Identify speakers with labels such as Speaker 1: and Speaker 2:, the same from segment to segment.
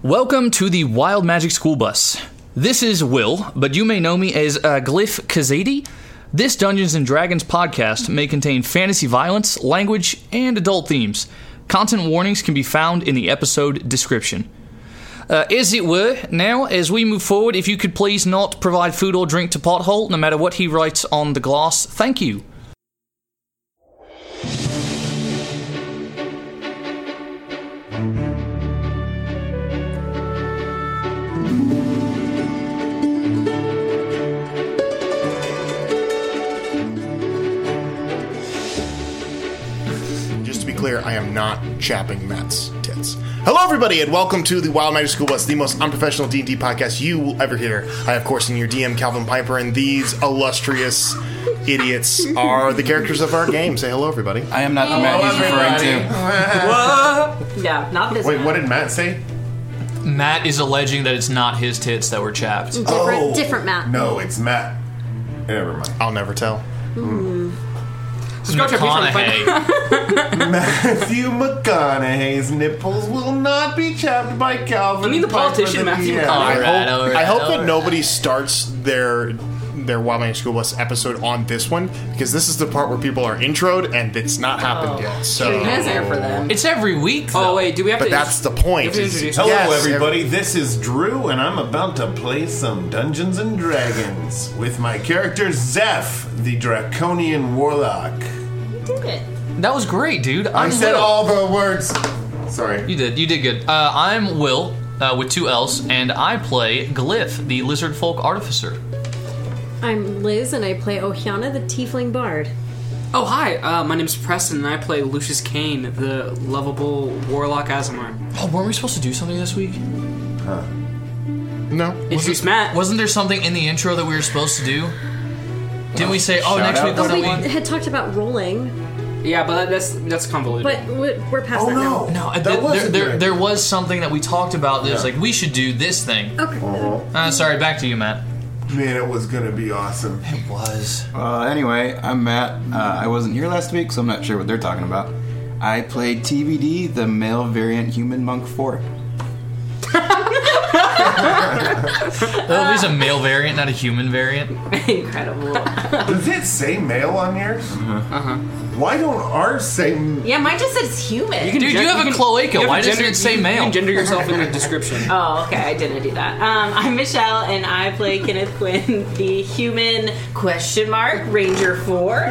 Speaker 1: Welcome to the Wild Magic School Bus. This is Will, but you may know me as uh, Glyph Kazadi. This Dungeons and Dragons podcast may contain fantasy violence, language, and adult themes. Content warnings can be found in the episode description. Uh, as it were, now, as we move forward, if you could please not provide food or drink to Pothole, no matter what he writes on the glass, thank you.
Speaker 2: Just to be clear, I am not chapping Matt's tits. Hello, everybody, and welcome to the Wild Magic School Bus, the most unprofessional D and D podcast you will ever hear. I, of course, am your DM, Calvin Piper, and these illustrious idiots are the characters of our game. Say hello, everybody.
Speaker 3: I am not the man he's referring to.
Speaker 4: Yeah, not this.
Speaker 2: Wait, what did Matt say?
Speaker 1: Matt is alleging that it's not his tits that were chapped.
Speaker 4: Different,
Speaker 1: Oh,
Speaker 2: Oh.
Speaker 4: different Matt.
Speaker 5: No, it's Matt. Never mind.
Speaker 2: I'll never tell.
Speaker 6: Hmm.
Speaker 1: McConaughey.
Speaker 5: Matthew McConaughey's nipples will not be chapped by Calvin.
Speaker 4: You mean the
Speaker 5: Piper
Speaker 4: politician,
Speaker 5: the
Speaker 4: Matthew
Speaker 5: DM.
Speaker 1: McConaughey. All right,
Speaker 2: I
Speaker 1: all
Speaker 2: hope,
Speaker 1: right,
Speaker 2: I hope
Speaker 1: all
Speaker 2: that
Speaker 1: right.
Speaker 2: nobody starts their their Wild Magic School Bus episode on this one because this is the part where people are introed and it's not
Speaker 4: Oh.
Speaker 2: happened yet. So,
Speaker 4: There's air for them.
Speaker 1: It's every week. Though.
Speaker 4: Oh wait, do we have
Speaker 2: but
Speaker 4: to?
Speaker 2: that's the point.
Speaker 4: You have to introduce
Speaker 5: Hello,
Speaker 2: Yes,
Speaker 5: everybody. This is Drew, and I'm about to play some Dungeons and Dragons with my character Zeph, the draconian warlock.
Speaker 4: did it.
Speaker 1: that was great, dude. I'm
Speaker 5: I said
Speaker 1: Will.
Speaker 5: all the words. Sorry.
Speaker 1: You did. You did good. Uh, I'm Will uh, with two L's, and I play Glyph, the lizard folk artificer.
Speaker 7: I'm Liz, and I play Ohiana, the Tiefling Bard.
Speaker 4: Oh hi, uh, my name's Preston, and I play Lucius Kane, the lovable warlock Azamar.
Speaker 1: Oh, weren't we supposed to do something this week?
Speaker 2: No.
Speaker 4: Introduce Matt.
Speaker 1: Wasn't there something in the intro that we were supposed to do? Didn't we say, oh,
Speaker 5: shout
Speaker 1: next
Speaker 5: out
Speaker 1: week,
Speaker 5: to
Speaker 1: why
Speaker 7: We
Speaker 1: don't we?
Speaker 7: had talked about rolling,
Speaker 4: Yeah, but that, that's that's convoluted.
Speaker 7: but we- we're past
Speaker 5: Oh
Speaker 7: that
Speaker 5: no!
Speaker 1: No,
Speaker 5: that
Speaker 1: th- there,
Speaker 5: wasn't
Speaker 1: there,
Speaker 5: right.
Speaker 1: there was something that we talked about that was
Speaker 5: Yeah. Uh-huh.
Speaker 1: like, we should do this thing.
Speaker 7: now. Okay.
Speaker 1: Uh, sorry, back to you, Matt.
Speaker 5: Man, it was gonna be awesome.
Speaker 1: It was.
Speaker 3: Uh, anyway, I'm Matt. Uh, I wasn't here last week, so I'm not sure what they're talking about. I played TVD, the male variant human monk 4.
Speaker 1: Oh, he's a male variant, not a human variant.
Speaker 4: Incredible.
Speaker 5: Does it say male on yours? Uh-huh. Why don't ours say m-
Speaker 7: Yeah, mine just says human.
Speaker 4: You can
Speaker 1: Dude,
Speaker 4: gen-
Speaker 1: you have a
Speaker 4: can-
Speaker 1: cloaca.
Speaker 4: you have
Speaker 1: Why
Speaker 4: to
Speaker 1: doesn't it say
Speaker 4: you- You
Speaker 1: male?
Speaker 4: can gender yourself in the description.
Speaker 7: Oh, okay. I didn't do that. Um, I'm Michelle, and I play Kenneth Quinn, the human question mark ranger four.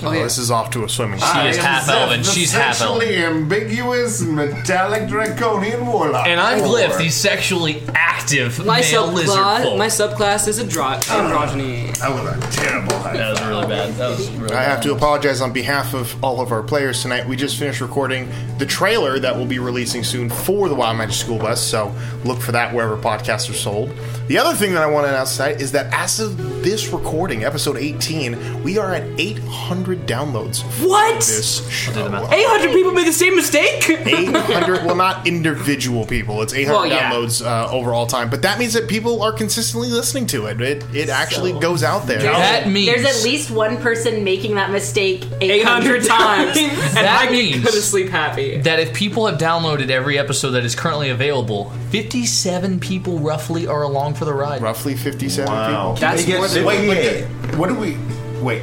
Speaker 2: Oh, this is off to a swimming.
Speaker 1: She is
Speaker 5: I am
Speaker 1: half
Speaker 5: Zeph,
Speaker 1: elf, and
Speaker 5: the
Speaker 1: she's half elf.
Speaker 5: Sexually ambiguous metallic draconian warlock.
Speaker 1: And I'm Glyph,
Speaker 5: Or-
Speaker 1: the sexually active
Speaker 4: my
Speaker 1: male lizard
Speaker 4: subclass,
Speaker 1: folk.
Speaker 4: my subclass is a dro- androgyny.
Speaker 5: That was a terrible high
Speaker 1: That was really bad. That was really
Speaker 2: I
Speaker 1: bad.
Speaker 2: have to apologize on behalf of all of our players tonight. We just finished recording the trailer that we'll be releasing soon for the Wild Magic School Bus, so look for that wherever podcasts are sold. The other thing that I want to announce tonight is that as of this recording, episode 18, we are at 800 downloads. for
Speaker 4: What?
Speaker 2: This show.
Speaker 4: Eight hundred people made the same mistake.
Speaker 2: 800 well not individual people it's 800
Speaker 4: Well, yeah.
Speaker 2: downloads uh, overall time but that means that people are consistently listening to it it, it actually goes out there
Speaker 1: That means
Speaker 7: There's at least one person making that mistake
Speaker 4: 800
Speaker 7: 800
Speaker 4: times.
Speaker 7: times.
Speaker 4: and
Speaker 1: That
Speaker 4: I
Speaker 1: means-
Speaker 4: go to sleep happy.
Speaker 1: that if people have downloaded every episode that is currently available, 57 people roughly are along for the ride.
Speaker 2: roughly 57
Speaker 5: Wow.
Speaker 2: people
Speaker 4: That's
Speaker 3: They get-
Speaker 4: more than
Speaker 3: they-
Speaker 5: Wait, wait, what do we? Wait,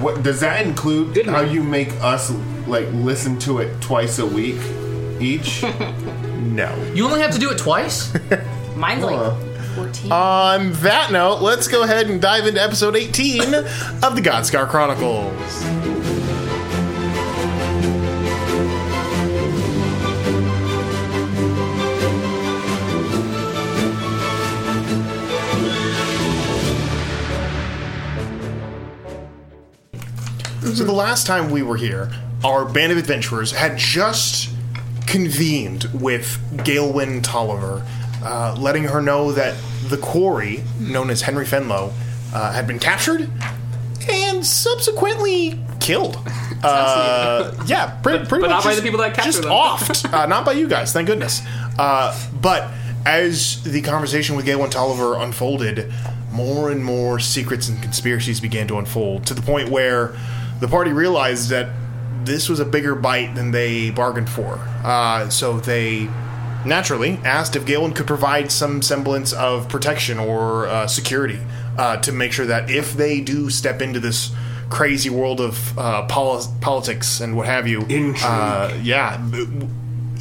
Speaker 5: What does that include?
Speaker 4: Good
Speaker 5: how
Speaker 4: night.
Speaker 5: you make us like listen to it twice a week, each? no.
Speaker 1: You only have to do it twice?
Speaker 7: Mine's like
Speaker 5: Uh,
Speaker 7: 14.
Speaker 2: On that note, let's go ahead and dive into episode 18 of the Godscar Chronicles. So the last time we were here, our band of adventurers had just convened with Gailwyn Tolliver, uh, letting her know that the quarry, known as Henry Fenlow, uh, had been captured and subsequently killed. Uh, yeah, pretty, pretty
Speaker 4: but
Speaker 2: much
Speaker 4: not by
Speaker 2: just-
Speaker 4: the people that captured
Speaker 2: just
Speaker 4: them.
Speaker 2: offed. uh, not by you guys, thank goodness. Uh, but as the conversation with Gawain Tolliver unfolded, more and more secrets and conspiracies began to unfold to the point where the party realized that this was a bigger bite than they bargained for. Uh, so they naturally asked if Galen could provide some semblance of protection or uh, security uh, to make sure that if they do step into this crazy world of uh, poli- politics and what have you,
Speaker 5: Intrigue.
Speaker 2: uh, yeah, it,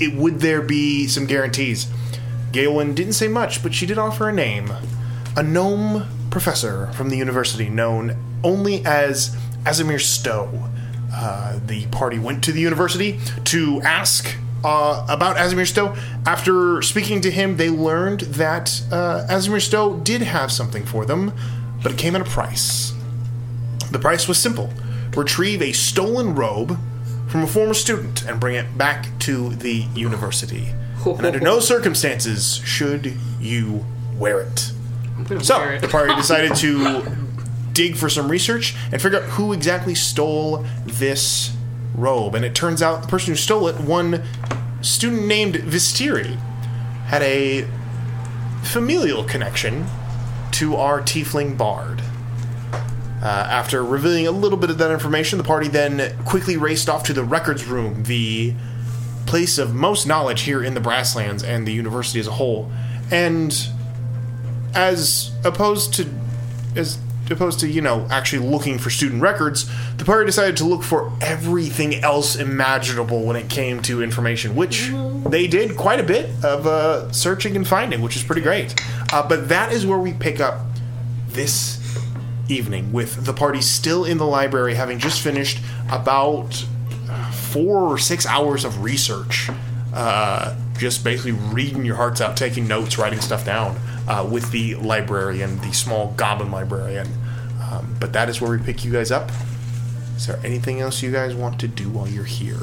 Speaker 2: it- would there be some guarantees? Galen didn't say much, but she did offer a name, a gnome professor from the university known only as Azimir Stowe. Uh, the party went to the university to ask uh, about Azimir Stowe. After speaking to him, they learned that uh, Azimir Stowe did have something for them, but it came at a price. The price was simple retrieve a stolen robe from a former student and bring it back to the university. and under no circumstances should you wear it.
Speaker 4: I'm gonna
Speaker 2: So
Speaker 4: wear it.
Speaker 2: the party decided to dig for some research and figure out who exactly stole this robe. And it turns out the person who stole it, one student named Vistiri, had a familial connection to our tiefling bard. Uh, after revealing a little bit of that information, the party then quickly raced off to the records room, the place of most knowledge here in the Brasslands and the university as a whole. And as opposed to as opposed to you know actually looking for student records the party decided to look for everything else imaginable when it came to information which they did quite a bit of uh, searching and finding which is pretty great uh, but that is where we pick up this evening with the party still in the library having just finished about uh, four or six hours of research uh, just basically reading your hearts out taking notes writing stuff down uh, with the librarian the small goblin librarian um, but that is where we pick you guys up is there anything else you guys want to do while you're here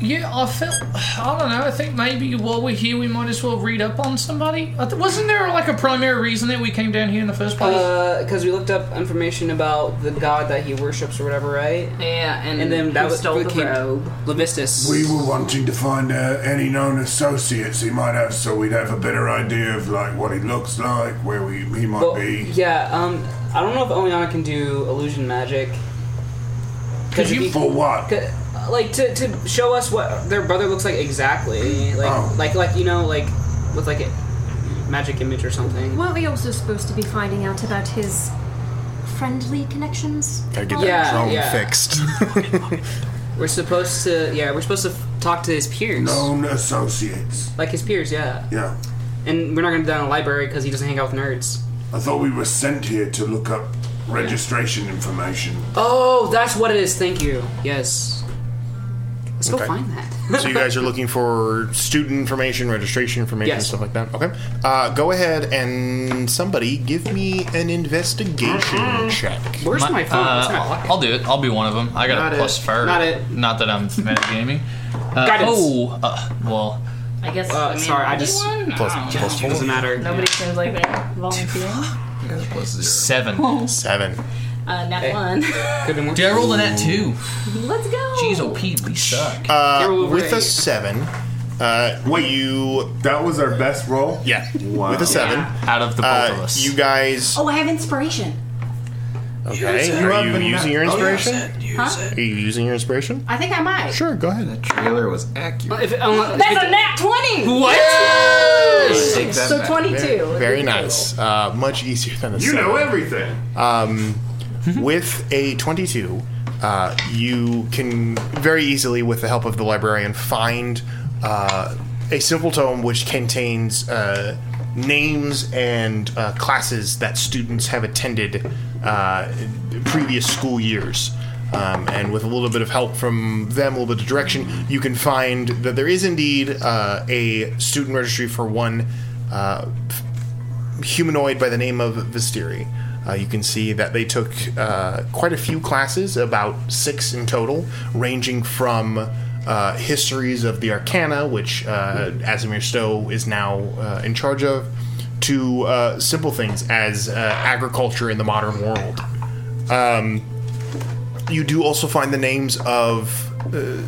Speaker 1: Yeah, I felt. I don't know. I think maybe while we're here, we might as well read up on somebody. I th- Wasn't there like a primary reason that we came down here in the first place?
Speaker 4: Because Uh, we looked up information about the god that he worships or whatever, right?
Speaker 7: yeah, and,
Speaker 4: And then that
Speaker 7: who
Speaker 4: was
Speaker 7: stole the
Speaker 4: became
Speaker 7: robe.
Speaker 4: Levistus.
Speaker 8: We were wanting to find uh, any known associates he might have, so we'd have a better idea of like what he looks like, where we, he might
Speaker 4: Well,
Speaker 8: be.
Speaker 4: yeah. Um, I don't know if Oniana can do illusion magic. Because
Speaker 1: you
Speaker 8: For what?
Speaker 4: like to, to show us what their brother looks like exactly, like
Speaker 8: Oh.
Speaker 4: like like you know like with like a magic image or something.
Speaker 9: Weren't we also supposed to be finding out about his friendly connections?
Speaker 2: gotta get
Speaker 4: Yeah,
Speaker 2: that drone
Speaker 4: yeah.
Speaker 2: fixed
Speaker 4: We're supposed to yeah, we're supposed to f- talk to his peers,
Speaker 8: Known associates.
Speaker 4: like his peers, yeah.
Speaker 8: Yeah.
Speaker 4: And we're not gonna do that in a library because he doesn't hang out with nerds.
Speaker 8: I thought we were sent here to look up registration information.
Speaker 4: Oh, that's what it is. Thank you. Yes. Let's go
Speaker 2: Okay.
Speaker 4: find that.
Speaker 2: so you guys are looking for student information registration information
Speaker 4: Yes.
Speaker 2: stuff like that okay uh, go ahead and somebody give me an investigation check
Speaker 4: Where's my, phone?
Speaker 1: Mm-hmm. Uh,
Speaker 4: It's in my pocket.
Speaker 1: I'll do it. I'll be one of them. I got
Speaker 4: Not
Speaker 1: a
Speaker 4: it.
Speaker 1: plus fur.
Speaker 4: Not it.
Speaker 1: Not that I'm mad at gaming. Uh,
Speaker 4: Guidance.
Speaker 1: Oh, uh, well,
Speaker 7: I guess.
Speaker 4: Uh,
Speaker 7: I mean,
Speaker 4: sorry, I just-
Speaker 7: anyone? I
Speaker 2: Plus-
Speaker 7: don't know.
Speaker 2: plus
Speaker 4: It doesn't matter.
Speaker 7: Nobody seems like they're volunteering.
Speaker 1: seven.
Speaker 4: Oh.
Speaker 2: seven
Speaker 7: Uh, nat one.
Speaker 4: Could have been worse.
Speaker 1: Dude, I rolled a nat two.
Speaker 7: Let's go.
Speaker 1: Jeez, OP, Oh, we suck.
Speaker 4: They rolled over
Speaker 2: Uh, with a
Speaker 4: eight.
Speaker 2: seven. Uh, Wait, you?
Speaker 5: That was our best roll.
Speaker 2: Yeah,
Speaker 5: Wow.
Speaker 2: with a seven.
Speaker 1: Out of the both of
Speaker 2: Uh,
Speaker 1: us.
Speaker 2: you guys.
Speaker 9: Oh, I have inspiration.
Speaker 2: Okay. Are you using your
Speaker 3: Oh,
Speaker 2: inspiration?
Speaker 9: Huh?
Speaker 2: Are Oh, you using your inspiration?
Speaker 9: I think I might.
Speaker 2: Sure. Go ahead.
Speaker 3: Trailer was accurate.
Speaker 4: If, unless,
Speaker 9: That's a nat 20!
Speaker 4: what?
Speaker 3: Take that
Speaker 9: So
Speaker 3: back.
Speaker 9: 22.
Speaker 2: Very nice. Uh, much easier than a
Speaker 5: You
Speaker 2: seven.
Speaker 5: know everything.
Speaker 2: Um, with a 22, uh, you can very easily, with the help of the librarian, find uh, a simple tome which contains uh, names and uh, classes that students have attended uh, in previous school years. Um, and with a little bit of help from them, a little bit of direction, you can find that there is indeed uh, a student registry for one uh, humanoid by the name of Vistiri. Uh, you can see that they took uh, quite a few classes, about six in total, ranging from uh, histories of the Arcana, which uh, Azimir Stowe is now uh, in charge of, to uh, simple things as uh, agriculture in the modern world. Um, you do also find the names of uh,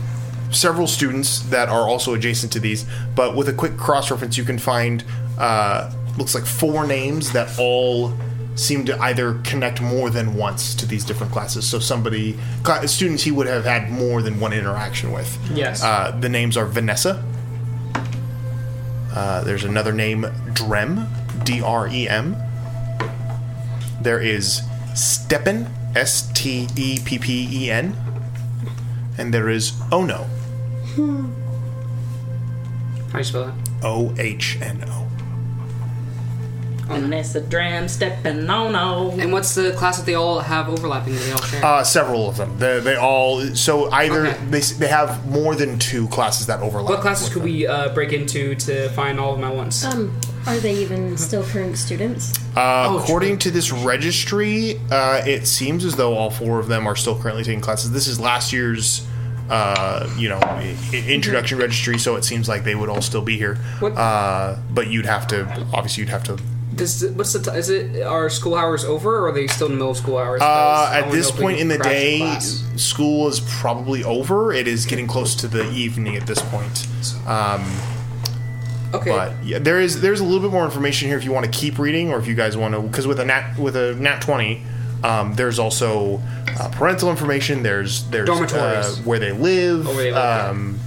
Speaker 2: several students that are also adjacent to these, but with a quick cross reference, you can find uh, looks like four names that all seem to either connect more than once to these different classes. So somebody, cla- students he would have had more than one interaction with.
Speaker 4: Yes.
Speaker 2: Uh, the names are Vanessa. Uh, there's another name, Drem, D R E M. There is Steppen, S T E P P E N. And there is Ono,
Speaker 4: How do you spell that?
Speaker 2: O H N O.
Speaker 7: And that's a dram stepping on no.
Speaker 4: And what's the class that they all have overlapping that they all share?
Speaker 2: Uh, several of them. They, they all, so either they, s- they have more than two classes that overlap.
Speaker 4: what classes could we uh, break into to find all of them at once?
Speaker 9: Um, are they even still current students?
Speaker 4: Oh,
Speaker 2: Uh, according to this registry, uh, it seems as though all four of them are still currently taking classes. This is last year's, uh, you know, i- i- introduction registry, so it seems like they would all still be here.
Speaker 4: What-
Speaker 2: Uh, but you'd have to, obviously, you'd have to.
Speaker 4: Does what's the t- is it? Are school hours over, or are they still in the middle of school hours?
Speaker 2: Uh,
Speaker 4: Because I
Speaker 2: at
Speaker 4: wanna
Speaker 2: this
Speaker 4: know if we
Speaker 2: point
Speaker 4: can
Speaker 2: in the
Speaker 4: crash
Speaker 2: day,
Speaker 4: class.
Speaker 2: school is probably over. It is getting close to the evening at this point. Um,
Speaker 4: okay.
Speaker 2: But yeah, there is there's a little bit more information here if you want to keep reading, or if you guys want to, because with a nat with a nat twenty, um, there's also uh, parental information. There's there's
Speaker 4: Dormitories.
Speaker 2: uh, where they live.
Speaker 4: Oh, where they live, yeah.
Speaker 2: um,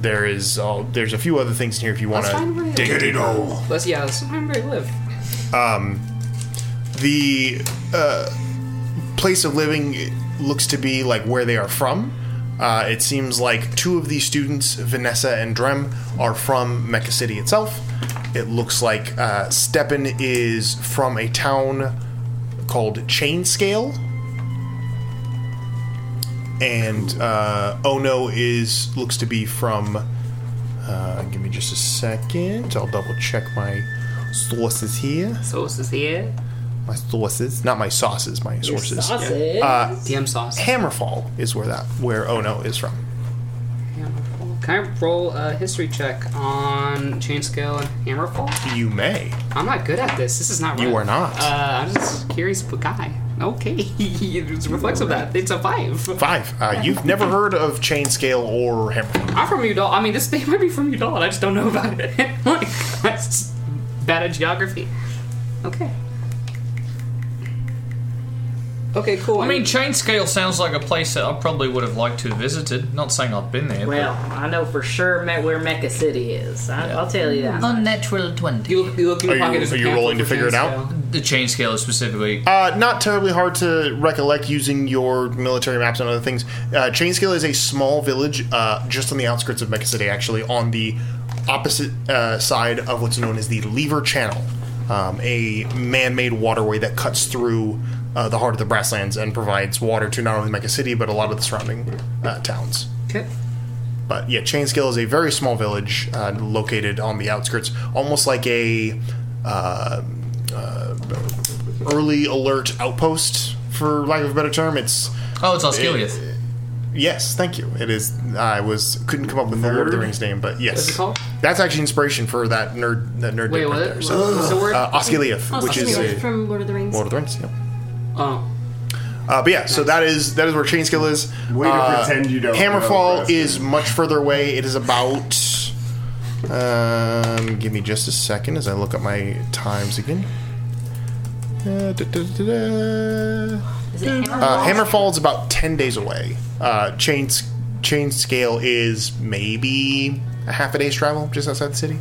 Speaker 2: there is all there's a few other things in here if you want
Speaker 4: Let's find where
Speaker 2: to
Speaker 4: they
Speaker 2: dig
Speaker 4: live.
Speaker 2: deeper.
Speaker 4: Let's yeah. Let's find where they live.
Speaker 2: Um, the uh, place of living looks to be like where they are from. Uh, it seems like two of these students, Vanessa and Drem, are from Mecca City itself. It looks like uh, Stepan is from a town called Chain Scale. And uh, Ono is looks to be from. Uh, give me just a second. I'll double check my sources here.
Speaker 4: Sources here.
Speaker 2: My sources, not my sauces. My
Speaker 4: Your
Speaker 2: sources.
Speaker 4: sauces.
Speaker 2: Uh,
Speaker 4: DM sauce.
Speaker 2: Hammerfall is where that where Ono is from.
Speaker 4: Can I roll a history check on chain scale and hammerfall?
Speaker 2: You may.
Speaker 4: I'm not good at this. This is not. Right.
Speaker 2: You are not.
Speaker 4: Uh, I'm just curious, but guy. Okay, it's reflects of that. It's a five.
Speaker 2: Five. Uh, you've never heard of chain scale or hammerfall.
Speaker 4: I'm from Udall. I mean, this thing might be from Udall. and I just don't know about it. like, that's just bad at geography. Okay. Okay, cool.
Speaker 1: I mean, Chain Scale sounds like a place that I probably would have liked to have visited. Not saying I've been there.
Speaker 7: Well, I know for sure me- where Mecca City is. I, I'll tell you that.
Speaker 1: Unnatural 20.
Speaker 4: You look, you look
Speaker 2: Are you- are you rolling to figure it out?
Speaker 1: The chain scale specifically.
Speaker 2: Uh, not terribly hard to recollect using your military maps and other things. Uh, chain scale is a small village uh, just on the outskirts of Mecca City, actually, on the opposite uh, side of what's known as the Lever Channel, um, a man made waterway that cuts through uh, the heart of the Brasslands and provides water to not only Mecca City, but a lot of the surrounding uh, towns.
Speaker 4: Okay.
Speaker 2: But yeah, Chainskill is a very small village uh, located on the outskirts, almost like a uh, uh, early alert outpost, for lack of a better term. It's
Speaker 1: Oh, it's
Speaker 2: Osgiliath.
Speaker 1: Osgiliath.
Speaker 2: yes, thank you. It is. I was couldn't come up with the Lord of the
Speaker 1: Nerd?
Speaker 2: Rings name, but yes,
Speaker 4: What's it called?
Speaker 2: that's actually inspiration for that nerd. That nerd.
Speaker 4: Wait,
Speaker 2: bit right
Speaker 4: what?
Speaker 2: there. So,
Speaker 4: What's the word?
Speaker 2: Uh, Osgiliath,
Speaker 9: Oh,
Speaker 2: which is
Speaker 9: Osgiliath
Speaker 2: a-
Speaker 9: from Lord of the Rings.
Speaker 2: Lord of the Rings. Yeah.
Speaker 4: Oh.
Speaker 2: Uh, but yeah, so that is that is where chain skill is.
Speaker 5: Way to
Speaker 2: Uh,
Speaker 5: pretend you don't know,
Speaker 2: Hammerfall
Speaker 5: Preston.
Speaker 2: is much further away. It is about. Um, give me just a second as I look up my times again. Uh, da, da, da, da.
Speaker 7: Is
Speaker 2: Uh,
Speaker 7: it Hammerfall?
Speaker 2: Hammerfall is about ten days away. Uh, chain s- chain scale is maybe a half a day's travel just outside the city,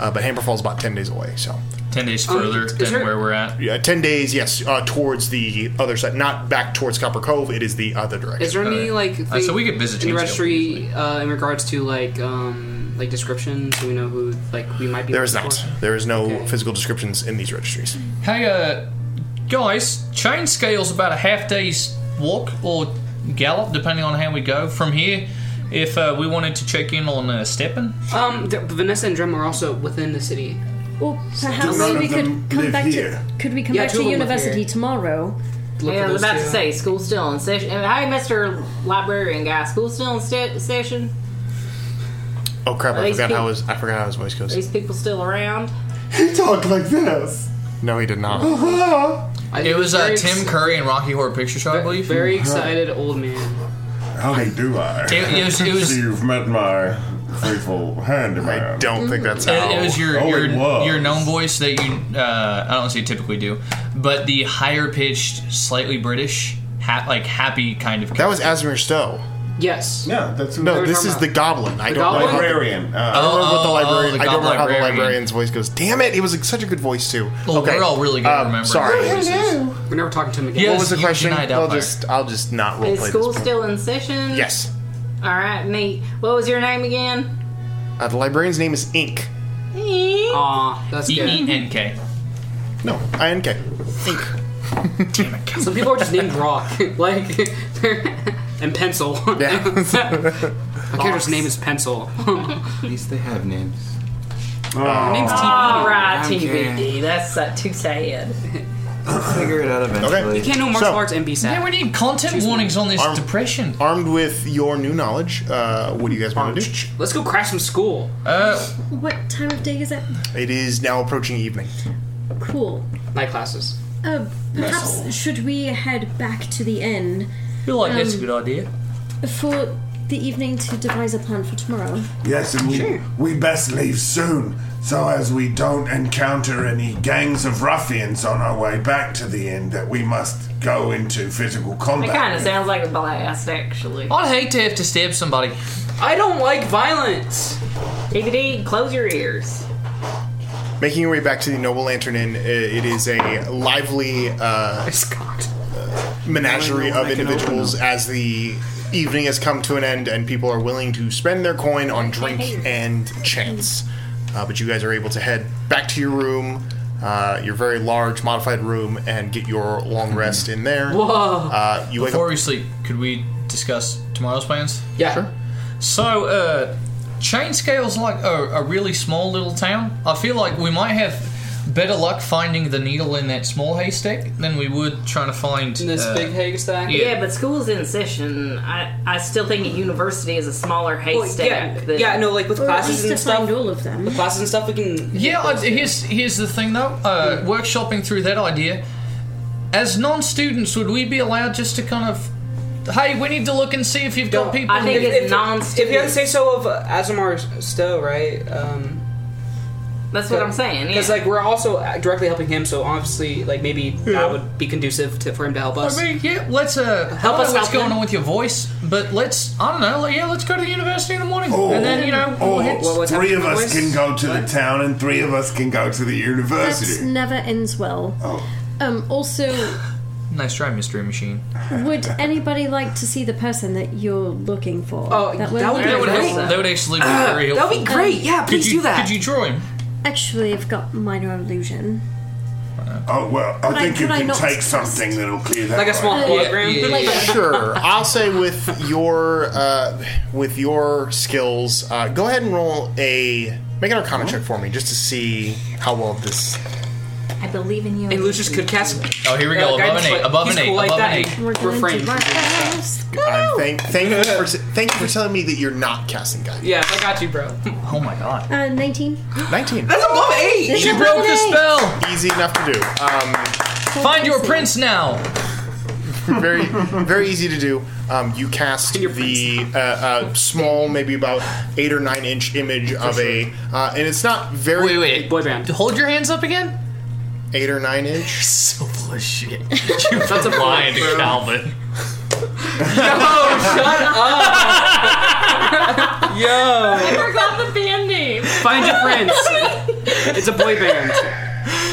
Speaker 2: uh, but Hammerfall is about ten days away. So
Speaker 1: Ten days
Speaker 2: Um,
Speaker 1: further
Speaker 2: is
Speaker 1: than
Speaker 2: there-
Speaker 1: where we're at.
Speaker 2: Yeah, ten days. Yes, uh, towards the other side, not back towards Copper Cove. It is the other direction.
Speaker 4: Is there any like
Speaker 1: Uh,
Speaker 2: uh,
Speaker 4: thing in the
Speaker 2: Jamestown.
Speaker 4: registry uh, in regards to like um like description, so we know who like we might be?
Speaker 2: There is
Speaker 4: looking
Speaker 2: not.
Speaker 4: for?
Speaker 2: There is no physical descriptions in these registries.
Speaker 1: Hey, uh, guys, chain scale's about a half day's walk or gallop, depending on how we go from here. If uh, we wanted to check in on uh, Steppen,
Speaker 4: Um, th- Vanessa and Drem are also within the city.
Speaker 6: Well, perhaps
Speaker 4: none
Speaker 6: we
Speaker 4: of
Speaker 6: could
Speaker 4: them
Speaker 6: come
Speaker 4: live
Speaker 6: back
Speaker 4: here?
Speaker 6: to could we come
Speaker 4: Yeah,
Speaker 6: back
Speaker 4: two
Speaker 6: to
Speaker 4: of them live
Speaker 6: university
Speaker 4: here.
Speaker 6: tomorrow?
Speaker 4: Look
Speaker 7: yeah,
Speaker 4: for
Speaker 7: I was
Speaker 4: those
Speaker 7: about to
Speaker 4: two.
Speaker 7: say school's still in session. And hi, Mister Librarian guy. School's still in sta- session.
Speaker 2: Oh crap!
Speaker 7: Are
Speaker 2: I
Speaker 7: these
Speaker 2: forgot
Speaker 7: peop-
Speaker 2: how his I forgot how his voice
Speaker 7: Are
Speaker 2: goes.
Speaker 7: these people still around?
Speaker 2: He talked like this. Uh-huh. No, he did
Speaker 4: Uh-huh.
Speaker 2: not.
Speaker 1: it was uh, Tim Curry and Rocky Horror Picture Show, I believe.
Speaker 4: Very excited old man.
Speaker 5: Howdy do I?
Speaker 1: It- it was- it was-
Speaker 5: You've met my faithful handyman. I
Speaker 2: don't think that's
Speaker 1: It, it was your
Speaker 5: Oh,
Speaker 1: your,
Speaker 5: it was.
Speaker 1: your known voice that you uh, I don't say typically do, but the higher pitched, slightly British, ha- like happy kind of.
Speaker 2: That was Asmir Stowe.
Speaker 4: Yes.
Speaker 5: Yeah, that's
Speaker 2: No, this is the goblin. I
Speaker 1: The
Speaker 2: don't know. how-
Speaker 5: Librarian.
Speaker 2: I don't remember what the
Speaker 1: Oh, oh,
Speaker 2: librarian.
Speaker 1: oh, the
Speaker 2: I don't remember how the
Speaker 1: goblin
Speaker 2: librarian's voice goes. Damn it! It was such a good voice too.
Speaker 1: Well, we're all really good at
Speaker 2: Um,
Speaker 1: remembering
Speaker 2: Sorry.
Speaker 1: voices.
Speaker 7: Hello.
Speaker 4: We're never talking to him again.
Speaker 2: what was the
Speaker 1: Eugene
Speaker 2: question?
Speaker 1: I.
Speaker 2: I'll
Speaker 1: Doubtfire.
Speaker 2: just I'll just not roleplay
Speaker 7: Is
Speaker 2: this.
Speaker 7: school
Speaker 2: point.
Speaker 7: still in session?
Speaker 2: Yes.
Speaker 7: All right, neat. What was your name again?
Speaker 2: Uh, the librarian's name is Ink.
Speaker 4: Aw, that's
Speaker 2: good.
Speaker 1: E E-E-N-K.
Speaker 2: No, I-N-K.
Speaker 4: Some people are just named Rock, like, and Pencil. Yeah. My character's name is Pencil. At
Speaker 3: least they have names.
Speaker 4: Name's TBD.
Speaker 7: All right,
Speaker 4: I'm
Speaker 7: TBD. That's uh, too sad.
Speaker 3: Figure it out eventually.
Speaker 2: Okay.
Speaker 4: You can't know martial arts and be sad.
Speaker 1: Yeah, we need content warnings on this depression.
Speaker 2: Armed with your new knowledge, uh, what do you guys want to do?
Speaker 4: Let's go crash some school.
Speaker 2: Uh,
Speaker 6: What time of day is it?
Speaker 2: it is now approaching evening.
Speaker 6: Cool.
Speaker 4: Night classes.
Speaker 6: Uh, perhaps
Speaker 2: Vessel.
Speaker 6: should we head back to the inn?
Speaker 1: feel like that's a
Speaker 6: um,
Speaker 1: good idea.
Speaker 6: for the evening to devise a plan for tomorrow.
Speaker 8: Yes, and we, we best leave soon so as we don't encounter any gangs of ruffians on our way back to the inn that we must go into physical
Speaker 7: It kind
Speaker 8: combat.
Speaker 7: of sounds like a blast, actually.
Speaker 1: I'd hate to have to stab somebody.
Speaker 4: I don't like violence.
Speaker 7: TBD, close your ears.
Speaker 2: Making your way back to the Noble Lantern Inn, i- it is a lively uh, uh, menagerie of individuals as the evening has come to an end and people are willing to spend their coin on drink and chance. Uh, but you guys are able to head back to your room, uh, your very large modified room, and get your long rest in there.
Speaker 1: Whoa.
Speaker 2: Uh, you wake
Speaker 1: Before
Speaker 2: up.
Speaker 1: we sleep, could we discuss tomorrow's plans?
Speaker 4: Yeah.
Speaker 1: Sure. So, uh, Chain Scale's like a, a really small little town. I feel like we might have better luck finding the needle in that small haystack than we would trying to find
Speaker 4: This
Speaker 1: uh,
Speaker 4: big haystack.
Speaker 1: Yeah.
Speaker 7: Yeah, but school's in session. I, I still think a university is a smaller haystack.
Speaker 4: yeah,
Speaker 7: than-
Speaker 4: yeah, no, like with classes and stuff.
Speaker 6: all of them.
Speaker 4: With classes and stuff, we can.
Speaker 1: Yeah, I, here's here's the thing though. Uh, Workshopping through that idea, as non-students, would we be allowed just to kind of, hey, we need to look and see if you've got people.
Speaker 4: If- if- If you have to say so of uh, Azamar Stowe, right? Um,
Speaker 7: That's what I'm saying,
Speaker 4: Because
Speaker 7: yeah. Hmm.
Speaker 4: like we're also directly helping him, so obviously, like maybe
Speaker 1: Yeah.
Speaker 4: that would be conducive to, for him to help us.
Speaker 1: I mean, yeah, let's uh, help
Speaker 4: us
Speaker 1: us. What's
Speaker 4: help
Speaker 1: going
Speaker 4: them.
Speaker 1: on with your voice? But let's, I don't know, like, yeah, let's go to the university in the morning, and then you know,
Speaker 8: oh,
Speaker 1: we'll hit-
Speaker 8: three of us can go to the town and three of us can go to the
Speaker 6: That
Speaker 8: university.
Speaker 6: never ends well.
Speaker 8: Oh.
Speaker 6: Um, also,
Speaker 1: Nice try, Mystery Machine.
Speaker 6: would anybody like to see the person that you're looking for?
Speaker 4: Oh, that would be
Speaker 1: That would,
Speaker 4: great.
Speaker 1: help, that would actually be very
Speaker 4: That'd
Speaker 1: helpful.
Speaker 4: Ah, be great, yeah,
Speaker 1: Could
Speaker 4: please
Speaker 1: you-
Speaker 4: do that.
Speaker 1: Could you draw him?
Speaker 6: Actually, I've got minor illusion.
Speaker 8: Oh, well,
Speaker 6: Could I-
Speaker 8: I think you
Speaker 6: could I
Speaker 8: can
Speaker 6: not
Speaker 8: take something that'll clear that. up.
Speaker 2: sure. I'll say with your uh, with your skills, uh, go ahead and roll a make an Arcana check for me just to see how well this.
Speaker 9: I believe in you.
Speaker 4: And Lucius could cast.
Speaker 1: Oh, here we go. Above an eight. Above an eight. Above an eight.
Speaker 4: Refrain.
Speaker 2: I'm thank thank you for thank you for telling me that you're not casting guidance.
Speaker 4: Yeah, I got you, bro.
Speaker 1: Oh my god.
Speaker 6: Uh, 19.
Speaker 2: Nineteen.
Speaker 4: That's above eight.
Speaker 6: That's
Speaker 2: She
Speaker 6: above
Speaker 2: broke the
Speaker 6: eight.
Speaker 1: spell.
Speaker 2: Easy enough to do. Um,
Speaker 1: Find your prince now.
Speaker 2: very very easy to do. Um, you cast the uh, uh, small, maybe about eight or nine inch image of a, uh, and it's not very
Speaker 1: wait wait
Speaker 4: boy band.
Speaker 1: Hold your hands up again.
Speaker 2: Eight or nine inch.
Speaker 1: so full of shit.
Speaker 4: That's a
Speaker 1: blind Calvin.
Speaker 4: Oh, shut up.
Speaker 7: I
Speaker 4: Yo.
Speaker 7: forgot the band name.
Speaker 4: Find your friends. It's a boy band.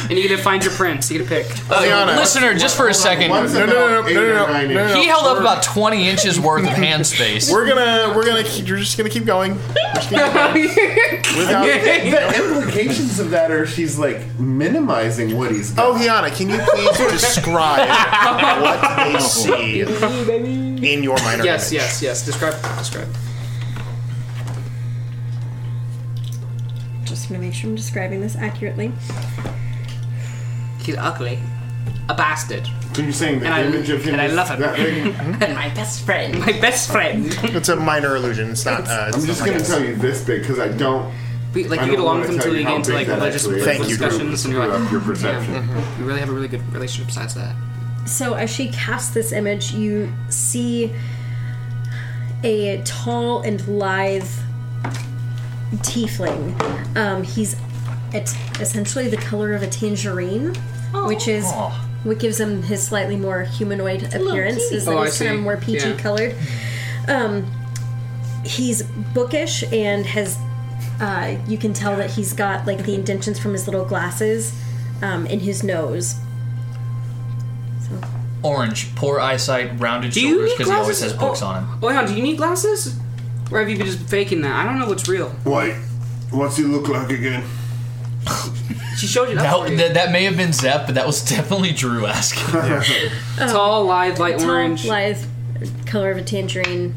Speaker 4: and you get to find your prince. You get to pick. Oh,
Speaker 1: Uh, listener, just for a second.
Speaker 2: No, no, no, no, no, no, no, no.
Speaker 1: He held up about 20 inches worth of hand space.
Speaker 2: We're gonna, we're gonna, keep, we're just gonna keep going. We're just gonna keep going. Without-
Speaker 5: the implications of that are she's like minimizing what he's.
Speaker 2: Oh, Hiana, can you please describe what they see in your minor
Speaker 4: yes,
Speaker 2: image?
Speaker 4: yes, yes. Describe. Describe.
Speaker 6: Just want to make sure I'm describing this accurately.
Speaker 4: He's ugly, a bastard.
Speaker 2: So you're saying
Speaker 4: the And I- image of him and I is love him. that big?
Speaker 7: and my best friend.
Speaker 4: My best friend.
Speaker 2: It's a minor illusion. It's not. Uh, it's
Speaker 5: I'm just
Speaker 2: not like
Speaker 5: gonna
Speaker 2: a-
Speaker 5: tell you this bit because I don't.
Speaker 4: We- like,
Speaker 5: I
Speaker 4: you
Speaker 5: don't
Speaker 4: get along
Speaker 5: wanna
Speaker 4: with them
Speaker 5: tell
Speaker 4: till
Speaker 5: you
Speaker 4: you
Speaker 5: how
Speaker 4: get into
Speaker 5: big
Speaker 4: like
Speaker 5: that
Speaker 4: religious
Speaker 5: actually is.
Speaker 4: political discussions, and you're
Speaker 5: Screw
Speaker 4: like, "Mm,
Speaker 5: up your perception.
Speaker 4: "Damn, we really have a really good relationship besides that.
Speaker 6: So as she casts this image, you see a tall and lithe tiefling. Um, he's it's essentially the color of a tangerine, which is what gives him his slightly more humanoid
Speaker 9: little
Speaker 6: appearance.
Speaker 9: kitty.
Speaker 6: Is that
Speaker 9: Oh, I
Speaker 6: he's kind
Speaker 9: see.
Speaker 6: of more peachy
Speaker 9: Yeah.
Speaker 6: colored. Um, he's bookish and has uh, you can tell that he's got like the indentions from his little glasses um, in his nose.
Speaker 1: Orange, poor eyesight, rounded shoulders because he always has books
Speaker 4: oh,
Speaker 1: on him.
Speaker 4: Oh, hang on, do you need glasses? Or have you been just faking that? I don't know what's real.
Speaker 5: Wait, what's he look like again?
Speaker 4: She showed you
Speaker 1: That, that, that may have been Zep, but that was definitely Drew asking.
Speaker 4: tall, live, light
Speaker 6: Oh. tall,
Speaker 4: orange.
Speaker 6: Live, color of a tangerine,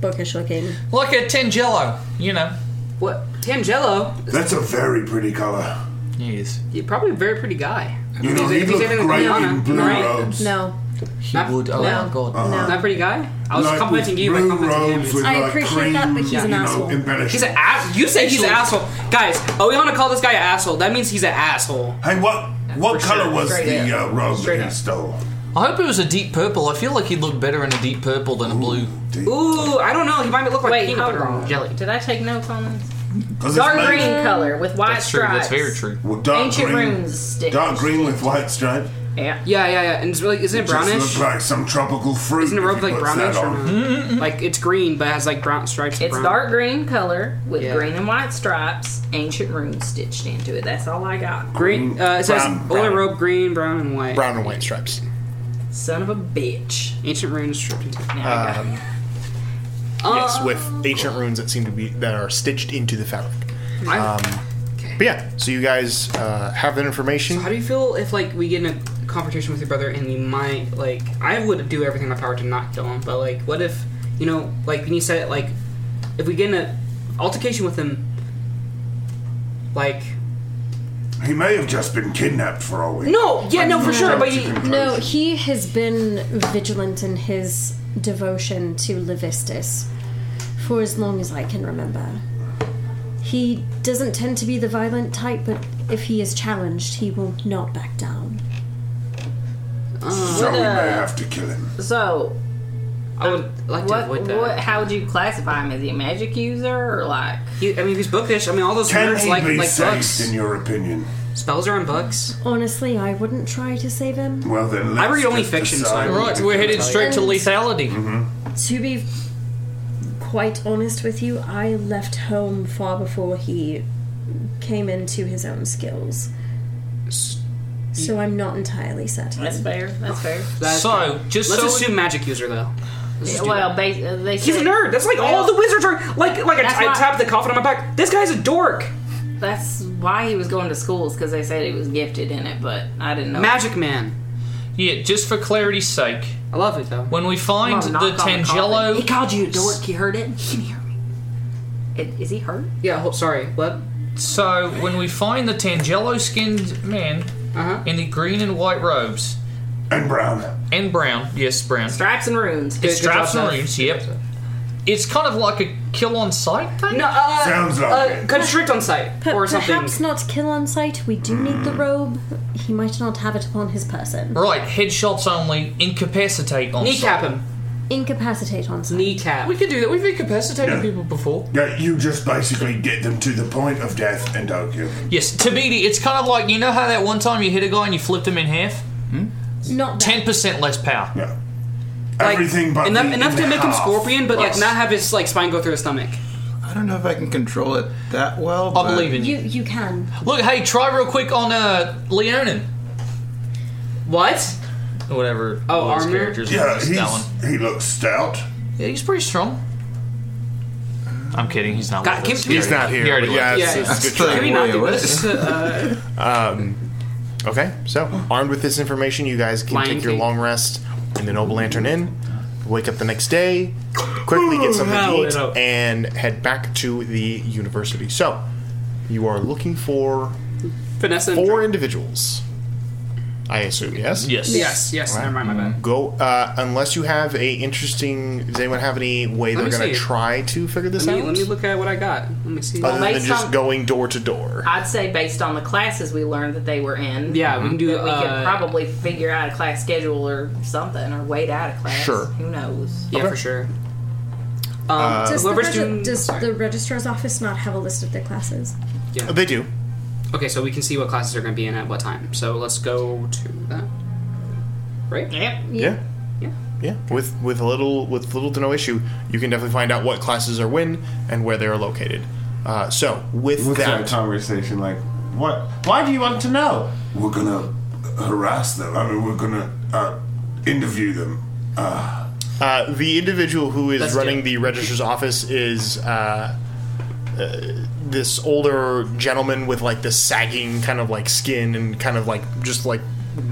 Speaker 6: bookish looking.
Speaker 1: Like a Tangello, you know.
Speaker 4: What? Tangello?
Speaker 5: That's a very pretty color.
Speaker 1: He is.
Speaker 4: You're probably a very pretty guy.
Speaker 5: You know,
Speaker 4: If
Speaker 5: he
Speaker 4: he's- if he's
Speaker 5: looked
Speaker 4: anything like
Speaker 5: great
Speaker 4: Rihanna,
Speaker 5: in blue
Speaker 4: right?
Speaker 5: robes.
Speaker 6: No.
Speaker 1: He
Speaker 4: Not-
Speaker 1: would. Oh
Speaker 4: no.
Speaker 1: my god.
Speaker 4: Not a pretty guy? I was
Speaker 5: Like with
Speaker 4: complimenting you by
Speaker 5: blue
Speaker 4: complimenting him.
Speaker 5: robes with, I like, appreciate that, but cream, he's an you know, asshole. embellishments.
Speaker 4: He's an ass. You say he's an asshole, guys. Oh, we want to call this guy an asshole. That means he's an asshole.
Speaker 5: Hey, what what
Speaker 4: For
Speaker 5: color
Speaker 4: sure.
Speaker 5: was
Speaker 4: Straight
Speaker 5: the uh,
Speaker 4: up.
Speaker 5: robe
Speaker 4: Straight
Speaker 5: that he
Speaker 4: up.
Speaker 5: stole?
Speaker 1: I hope it was a deep purple. I feel like he'd look better in a deep purple than a blue.
Speaker 4: Ooh, I don't know. He might look like
Speaker 7: Wait,
Speaker 4: peanut
Speaker 7: how
Speaker 4: butter on jelly.
Speaker 7: Did I take notes on this?
Speaker 5: 'Cause it's
Speaker 7: Dark
Speaker 5: made-
Speaker 7: green color with white
Speaker 1: That's true. That's
Speaker 7: stripes.
Speaker 1: very true.
Speaker 5: Well, dark
Speaker 7: Ancient
Speaker 5: green,
Speaker 7: runes stick.
Speaker 5: dark green with white stripe.
Speaker 7: Yeah.
Speaker 4: Yeah, yeah, yeah. And it's really isn't it, brownish?
Speaker 5: Just look like some tropical fruit.
Speaker 4: Isn't a
Speaker 5: if
Speaker 4: robe
Speaker 5: he
Speaker 4: like
Speaker 5: puts
Speaker 4: brownish
Speaker 5: that
Speaker 4: or
Speaker 5: on.
Speaker 4: no? Like it's green, but it has like brown stripes. of
Speaker 7: It's
Speaker 4: brown.
Speaker 7: dark green color with
Speaker 4: Yeah.
Speaker 7: green and white stripes, ancient runes stitched into it. That's all I got.
Speaker 4: Green. Uh, it says
Speaker 7: Brown,
Speaker 4: oil
Speaker 7: brown.
Speaker 4: robe, green, brown, and white.
Speaker 2: Brown and white stripes.
Speaker 7: Son of a
Speaker 4: Uh,
Speaker 7: bitch.
Speaker 4: Ancient runes stripped into.
Speaker 2: Um,
Speaker 4: Uh,
Speaker 2: yes, with ancient runes that seem to be that are stitched into the fabric.
Speaker 4: I-
Speaker 2: Um, But yeah, so you guys uh, have that information.
Speaker 4: So how do you feel if like we get in a confrontation with your brother and we might like I would do everything in my power to not kill him, but like what if you know like when you said it like if we get in an altercation with him like
Speaker 5: He may have just been kidnapped for all we.
Speaker 4: No, yeah, no, for sure, but he-
Speaker 6: No, he has been vigilant in his devotion to Levistus for as long as I can remember. He doesn't tend to be the violent type, but if he is challenged, he will not back down.
Speaker 4: Uh,
Speaker 5: so we may have to kill him.
Speaker 7: So, um,
Speaker 4: I would like
Speaker 7: what,
Speaker 4: to avoid that.
Speaker 7: what? How would you classify him? Is he a magic user or like?
Speaker 4: He, I mean, if he's bookish. I mean, all those
Speaker 5: Can
Speaker 4: words
Speaker 5: he
Speaker 4: like
Speaker 5: be
Speaker 4: like
Speaker 5: saved,
Speaker 4: books.
Speaker 5: in your opinion?
Speaker 4: Spells are on books.
Speaker 6: Honestly, I wouldn't try to save him.
Speaker 5: Well, then
Speaker 4: I
Speaker 5: let's
Speaker 4: read only
Speaker 5: just
Speaker 4: fiction, so
Speaker 5: decide
Speaker 4: I-
Speaker 5: what
Speaker 1: Right,
Speaker 5: to
Speaker 1: we're
Speaker 5: do.
Speaker 1: headed straight to
Speaker 6: And-
Speaker 1: lethality.
Speaker 5: Mm-hmm.
Speaker 6: To be quite honest with you, I left home far before he came into his own skills. So I'm not entirely certain.
Speaker 7: That's fair. That's fair.
Speaker 4: That's
Speaker 1: So, just
Speaker 4: let's
Speaker 1: so-
Speaker 4: assume magic user though. Let's just do
Speaker 7: well,
Speaker 4: that.
Speaker 7: ba- uh, they
Speaker 4: he's a
Speaker 7: said-
Speaker 4: nerd. That's like all
Speaker 7: well,
Speaker 4: the wizards are like like
Speaker 7: That's
Speaker 4: I, I
Speaker 7: why-
Speaker 4: tapped the coffin on my back. This guy's a dork.
Speaker 7: That's why he was going to schools because they said he was gifted in it, but I didn't know.
Speaker 4: Magic man.
Speaker 1: Yeah, just for clarity's sake.
Speaker 4: I love it though.
Speaker 1: When we find
Speaker 7: I'm gonna
Speaker 1: the
Speaker 7: knock on the
Speaker 1: Tangello.
Speaker 7: coffin. He called you a dork. You heard it. He can hear me. It, is he hurt?
Speaker 4: Yeah. Ho- sorry. What?
Speaker 1: So when we find the Tangello skinned man
Speaker 4: Uh-huh.
Speaker 1: in the green and white robes
Speaker 5: And brown.
Speaker 1: and brown, yes, brown.
Speaker 7: Stripes and runes.
Speaker 1: It's straps
Speaker 4: job,
Speaker 1: and
Speaker 4: Seth.
Speaker 1: runes, yep. It's kind of like a kill on sight thing.
Speaker 4: No. Uh,
Speaker 5: Sounds like
Speaker 4: uh,
Speaker 5: it.
Speaker 4: constrict on site
Speaker 6: Per-
Speaker 4: or something.
Speaker 6: perhaps not kill on sight. We do need the
Speaker 1: Mm.
Speaker 6: robe. He might not have it upon his person.
Speaker 1: Right, headshots only, incapacitate on
Speaker 4: Kneecap
Speaker 1: sight.
Speaker 4: him.
Speaker 6: Incapacitate on sight.
Speaker 4: Kneecap.
Speaker 1: We could do that. We've incapacitated
Speaker 5: Yeah.
Speaker 1: people before.
Speaker 5: Yeah, you just basically get them to the point of death and don't kill them.
Speaker 1: Yes, Tabidi, it's kind of like you know how that one time you hit a guy and you flipped him in half?
Speaker 6: Not that.
Speaker 1: 10% less power.
Speaker 5: Yeah.
Speaker 4: Like,
Speaker 5: Everything but
Speaker 4: enough
Speaker 5: the
Speaker 4: enough to make him
Speaker 5: half.
Speaker 4: scorpion, but like
Speaker 5: Right.
Speaker 4: not have his like spine go through his stomach.
Speaker 3: I don't know if I can control it that well.
Speaker 1: I believe in you.
Speaker 6: You can.
Speaker 1: Look, hey, try real quick on uh, Leonin.
Speaker 4: What?
Speaker 1: Whatever.
Speaker 4: Oh,
Speaker 1: all his
Speaker 4: armor?
Speaker 1: characters.
Speaker 4: Yeah,
Speaker 1: are, just that one.
Speaker 8: He looks stout.
Speaker 1: Yeah, he's pretty strong. I'm kidding. He's not.
Speaker 4: God,
Speaker 1: with
Speaker 4: can-
Speaker 1: us.
Speaker 4: can we-
Speaker 1: He already- he already
Speaker 2: Yeah,
Speaker 1: left.
Speaker 2: it's-
Speaker 4: Yeah,
Speaker 2: it's a good
Speaker 4: can
Speaker 2: try.
Speaker 4: we not do this? Uh,
Speaker 2: Um, okay, so armed with this information, you guys can
Speaker 4: Lion
Speaker 2: take your
Speaker 4: King.
Speaker 2: long rest in the Noble Lantern Inn, wake up the next day, quickly get something
Speaker 4: Howl
Speaker 2: to
Speaker 4: it
Speaker 2: eat,
Speaker 4: out.
Speaker 2: and head back to the university. So, you are looking for
Speaker 4: Vanessa
Speaker 2: four individuals. I assume, yes?
Speaker 4: Yes. Yes, yes,
Speaker 2: All
Speaker 4: never mind, my bad.
Speaker 2: Go, uh, unless you have a interesting, does anyone have any way
Speaker 4: Let
Speaker 2: they're
Speaker 4: me
Speaker 2: going to
Speaker 4: see.
Speaker 2: try to figure this
Speaker 4: let me,
Speaker 2: out?
Speaker 4: let me look at what I got. Let me see.
Speaker 2: Other than
Speaker 7: Based
Speaker 2: just
Speaker 7: on-
Speaker 2: going door to door.
Speaker 7: I'd say based on the classes we learned that they were in.
Speaker 4: Yeah, we can do,
Speaker 7: That we
Speaker 4: uh,
Speaker 7: could probably figure out a class schedule or something, or wait out a class.
Speaker 2: Sure.
Speaker 7: Who knows?
Speaker 4: Yeah, for sure.
Speaker 3: Uh,
Speaker 4: Um,
Speaker 1: Uh,
Speaker 6: does the,
Speaker 4: whoever's
Speaker 6: regi-
Speaker 4: doing-
Speaker 6: does the registrar's office not have a list of their classes?
Speaker 4: Yeah.
Speaker 2: They do.
Speaker 4: Okay, so we can see what classes are going to be in at what time. So let's go to that. Right?
Speaker 7: Yep.
Speaker 2: Yeah.
Speaker 4: Yeah.
Speaker 2: Yeah. With with little with little to no issue, you can definitely find out what classes are when and where they are located. Uh, so with
Speaker 8: What's that
Speaker 2: that,
Speaker 8: conversation like? What? Why do you want to
Speaker 1: Oh.
Speaker 8: know? We're gonna harass them. I mean, we're gonna uh, interview them. Uh,
Speaker 2: uh, the individual who is
Speaker 8: Let's do
Speaker 2: running the registrar's office is uh, uh, this older gentleman with like this sagging kind of like skin and kind of like just like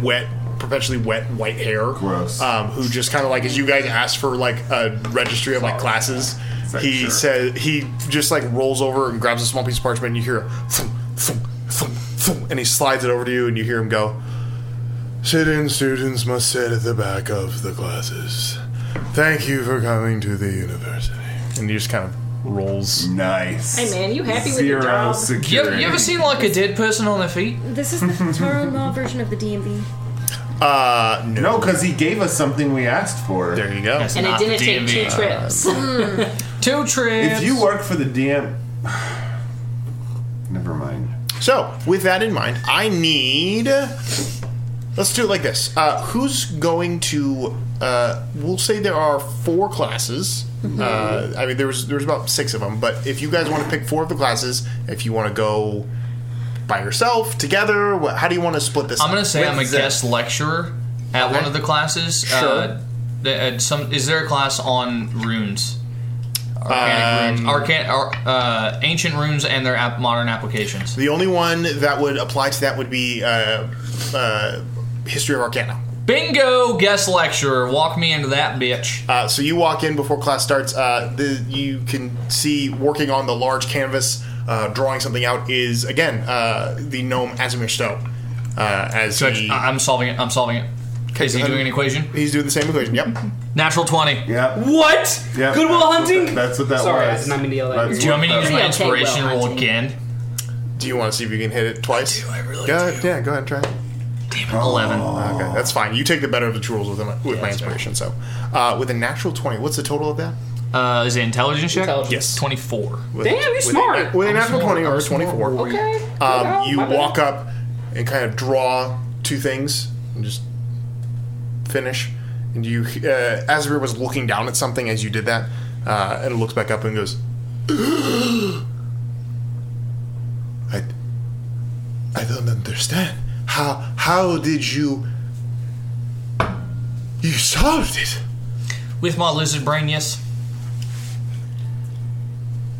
Speaker 2: wet. Perpetually wet white hair,
Speaker 8: Gross.
Speaker 2: Um, who just kind of like as you guys asked for like a registry of like classes,
Speaker 8: It's like,
Speaker 2: he
Speaker 8: sure.
Speaker 2: says he just like rolls over and grabs a small piece of parchment, and you hear a thump, thump, thump, thump, and he slides it over to you, and you hear him go, Sit-in students must sit at the back of the classes. Thank you for coming to the university. And he just kind of rolls.
Speaker 8: Nice.
Speaker 7: Hey, man, you happy with your
Speaker 2: Zero
Speaker 7: job?
Speaker 1: You, ever- you ever seen like a dead person on their feet?
Speaker 6: This is the Taro Law version of the DMV.
Speaker 2: Uh, no.
Speaker 8: No, because he gave us something we asked for.
Speaker 2: There you go.
Speaker 7: And it didn't take two trips.
Speaker 1: two trips.
Speaker 8: If you work for the DM, never mind.
Speaker 2: So, with that in mind, I need. Let's do it like this. Uh, who's going to? Uh, we'll say there are four classes. Uh, I mean, there was there was about six of them. But if you guys want to pick four of the classes, if you want to go by yourself, together, what, how do you want to split this?
Speaker 1: I'm
Speaker 2: up?
Speaker 1: gonna say I'm a
Speaker 2: With the-
Speaker 1: guest lecturer at one of the classes. Uh,
Speaker 2: Sure.
Speaker 1: th- at some is there a class on runes? Arcanic
Speaker 2: Um,
Speaker 1: runes, arcan, ar, uh, ancient runes, and their app, modern applications.
Speaker 2: The only one that would apply to that would be uh, uh, History of Arcana.
Speaker 1: Bingo, guest lecturer. Walk me into that bitch.
Speaker 2: Uh, so you walk in before class starts. Uh, the, you can see working on the large canvas, uh, drawing something out is again uh, the gnome Azimir Stowe. Uh, as
Speaker 1: Judge,
Speaker 2: he,
Speaker 1: I- I'm solving it. I'm solving it. Is he doing an equation?
Speaker 2: He's doing the same equation. Yep.
Speaker 1: Natural twenty.
Speaker 8: Yeah.
Speaker 4: What?
Speaker 8: Yeah.
Speaker 4: Goodwill
Speaker 8: that's what
Speaker 4: Hunting?
Speaker 8: that- that's what that
Speaker 4: Sorry, I
Speaker 8: was.
Speaker 4: did not mean to yell at
Speaker 8: That's
Speaker 4: you.
Speaker 1: Do you want me to
Speaker 8: what
Speaker 1: use
Speaker 8: that-
Speaker 1: my
Speaker 7: Okay, well,
Speaker 1: inspiration roll
Speaker 7: hunting.
Speaker 1: again?
Speaker 2: Do you want to see if you can hit it twice? I do. I really go, Yeah. Go ahead and try. it.
Speaker 1: Eleven.
Speaker 2: Okay, that's fine. You take the better of the two rules with, my- with my inspiration. So, uh, with a natural twenty, what's the total of that?
Speaker 1: Uh, is it intelligence check?
Speaker 4: Intelligence.
Speaker 2: Yes.
Speaker 1: Twenty-four.
Speaker 2: With,
Speaker 4: Damn, you're
Speaker 2: with a-
Speaker 4: smart.
Speaker 2: with a
Speaker 1: I'm
Speaker 2: natural
Speaker 1: smart.
Speaker 2: twenty or
Speaker 1: I'm
Speaker 2: a twenty-four,
Speaker 1: smart.
Speaker 4: Okay.
Speaker 2: um,
Speaker 4: Well,
Speaker 2: you
Speaker 4: my bad.
Speaker 2: walk up and kind of draw two things and just finish. And you, uh, Azabir was looking down at something as you did that, uh, and looks back up and goes, "I, I don't understand. How how did you you solved it?"
Speaker 1: With my lizard brain, yes.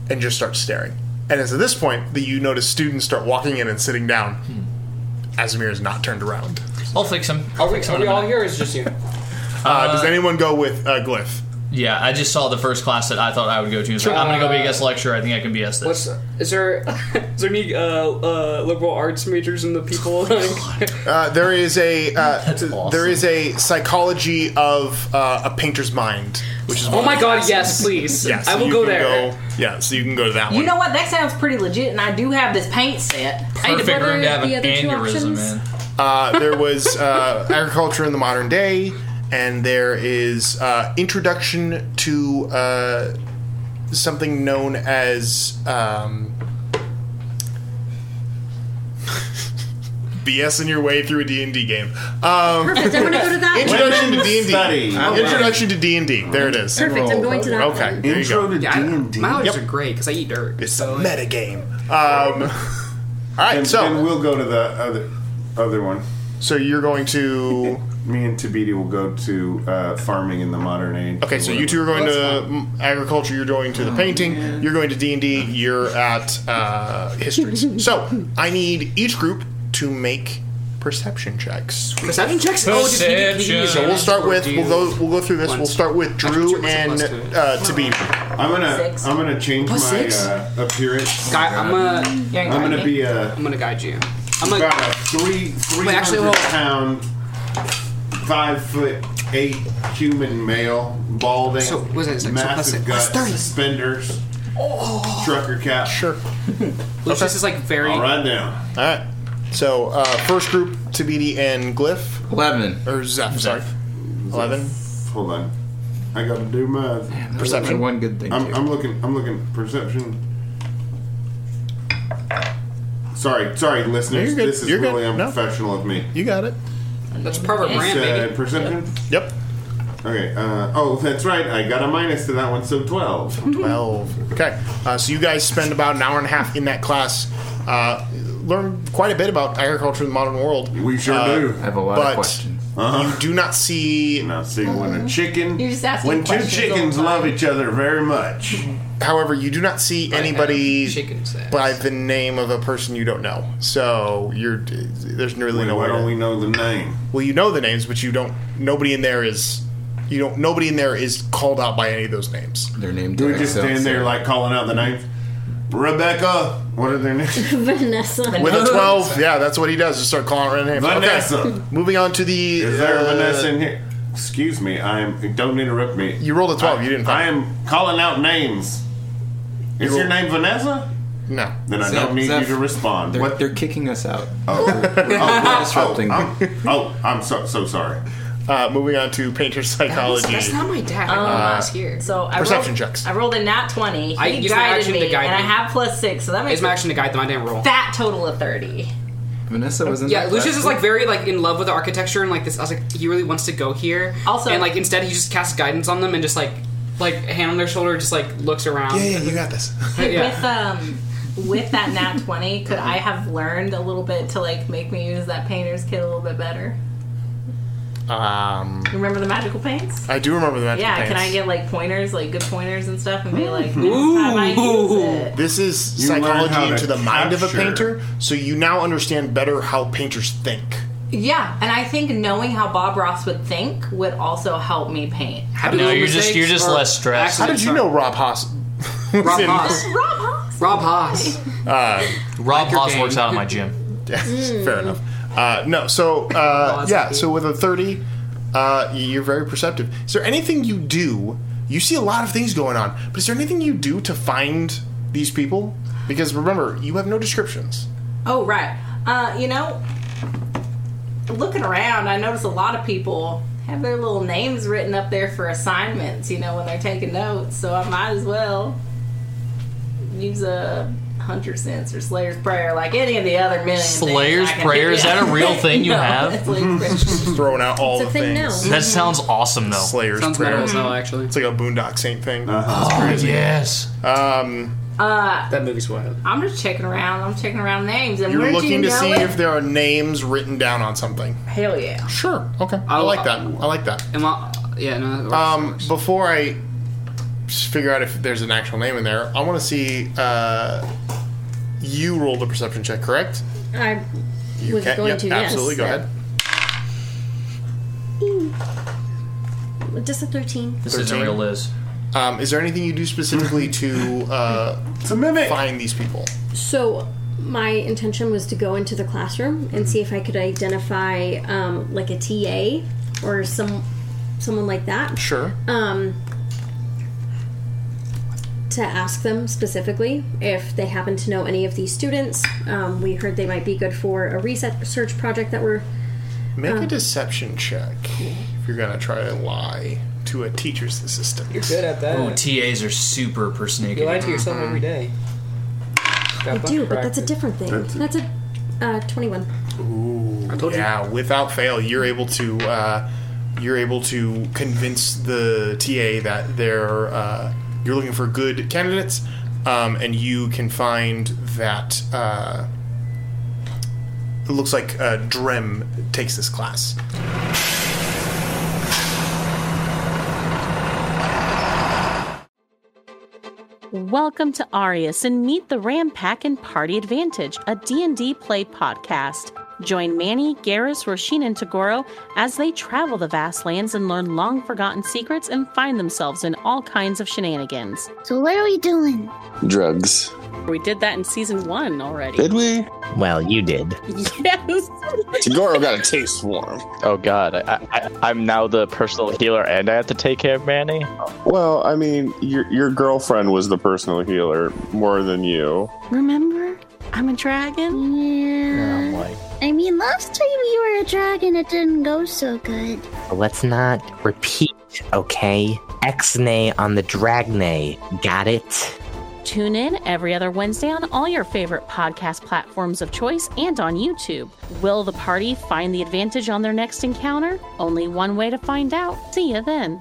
Speaker 2: and just start staring. And it's at this point that you notice students start walking in and sitting down.
Speaker 4: Hmm.
Speaker 2: Azimir is not turned around.
Speaker 1: I'll fix him. I'll
Speaker 4: Are we,
Speaker 1: fix him.
Speaker 4: are
Speaker 1: in
Speaker 4: we
Speaker 1: a
Speaker 4: all
Speaker 1: minute.
Speaker 4: here or is it just you?
Speaker 2: Uh, does anyone go with uh, Glyph?
Speaker 1: Yeah, I just saw the first class that I thought I would go to. It's like, I'm gonna go be a guest lecturer. I think I can BS this.
Speaker 4: What's, is there is there any uh, uh, liberal arts majors in the people? Like,
Speaker 2: Uh, there is a uh, there is a psychology of uh, a painter's mind, which is
Speaker 4: oh
Speaker 2: one
Speaker 4: my
Speaker 2: of
Speaker 4: god,
Speaker 2: the-
Speaker 4: yes, please.
Speaker 2: Yes,
Speaker 4: I will
Speaker 2: you
Speaker 4: go
Speaker 2: can
Speaker 4: there.
Speaker 2: go- yeah, so you can go to that
Speaker 7: You
Speaker 2: one.
Speaker 7: know what? That sounds pretty legit, and I do have this paint set.
Speaker 1: Perfect
Speaker 6: what
Speaker 1: room
Speaker 6: are
Speaker 1: to have an
Speaker 6: the other two
Speaker 1: aneurysm
Speaker 6: options?
Speaker 1: in.
Speaker 2: Uh, there was uh, agriculture in the modern day, and there is uh, introduction to uh, something known as um, BSing your way through a D&D game. Um,
Speaker 6: Perfect, I'm gonna go to that one.
Speaker 2: Introduction to D&D.
Speaker 6: Study.
Speaker 4: Oh, wow.
Speaker 2: Introduction to D&D. There it is.
Speaker 4: Perfect, I'm going to that
Speaker 2: Okay,
Speaker 4: one.
Speaker 2: there you go.
Speaker 4: Intro to Yeah, I- D&D. my allergies are
Speaker 2: great because I eat dirt. It's a
Speaker 4: like-
Speaker 2: meta game. Um, all right,
Speaker 8: And-
Speaker 2: so
Speaker 8: and
Speaker 2: we'll go to the other other one. So you're going to
Speaker 8: me and Tabiti will go to uh, farming in the modern age.
Speaker 2: Okay, so you two are going to mm, agriculture. You're going to the painting. You're going to D and D. You're at uh, histories. so I need each group to make perception checks.
Speaker 4: Perception checks? Oh, just Perception.
Speaker 2: So we'll start with we'll go we'll go through this.
Speaker 8: Once.
Speaker 2: We'll start with Drew
Speaker 8: Actually,
Speaker 2: and
Speaker 8: what's it
Speaker 2: uh, Tabiti.
Speaker 8: I'm gonna I'm gonna change
Speaker 2: Plus
Speaker 8: my
Speaker 2: six?
Speaker 8: uh, appearance.
Speaker 2: Guy-
Speaker 4: I'm a- yeah, guide
Speaker 8: I'm gonna
Speaker 4: me.
Speaker 8: be a.
Speaker 4: I'm gonna guide you. I'm
Speaker 8: I'm
Speaker 4: a-
Speaker 8: about a three three
Speaker 4: Wait, actually,
Speaker 8: hundred
Speaker 4: hold on.
Speaker 8: pound, five foot eight human male, balding,
Speaker 4: So, was it six? So plus
Speaker 8: massive
Speaker 4: six.
Speaker 8: gut,
Speaker 4: That's thirty.
Speaker 8: suspenders,
Speaker 4: Oh.
Speaker 8: trucker cap.
Speaker 2: Sure.
Speaker 4: Lucius is like very.
Speaker 2: All right
Speaker 8: now.
Speaker 2: All right. So uh, first group Tabiti and Glyph. Eleven or Zeph. Sorry. Eleven.
Speaker 8: Hold on. I gotta do my
Speaker 2: Perception.
Speaker 8: One good thing. I'm, I'm looking. I'm looking. Perception. Sorry, sorry, listeners.
Speaker 2: No, you're good.
Speaker 8: This is
Speaker 2: You're good.
Speaker 8: really
Speaker 2: No.
Speaker 8: unprofessional of me.
Speaker 2: You got it.
Speaker 4: That's part of a brand,
Speaker 8: said
Speaker 4: baby.
Speaker 8: perception.
Speaker 2: Yep. Uh,
Speaker 8: Okay. Uh, oh, that's right. I got a minus to that one, so twelve.
Speaker 2: Twelve. Okay. Uh, so you guys spend about an hour and a half in that class. Uh, learn quite a bit about agriculture in the modern world.
Speaker 8: We sure
Speaker 2: Uh,
Speaker 8: do. Uh-huh.
Speaker 2: I have a lot of but questions. You do not see.
Speaker 8: Not see when a chicken.
Speaker 2: You're just asking
Speaker 8: when two
Speaker 2: questions
Speaker 8: chickens
Speaker 2: all the time.
Speaker 8: love each other very much.
Speaker 2: However, you do not see anybody by the name of a person you don't know. So you're there's really
Speaker 8: Wait,
Speaker 2: no.
Speaker 8: why
Speaker 2: way to-
Speaker 8: don't we know the name?
Speaker 2: Well, you know the names, but you don't. Nobody in there is. You don't. Nobody in there is called out by any of those names.
Speaker 8: Their name. Do we just stand there like calling out the names? Rebecca. What are their names?
Speaker 6: Vanessa.
Speaker 2: With a twelve, yeah, that's what he does. Just start calling her name.
Speaker 8: Vanessa.
Speaker 2: Moving on to the.
Speaker 8: Is there
Speaker 2: uh,
Speaker 8: a Vanessa in here? Excuse me. I'm. Don't interrupt me.
Speaker 2: You rolled a twelve. you didn't.
Speaker 8: I am calling out names. Is
Speaker 2: You roll-
Speaker 8: your name Vanessa?
Speaker 2: No.
Speaker 8: Then I don't need you to respond.
Speaker 3: They're,
Speaker 8: what?
Speaker 3: they're kicking us out.
Speaker 8: Oh,
Speaker 3: disrupting.
Speaker 8: I'm, oh, I'm so so sorry.
Speaker 2: Uh, moving on to painter psychology.
Speaker 7: That's not
Speaker 4: my dad.
Speaker 7: Um,
Speaker 2: last
Speaker 7: year. So I
Speaker 2: Perception
Speaker 7: rolled,
Speaker 2: checks.
Speaker 7: I rolled a nat twenty. He
Speaker 4: I used my
Speaker 7: guided
Speaker 4: action
Speaker 7: me,
Speaker 4: to guide
Speaker 7: and I
Speaker 4: me.
Speaker 7: have plus six, so that makes
Speaker 4: It's my action to guide them. I didn't roll.
Speaker 7: fat total of thirty.
Speaker 3: Vanessa was in
Speaker 4: Yeah,
Speaker 3: that
Speaker 4: Lucius
Speaker 3: class
Speaker 4: is like
Speaker 3: too?
Speaker 4: very like in love with the architecture and like this. I was like, he really wants to go here.
Speaker 7: Also-
Speaker 4: and like instead, he just casts guidance on them and just like, like hand on their shoulder, just like looks around.
Speaker 2: Yeah, yeah, you got this.
Speaker 7: Hey, With um, with that nat twenty, could I have learned a little bit to like make me use that painter's kit a little bit better?
Speaker 2: Um,
Speaker 7: You Remember the magical paints?
Speaker 2: I do remember the magic
Speaker 7: yeah,
Speaker 2: paints.
Speaker 7: can I get like pointers, like good pointers and stuff, and be
Speaker 1: Mm-hmm.
Speaker 7: like, next time I use it.
Speaker 2: This is
Speaker 8: You learn how
Speaker 2: psychology
Speaker 8: to
Speaker 2: into the mind of a
Speaker 8: capture.
Speaker 2: painter, so you now understand better how painters think.
Speaker 7: Yeah, and I think knowing how Bob Ross would think would also help me paint.
Speaker 1: No, you're just you're just less stressed.
Speaker 2: How did you know Rob Haas?
Speaker 4: Rob
Speaker 2: in-
Speaker 4: Haas.
Speaker 7: Rob Haas.
Speaker 4: Rob Haas.
Speaker 2: Uh,
Speaker 1: Rob Haas works out of my gym.
Speaker 7: Mm.
Speaker 2: Fair enough. Uh, no, so uh, yeah, so with a thirty, uh, you're very perceptive. Is there anything you do? You see a lot of things going on, but is there anything you do to find these people? Because remember, you have no descriptions.
Speaker 7: Oh right. Uh, you know, looking around, I notice a lot of people have their little names written up there for assignments. You know, when they're taking notes, so I might as well use a hunter sense or Slayer's prayer, like any of the other million. things
Speaker 1: Slayer's
Speaker 7: I can
Speaker 1: prayer
Speaker 7: do.
Speaker 1: is that a real thing you have?
Speaker 2: Mhm. Just throwing out all
Speaker 7: It's
Speaker 2: the
Speaker 7: a thing now. Mm-hmm.
Speaker 2: things.
Speaker 1: That sounds awesome though.
Speaker 2: Slayer's
Speaker 1: Sounds
Speaker 2: prayer.
Speaker 1: metal as hell,
Speaker 4: actually, Uh-huh.
Speaker 2: it's like a Boondock Saint thing.
Speaker 1: Oh,
Speaker 2: yes. Um,
Speaker 7: Uh,
Speaker 4: that movie's wild.
Speaker 7: I'm just checking around. I'm checking around names, and
Speaker 2: You're
Speaker 7: where'd
Speaker 2: looking
Speaker 7: you
Speaker 2: to
Speaker 7: know
Speaker 2: see
Speaker 7: it?
Speaker 2: if there are names written down on something.
Speaker 7: Hell yeah.
Speaker 2: Sure. Okay. I like that. I like that.
Speaker 4: Am I, yeah. No.
Speaker 2: Um, before I s- figure out if there's an actual name in there, I want to see. Uh, you rolled a perception check, correct?
Speaker 6: I
Speaker 2: You
Speaker 6: was
Speaker 2: can-
Speaker 6: going
Speaker 2: yep,
Speaker 6: to, yes.
Speaker 2: absolutely. Go ahead.
Speaker 6: Just a 13.
Speaker 2: This isn't real, Liz. Um, is there anything you do specifically to uh, find these people?
Speaker 6: So my intention was to go into the classroom and see if I could identify um, like a TA or some someone like that.
Speaker 2: Sure.
Speaker 6: Um, to ask them specifically if they happen to know any of these students. Um, we heard they might be good for a research project that we're.
Speaker 2: Make
Speaker 6: Um,
Speaker 2: a deception check if you're gonna try to lie to a teacher's assistant. You're
Speaker 4: good at
Speaker 1: Ooh, TAs are super persnickety.
Speaker 4: day.
Speaker 6: I do, but that's a different thing. That's a uh, 21.
Speaker 2: Ooh.
Speaker 4: I told you.
Speaker 2: yeah, without fail, you're able to uh, you're able to convince the TA that they're uh, you're looking for good candidates, um, and you can find that uh, it looks like uh, Drem takes this class.
Speaker 10: Welcome to Arius and meet the Ram Pack and Party Advantage, a D&D play podcast. Join Manny, Garrus, Roshin, and Tagoro as they travel the vast lands and learn long-forgotten secrets and find themselves in all kinds of shenanigans.
Speaker 11: So what are we doing?
Speaker 12: Drugs.
Speaker 10: We did that in season one already.
Speaker 12: Did we?
Speaker 13: Well, you did.
Speaker 10: Yes.
Speaker 12: Tagoro got a taste for him. Oh god, I, I, I'm now the personal healer, and I have to take care of Manny. Well, I mean, your your girlfriend was the personal healer more than you.
Speaker 11: Remember? I'm a dragon? Yeah. I mean, last time you were a dragon, it didn't go so good.
Speaker 13: Let's not repeat, okay? Xnay on the Dragnay. Got it?
Speaker 10: Tune in every other Wednesday on all your favorite podcast platforms of choice and on YouTube. Will the party find the advantage on their next encounter? Only one way to find out. See you then.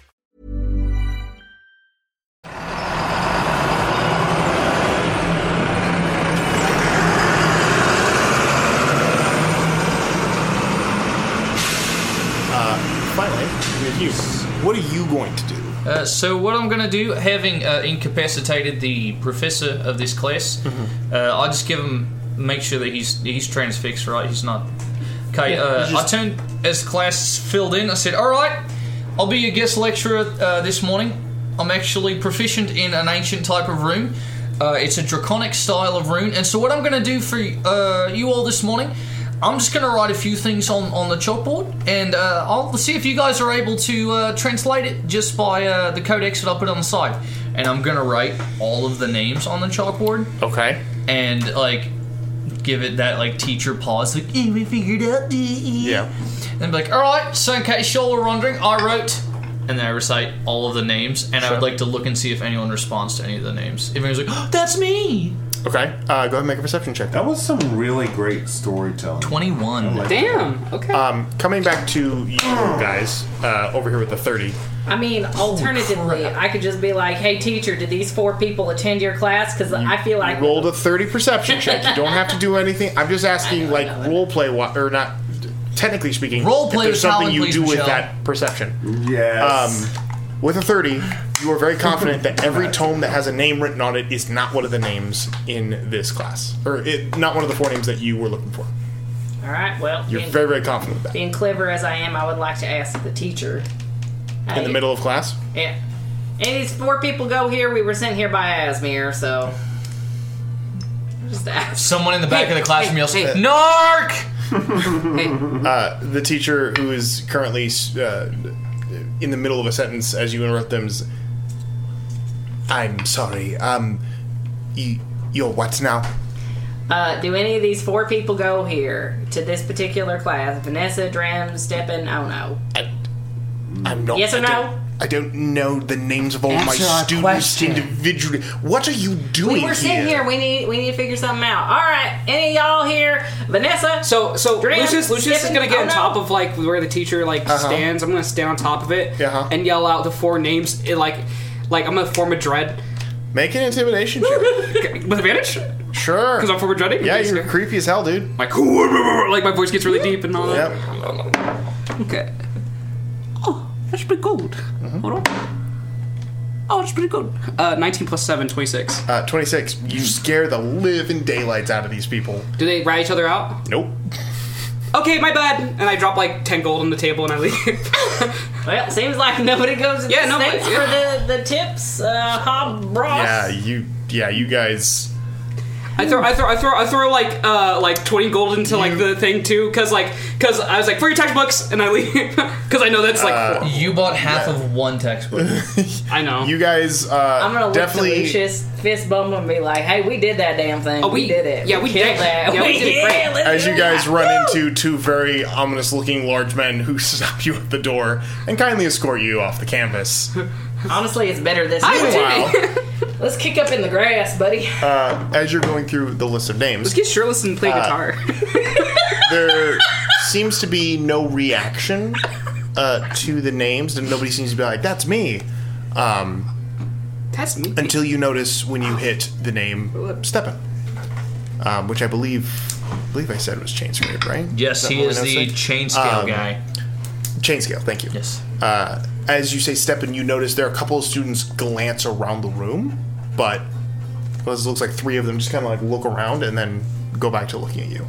Speaker 2: Uh, finally, with you. What are you going to do?
Speaker 1: Uh, so what I'm going to do, having uh, incapacitated the professor of this class,
Speaker 2: Mm-hmm.
Speaker 1: uh, I'll just give him make sure that he's he's transfixed, right? He's not. Okay.
Speaker 4: Yeah,
Speaker 1: uh,
Speaker 4: he's just-
Speaker 1: I turned as class filled in. I said, "All right, I'll be your guest lecturer uh, this morning. I'm actually proficient in an ancient type of rune. Uh, it's a draconic style of rune. And so what I'm going to do for uh, you all this morning." I'm just going to write a few things on, on the chalkboard, and uh, I'll see if you guys are able to uh, translate it just by uh, the codex that I put on the side. And I'm going to write all of the names on the chalkboard.
Speaker 2: Okay.
Speaker 1: And, like, give it that, like, teacher pause, like, "Eh, we figured out. Yeah. And be like, all right, so in case y'all were wondering, I wrote. And then I recite all of the names, and I would like to look and see if anyone responds to any of the names. If anyone's like, "Oh, That's me.
Speaker 2: Okay, uh, go ahead and make a perception check. That was some really great storytelling.
Speaker 1: 21.
Speaker 4: Damn, okay.
Speaker 2: Um, coming back to you guys uh, over here with the 30.
Speaker 7: I mean, alternatively, I could just be like, "Hey, teacher, did these four people attend your class?" Because I feel like
Speaker 2: You rolled a 30 perception check. You don't have to do anything. I'm just asking, like, role play, wa- or not, technically speaking,
Speaker 1: Role
Speaker 2: if
Speaker 1: play
Speaker 2: there's
Speaker 1: the
Speaker 2: something
Speaker 1: talent,
Speaker 2: you
Speaker 1: please,
Speaker 2: do with
Speaker 1: Michelle.
Speaker 2: that perception. Yes. Um, with a 30, you are very confident that every tome that has a name written on it is not one of the names in this class, or it, not one of the four names that you were looking for.
Speaker 7: all right, well,
Speaker 2: You're
Speaker 7: being,
Speaker 2: very, very confident with that.
Speaker 7: being clever as I am, I would like to ask the teacher.
Speaker 2: In the
Speaker 7: Hey,
Speaker 2: middle of class?
Speaker 7: Yeah. And these four people go here. We were sent here by Asmir, so Just ask.
Speaker 1: Someone in the back of the classroom yells,
Speaker 2: hey.
Speaker 1: "Narc!"
Speaker 2: uh, the teacher who is currently uh, in the middle of a sentence as you interrupt them is, I'm sorry, um, you, you're what now?
Speaker 7: Uh, do any of these four people go here to this particular class? Vanessa, Dram, Steppen, oh no.
Speaker 2: I'm not.
Speaker 7: Yes or
Speaker 2: I
Speaker 7: no?
Speaker 2: don't- I don't know the names of all my
Speaker 7: Answer our
Speaker 2: students
Speaker 7: question.
Speaker 2: individually. What are you doing
Speaker 7: we were sitting here. We need we need to figure something out. All right, any of y'all here? Vanessa.
Speaker 4: So so
Speaker 7: Dram,
Speaker 4: Lucius Lucius is
Speaker 7: Steppen?
Speaker 4: gonna get
Speaker 7: Oh,
Speaker 4: on
Speaker 7: no.
Speaker 4: top of like where the teacher like
Speaker 7: Uh-huh.
Speaker 4: stands. I'm gonna stay on top of it and yell out the four names. It, like like I'm gonna form a dread.
Speaker 2: Make an intimidation check
Speaker 4: with advantage.
Speaker 2: Sure.
Speaker 4: Because I'm form a dreading.
Speaker 2: Yeah, you're creepy as hell, dude.
Speaker 4: Like like my voice gets really deep and all that. Okay. Oh, That's pretty good.
Speaker 2: Mm-hmm.
Speaker 4: Hold on. Oh, that's pretty good. Uh, 19 plus 7, 26.
Speaker 2: Uh, 26. You scare the living daylights out of these people.
Speaker 4: Do they rat each other out?
Speaker 2: Nope.
Speaker 4: Okay, my bad. And I drop like 10 gold on the table and I leave.
Speaker 7: well, seems like nobody goes. To
Speaker 4: Yeah,
Speaker 7: yeah,
Speaker 4: no,
Speaker 7: no. Thanks
Speaker 4: but-
Speaker 7: for the the tips, uh, Hob Ross.
Speaker 2: Yeah, Uh, you. Yeah, you guys.
Speaker 4: I throw, I throw, I throw, I throw like, uh, like twenty gold into like the thing too, cause like, cause I was like for your textbooks, and I leave, cause I know that's like.
Speaker 2: Uh,
Speaker 1: you bought half of one textbook.
Speaker 4: I know.
Speaker 2: You guys. Uh,
Speaker 7: I'm gonna look
Speaker 2: definitely.
Speaker 7: to Lucius, fist bump him, and be like, "Hey, we did that damn thing.
Speaker 4: Oh,
Speaker 7: we,
Speaker 4: we-
Speaker 7: did it.
Speaker 4: yeah, we
Speaker 7: killed
Speaker 4: did-
Speaker 7: that.
Speaker 4: yeah, we did it great.
Speaker 7: let's
Speaker 2: As
Speaker 7: do
Speaker 2: you
Speaker 7: that."
Speaker 2: guys run into two very ominous looking large men who stop you at the door and kindly escort you off the campus.
Speaker 7: Honestly, it's better this
Speaker 2: I
Speaker 7: way. Let's kick up in the grass, buddy.
Speaker 2: Uh, as you're going through the list of names, let's
Speaker 4: get Shirtless and play
Speaker 2: Uh,
Speaker 4: guitar.
Speaker 2: there seems to be no reaction uh, to the names, and nobody seems to be like, "That's me." Um,
Speaker 4: That's me.
Speaker 2: Until you notice when you hit the name Steppen, um, which I believe, I believe I said was Chainscrape, right?
Speaker 1: Yes,
Speaker 2: that
Speaker 1: he
Speaker 2: what we
Speaker 1: is the
Speaker 2: noticed?
Speaker 1: chain
Speaker 2: Um,
Speaker 1: scale guy.
Speaker 2: Chain scale, thank you.
Speaker 1: Yes.
Speaker 2: Uh, as you say Steppen, you notice there are a couple of students glance around the room, but well, it looks like three of them just kind of like look around and then go back to looking at you.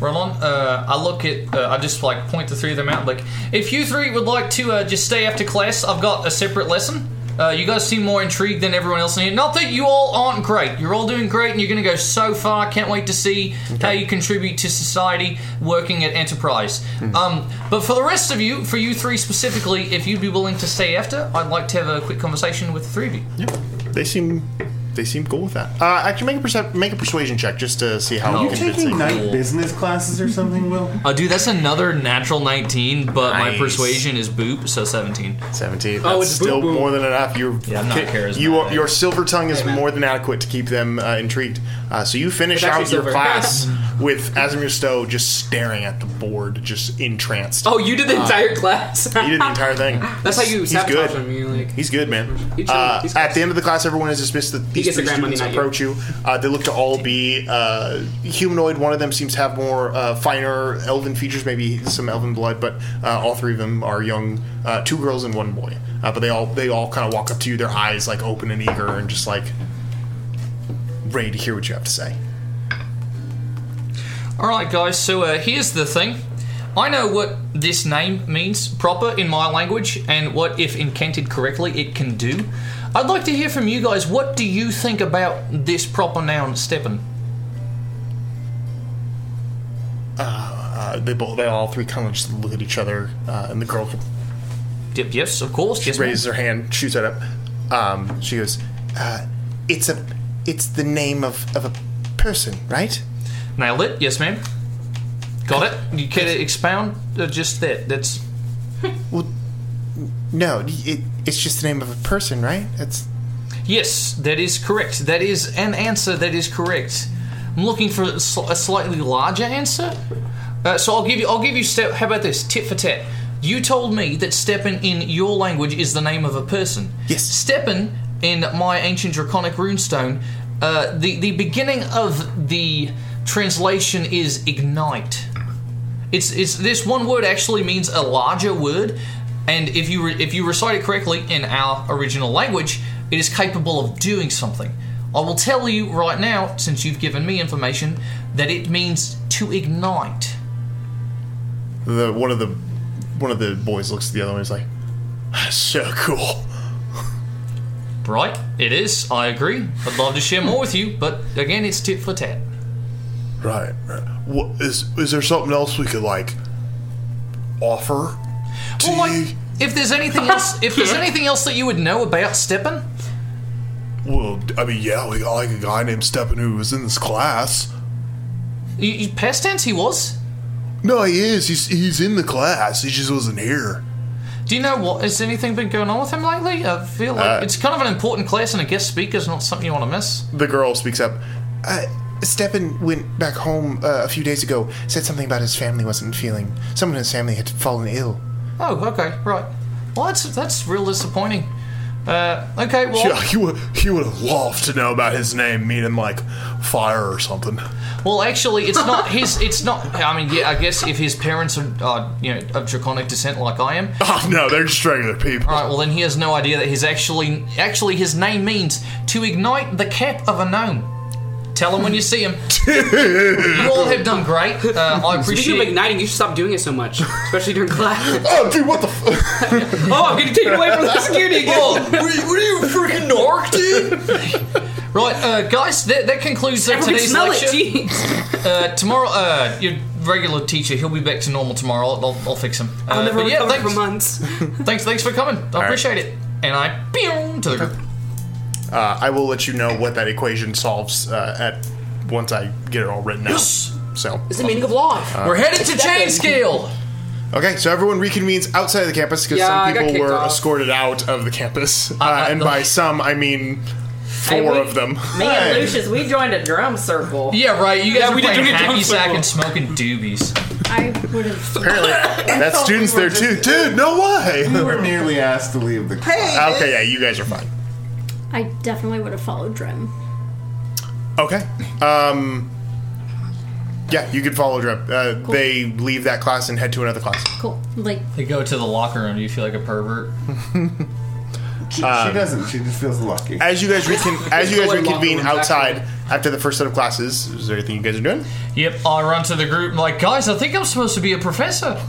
Speaker 1: Ramon, uh, I look at, uh, I just like point the three of them out. Like, if you three would like to uh, just stay after class, I've got a separate lesson. Uh, you guys seem more intrigued than everyone else in here. Not that you all aren't great. You're all doing great, and you're going to go so far. Can't wait to see how you contribute to society working at Enterprise.
Speaker 2: Hmm.
Speaker 1: Um, but for the rest of you, for you three specifically, if you'd be willing to stay after, I'd like to have a quick conversation with the three of you.
Speaker 2: They seem they seem cool with that. Uh, actually, make a percep- make a persuasion check just to see how
Speaker 1: Are you
Speaker 2: convincing.
Speaker 1: taking night
Speaker 2: business
Speaker 5: classes or something, Will?
Speaker 1: Uh, dude, that's another natural 19, but my
Speaker 2: Nice.
Speaker 1: persuasion is boop, so 17.
Speaker 2: 17.
Speaker 4: Oh,
Speaker 2: That's still more than enough. You're,
Speaker 1: Yeah, I'm not
Speaker 2: ki-
Speaker 1: charismatic.
Speaker 2: you are, your silver tongue is more than adequate to keep them uh, intrigued. Uh, so you finish
Speaker 1: It's actually
Speaker 2: out your
Speaker 1: silver.
Speaker 2: class with Azimir Stowe just staring at the board, just entranced.
Speaker 4: oh, you did the
Speaker 2: Uh,
Speaker 4: entire class.
Speaker 2: you did the entire thing.
Speaker 4: That's how you
Speaker 2: He's
Speaker 4: sabotage
Speaker 2: good.
Speaker 4: him. You like
Speaker 2: He's good, man.
Speaker 4: He's chill.
Speaker 2: Uh,
Speaker 4: He's
Speaker 2: at the end of the class, everyone has dismissed. The, these
Speaker 4: gets a
Speaker 2: three
Speaker 4: grand money
Speaker 2: students
Speaker 4: night,
Speaker 2: approach you. Uh, they look to all be uh, humanoid. One of them seems to have more uh, finer elven features, maybe some elven blood. But uh, all three of them are young. Uh, two girls and one boy. Uh, but they all they all kind of walk up to you, their eyes like open and eager, and just like ready to hear what you have to say.
Speaker 1: All right, guys. So uh, here's the thing. I know what this name means proper in my language, and what, if incanted correctly, it can do. I'd like to hear from you guys. What do you think about this proper noun, Steppen?
Speaker 2: Uh, they both they all three kind of just look at each other, uh, and the girl
Speaker 1: Dip, yes, of course.
Speaker 2: She
Speaker 1: yes, ma'am.
Speaker 2: raises her hand, shoots it up. Um, she goes, uh, "It's a, it's the name of, of a person, right?"
Speaker 1: Nailed it. Yes, ma'am. Got it. You can expound uh, just that. That's
Speaker 2: No, it, it's just the name of a person, right? It's
Speaker 1: yes. That is correct. That is an answer. That is correct. I'm looking for a sl- a slightly larger answer. Uh, so I'll give you. I'll give you step. How about this? Tit for tat. You told me that Steppen in your language is the name of a person. Yes. Steppen in my ancient draconic runestone, uh, the the beginning of the translation is ignite. It's it's this one word actually means a larger word, and if you re- if you recite it correctly in our original language, it is capable of doing something. I will tell you right now, since you've given me information, that it means to ignite.
Speaker 2: the one of the one of the boys looks at the other one. and is like, "So cool."
Speaker 1: Right, it is. I agree. I'd love to share more with you, but again, it's tit for tat.
Speaker 8: Right. right.
Speaker 2: What, is is there something else we could like offer?
Speaker 1: Well, like, if there's anything else, if there's anything else that you would know about Steppen,
Speaker 2: Well, I mean, yeah, we got like a guy named Stepan who was in this class.
Speaker 1: You, you past tense he was.
Speaker 2: No, he is. He's he's in the class. He just wasn't here.
Speaker 1: do you know what has anything been going on with him lately? I feel like
Speaker 2: Uh,
Speaker 1: it's kind of an important class, and a guest speaker is not something you want to miss.
Speaker 2: The girl speaks up. Uh, Stepan went back home uh, a few days ago. Said something about his family wasn't feeling. Someone in his family had fallen ill.
Speaker 1: Oh, okay, right. Well, that's that's real disappointing. Uh, okay, well,
Speaker 2: yeah, he would he would have loved to know about his name, meaning like fire or something.
Speaker 1: Well, actually, it's not his. It's not. I mean, yeah, I guess if his parents are, are you know, of draconic descent like I am.
Speaker 2: Oh no, they're just regular people.
Speaker 1: All right. Well, then he has no idea that his actually actually his name means to ignite the cap of a gnome. Tell him when you see him. you all have done great. Uh, I
Speaker 4: Speaking of
Speaker 1: appreciate.
Speaker 4: igniting, you should stop doing it so much, especially during class.
Speaker 2: oh, dude, what the? F-
Speaker 4: oh, I'm getting taken away from the security again.
Speaker 1: Whoa, what are Oh, you- what are you freaking narc, dude? Right, uh, guys, that, that concludes uh,
Speaker 4: Everyone
Speaker 1: today's
Speaker 4: smell it,
Speaker 1: lecture. uh, tomorrow, uh, your regular teacher, he'll be back to normal tomorrow. I'll, I'll, I'll fix him. Uh,
Speaker 4: I'll never
Speaker 1: but yeah,
Speaker 4: recover
Speaker 1: thanks.
Speaker 4: for months.
Speaker 1: thanks, thanks for coming. I appreciate it. And I pew to the group.
Speaker 2: Uh, I will let you know what that equation solves uh, at once I get it all written out.
Speaker 1: Yes.
Speaker 2: So
Speaker 4: It's the meaning of life.
Speaker 2: Uh,
Speaker 1: We're headed to chain scale.
Speaker 2: Okay, so everyone reconvenes outside of the campus because
Speaker 4: Yeah, I
Speaker 2: some
Speaker 4: got
Speaker 2: people
Speaker 4: kicked
Speaker 2: were
Speaker 4: off.
Speaker 2: escorted out of the campus, uh, and by some I mean four
Speaker 7: Hey, we-
Speaker 2: of them.
Speaker 7: Me and
Speaker 2: Hey.
Speaker 7: Lucius, we joined a drum circle.
Speaker 1: Yeah, right. You guys
Speaker 7: Yeah,
Speaker 1: were
Speaker 7: we did
Speaker 1: playing
Speaker 7: drink a
Speaker 1: hacky
Speaker 7: drum
Speaker 1: sack
Speaker 7: circle.
Speaker 1: and smoking doobies.
Speaker 6: I would have.
Speaker 2: Apparently, that student's there too. Dude, no way.
Speaker 5: We were merely asked to leave the class.
Speaker 2: Okay, yeah, you guys are fine.
Speaker 6: I definitely would have followed Drim.
Speaker 2: Okay. Um, yeah, you can follow Drep. Uh, They leave that class and head to another class.
Speaker 6: Cool. Like,
Speaker 1: They go to the locker room. Do you feel like a pervert?
Speaker 5: She,
Speaker 2: Um,
Speaker 5: she doesn't. She just feels lucky.
Speaker 2: As you guys recon- as you guys
Speaker 5: Locker room,
Speaker 2: reconvene
Speaker 5: exactly.
Speaker 2: outside after the first set of classes, is there anything you guys are doing?
Speaker 1: Yep, I run to the group. i like, guys, I think I'm supposed to be a professor.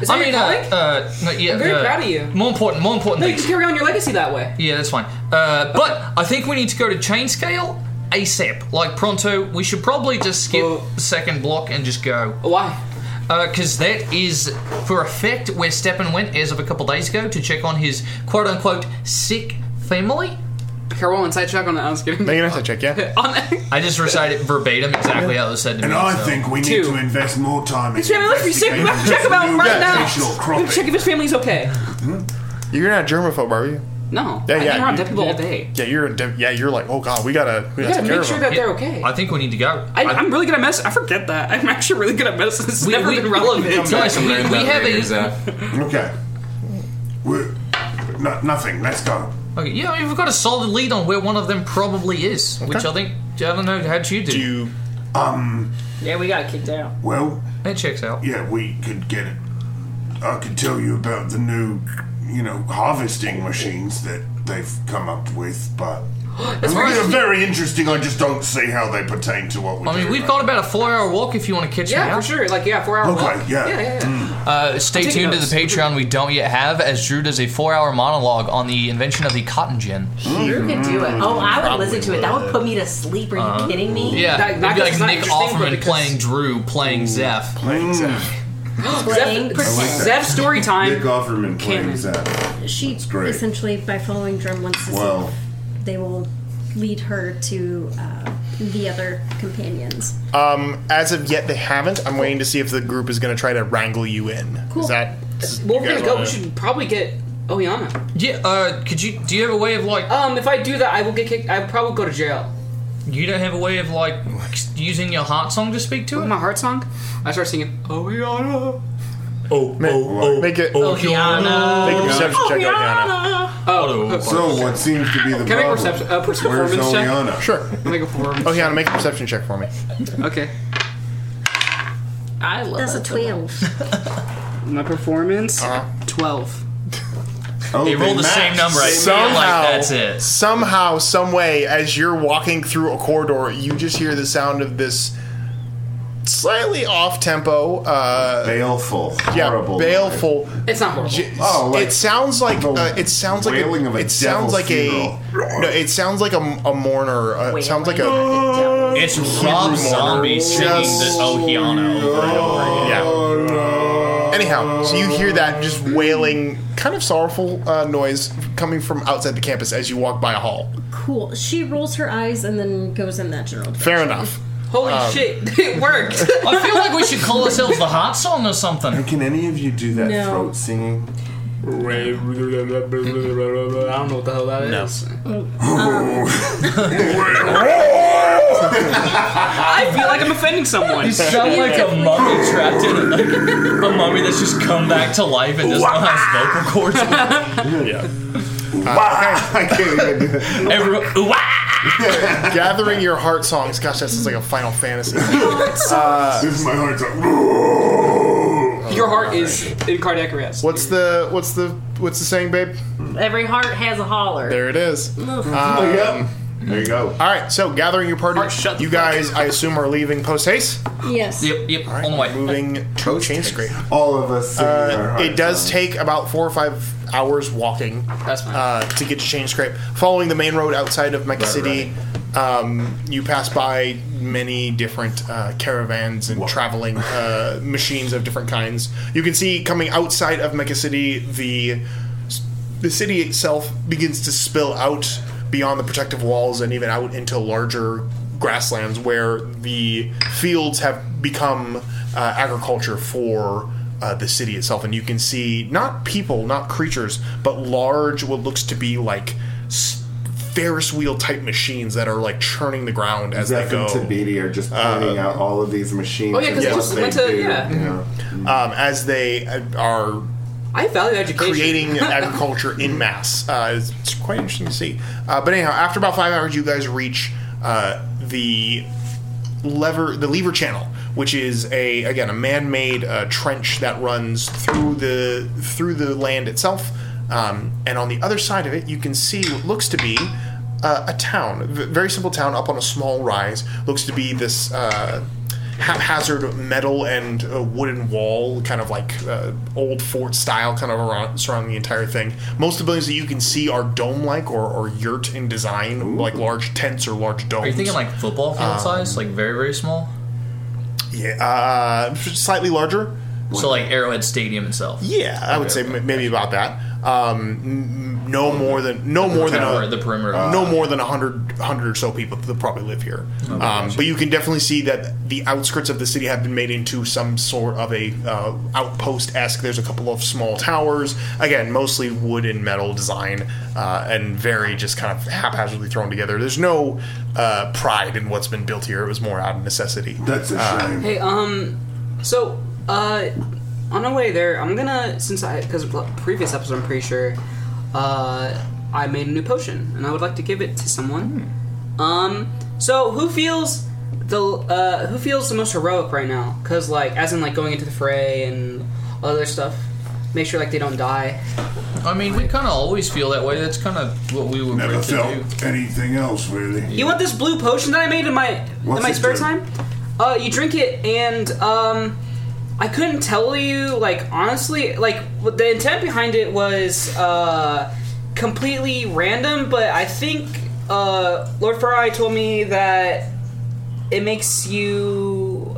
Speaker 4: Is that
Speaker 1: I mean,
Speaker 4: your
Speaker 1: uh, uh, no, yeah,
Speaker 4: I'm very
Speaker 1: uh,
Speaker 4: proud of you.
Speaker 1: More important, more important
Speaker 4: No, you
Speaker 1: things.
Speaker 4: can carry on your legacy that way.
Speaker 1: Yeah, that's fine. Uh, but I think we need to go to chain scale ASAP. E Like pronto, we should probably just skip the second block and just go.
Speaker 4: Why?
Speaker 1: Because that is, for effect, where Steppen went as of a couple days ago to check on his quote unquote sick family.
Speaker 4: Carol, inside check on that. I'm just kidding. No,
Speaker 2: you don't have to check, yeah?
Speaker 1: I just recited verbatim exactly how it was said to
Speaker 8: And
Speaker 1: me.
Speaker 8: I
Speaker 1: so-
Speaker 8: think we need to invest more time in
Speaker 4: His family looks pretty sick. We have to check him out right now. We have to check if his family's okay.
Speaker 2: You're not germaphobe, are you?
Speaker 4: No.
Speaker 2: Yeah,
Speaker 4: I've
Speaker 2: yeah.
Speaker 4: been around
Speaker 2: you-
Speaker 4: dead people all
Speaker 2: yeah.
Speaker 4: day.
Speaker 2: Yeah, you're a dev- yeah, you're like, oh god, we gotta we
Speaker 4: We gotta
Speaker 2: gotta, take care
Speaker 4: make
Speaker 2: of
Speaker 4: sure
Speaker 2: him.
Speaker 4: that they're okay.
Speaker 1: I think we need to go.
Speaker 4: I, I'm really good at medicine. I forget that. I'm actually really good at medicine. It's never been relevant.
Speaker 1: Guys, we, we have
Speaker 4: uh,
Speaker 1: a.
Speaker 8: Okay. We're, no, nothing. Let's go.
Speaker 1: Okay, yeah, I mean, we've got a solid lead on where one of them probably is, which I think I don't know how'd you do. Do
Speaker 2: you?
Speaker 8: Um.
Speaker 7: Yeah, we got kicked out.
Speaker 8: Well.
Speaker 1: That checks out.
Speaker 8: Yeah, we could get it. I could tell you about the new, you know, harvesting machines that they've come up with, but.
Speaker 1: That's
Speaker 8: They're
Speaker 1: right.
Speaker 8: very interesting. I just don't see how they pertain to what we're
Speaker 1: I mean, we've got about a four-hour walk if you want to catch me
Speaker 4: Yeah,
Speaker 1: up.
Speaker 4: for sure. Like, yeah, four hour
Speaker 1: Okay,
Speaker 4: walk.
Speaker 1: yeah.
Speaker 4: Yeah, yeah,
Speaker 2: Mm.
Speaker 4: yeah.
Speaker 1: Uh, stay
Speaker 4: I'm taking
Speaker 1: tuned to
Speaker 4: notes.
Speaker 1: the Patreon we don't yet have, as Drew does a four-hour monologue on the invention of the cotton gin.
Speaker 7: You could do it. Oh, I would listen to it. That would put me to sleep. Are you
Speaker 1: Uh,
Speaker 7: kidding me?
Speaker 1: Yeah,
Speaker 7: That- that
Speaker 1: it'd
Speaker 7: is
Speaker 1: be
Speaker 7: not
Speaker 1: like Nick
Speaker 7: interesting, but
Speaker 1: Offerman
Speaker 7: because-
Speaker 1: playing Drew, playing Zeph. Mm.
Speaker 8: Playing Zeph.
Speaker 4: Zeph, Zeph story time.
Speaker 5: Nick Offerman playing
Speaker 2: Uh,
Speaker 5: Zeph.
Speaker 6: She
Speaker 5: That's great.
Speaker 6: essentially, by following Drum once this
Speaker 5: Wow.
Speaker 6: they will lead her to uh, the other companions.
Speaker 2: Um, as of yet, they haven't. I'm waiting to see if the group is going to try to wrangle you in. Is that?
Speaker 4: Well, we're
Speaker 2: you guys
Speaker 4: gonna go. We
Speaker 2: wanna-
Speaker 4: should probably get Oyana.
Speaker 1: Yeah. Uh, could you? Do you have a way of like?
Speaker 4: Um, if I do that, I will get kicked. I probably go to jail.
Speaker 1: You don't have a way of like using your heart song to speak to it.
Speaker 4: My heart song. I start singing Oyana.
Speaker 2: Oh, oh, oh, make it.
Speaker 4: Oh, Kiana.
Speaker 2: Make a perception check,
Speaker 4: Oh,
Speaker 2: Kiana.
Speaker 4: Oh,
Speaker 5: So what seems to be
Speaker 4: Can
Speaker 5: the
Speaker 4: I make a
Speaker 5: problem?
Speaker 4: perception, uh, per-
Speaker 5: Where's
Speaker 4: performance check?
Speaker 5: Oleana?
Speaker 2: Sure.
Speaker 4: Make a performance.
Speaker 2: Oh, Kiana, make a perception check for me.
Speaker 4: Okay. I love
Speaker 6: That's a 12.
Speaker 4: My performance.
Speaker 8: Uh-huh.
Speaker 4: Twelve.
Speaker 5: Oh,
Speaker 1: They rolled the same number. I feel
Speaker 2: Somehow,
Speaker 1: like that's it.
Speaker 2: somehow, some way, as you're walking through a corridor, you just hear the sound of this slightly off tempo. Uh,
Speaker 8: baleful,
Speaker 2: yeah,
Speaker 8: horrible.
Speaker 2: baleful.
Speaker 4: It's not horrible.
Speaker 2: oh, it sounds like uh, it sounds like
Speaker 8: wailing of a
Speaker 2: it sounds
Speaker 8: devil's
Speaker 2: like
Speaker 8: funeral.
Speaker 2: a no, it sounds like a, a mourner. Uh, it sounds like a
Speaker 14: It's Rob Zombie singing the Oh Hiano over and over again.
Speaker 2: Yeah. Anyhow, so you hear that just wailing, kind of sorrowful uh, noise coming from outside the campus as you walk by a hall.
Speaker 6: Cool. She rolls her eyes and then goes in that general.
Speaker 2: Fair enough.
Speaker 4: Holy
Speaker 2: Um,
Speaker 4: shit, it worked.
Speaker 1: I feel like we should call ourselves the Hot Song or something.
Speaker 8: And can any of you do that
Speaker 4: No.
Speaker 8: throat singing?
Speaker 4: I don't know what the hell that is. I feel like I'm offending someone.
Speaker 1: You sound like a mummy trapped in like a mummy that's just come back to life and does not have vocal cords. yeah.
Speaker 2: I can't even Gathering your heart songs. Gosh, that sounds like a Final Fantasy. Uh,
Speaker 8: this is my heart song.
Speaker 4: Your heart is in cardiac arrest.
Speaker 2: What's the what's the what's the saying, babe?
Speaker 7: Every heart has a holler.
Speaker 2: There it is.
Speaker 7: Ugh.
Speaker 2: there you go. All right, so gathering your party. you guys, I assume, are leaving post haste.
Speaker 6: Yes.
Speaker 1: Yep. Yep.
Speaker 2: All right, on the way. Moving to Chain Scrape.
Speaker 8: All of us. singing our um,
Speaker 2: Uh,
Speaker 8: heart
Speaker 2: it does
Speaker 8: song.
Speaker 2: take about four or five hours walking uh, to get to Chain Scrape. Following the main road outside of Mecca
Speaker 8: Right,
Speaker 2: City, Um, you pass by many different uh, caravans and traveling uh, machines of different kinds. You can see coming outside of Mecca City, the the city itself begins to spill out beyond the protective walls and even out into larger grasslands where the fields have become uh, agriculture for uh, the city itself. And you can see not people, not creatures, but large, what looks to be like s- Ferris wheel type machines that are like churning the ground as
Speaker 8: Zeph
Speaker 2: they go. Uh,
Speaker 8: and Tabidi are just pointing out all of these machines.
Speaker 2: Oh, yeah, 'cause
Speaker 8: and
Speaker 2: we
Speaker 8: what
Speaker 2: just
Speaker 8: they
Speaker 2: went to-
Speaker 8: do,
Speaker 2: yeah.
Speaker 8: you know.
Speaker 2: um, as they uh, are.
Speaker 4: I value education.
Speaker 2: Creating agriculture in mass. Uh, it's, it's quite interesting to see. Uh, but anyhow, after about five hours, you guys reach uh, the lever, the lever channel, which is a again a man-made uh, trench that runs through the through the land itself. Um, and on the other side of it, you can see what looks to be uh, a town, v- very simple town up on a small rise. Looks to be this. Uh, haphazard metal and uh, wooden wall, kind of like uh, old fort style, kind of around, surrounding the entire thing. Most of the buildings that you can see are dome like or, or yurt in design, like large tents or large domes.
Speaker 1: Are you thinking like football field
Speaker 2: Um,
Speaker 1: size, like very very small?
Speaker 2: Yeah, uh, slightly larger.
Speaker 1: So like Arrowhead Stadium itself.
Speaker 2: Yeah, I would
Speaker 1: Okay,
Speaker 2: say m- maybe about that. Um, n- no more than no
Speaker 1: The
Speaker 2: more than
Speaker 1: perimeter,
Speaker 2: a,
Speaker 1: the perimeter. Ah.
Speaker 2: no more than a hundred hundred or so people that probably live here.
Speaker 1: Okay,
Speaker 2: um, but you can definitely see that the outskirts of the city have been made into some sort of a uh, outpost esque. There's a couple of small towers, again mostly wood and metal design, uh, and very just kind of haphazardly thrown together. There's no uh, pride in what's been built here. It was more out of necessity. Uh, That's
Speaker 8: a shame.
Speaker 4: Hey, um, so, uh, on our way there, I'm gonna, since I, because previous episode, I'm pretty sure, uh, I made a new potion, and I would like to give it to someone.
Speaker 1: Hmm.
Speaker 4: Um, so who feels the, uh, who feels the most heroic right now? Because, like, as in, like, going into the fray and other stuff, make sure, like, they don't die.
Speaker 1: I mean, we kind of always feel that way. That's kind of what we were
Speaker 4: Never
Speaker 1: bred to do.
Speaker 4: felt
Speaker 8: Anything else, really?
Speaker 4: You want this blue potion that I made in my
Speaker 8: What's
Speaker 4: in my
Speaker 8: it
Speaker 4: spare
Speaker 8: do?
Speaker 4: time? Uh, you drink it, and um, I couldn't tell you like honestly, like what the intent behind it was uh, completely random. But I think uh, Lord Fry told me that it makes you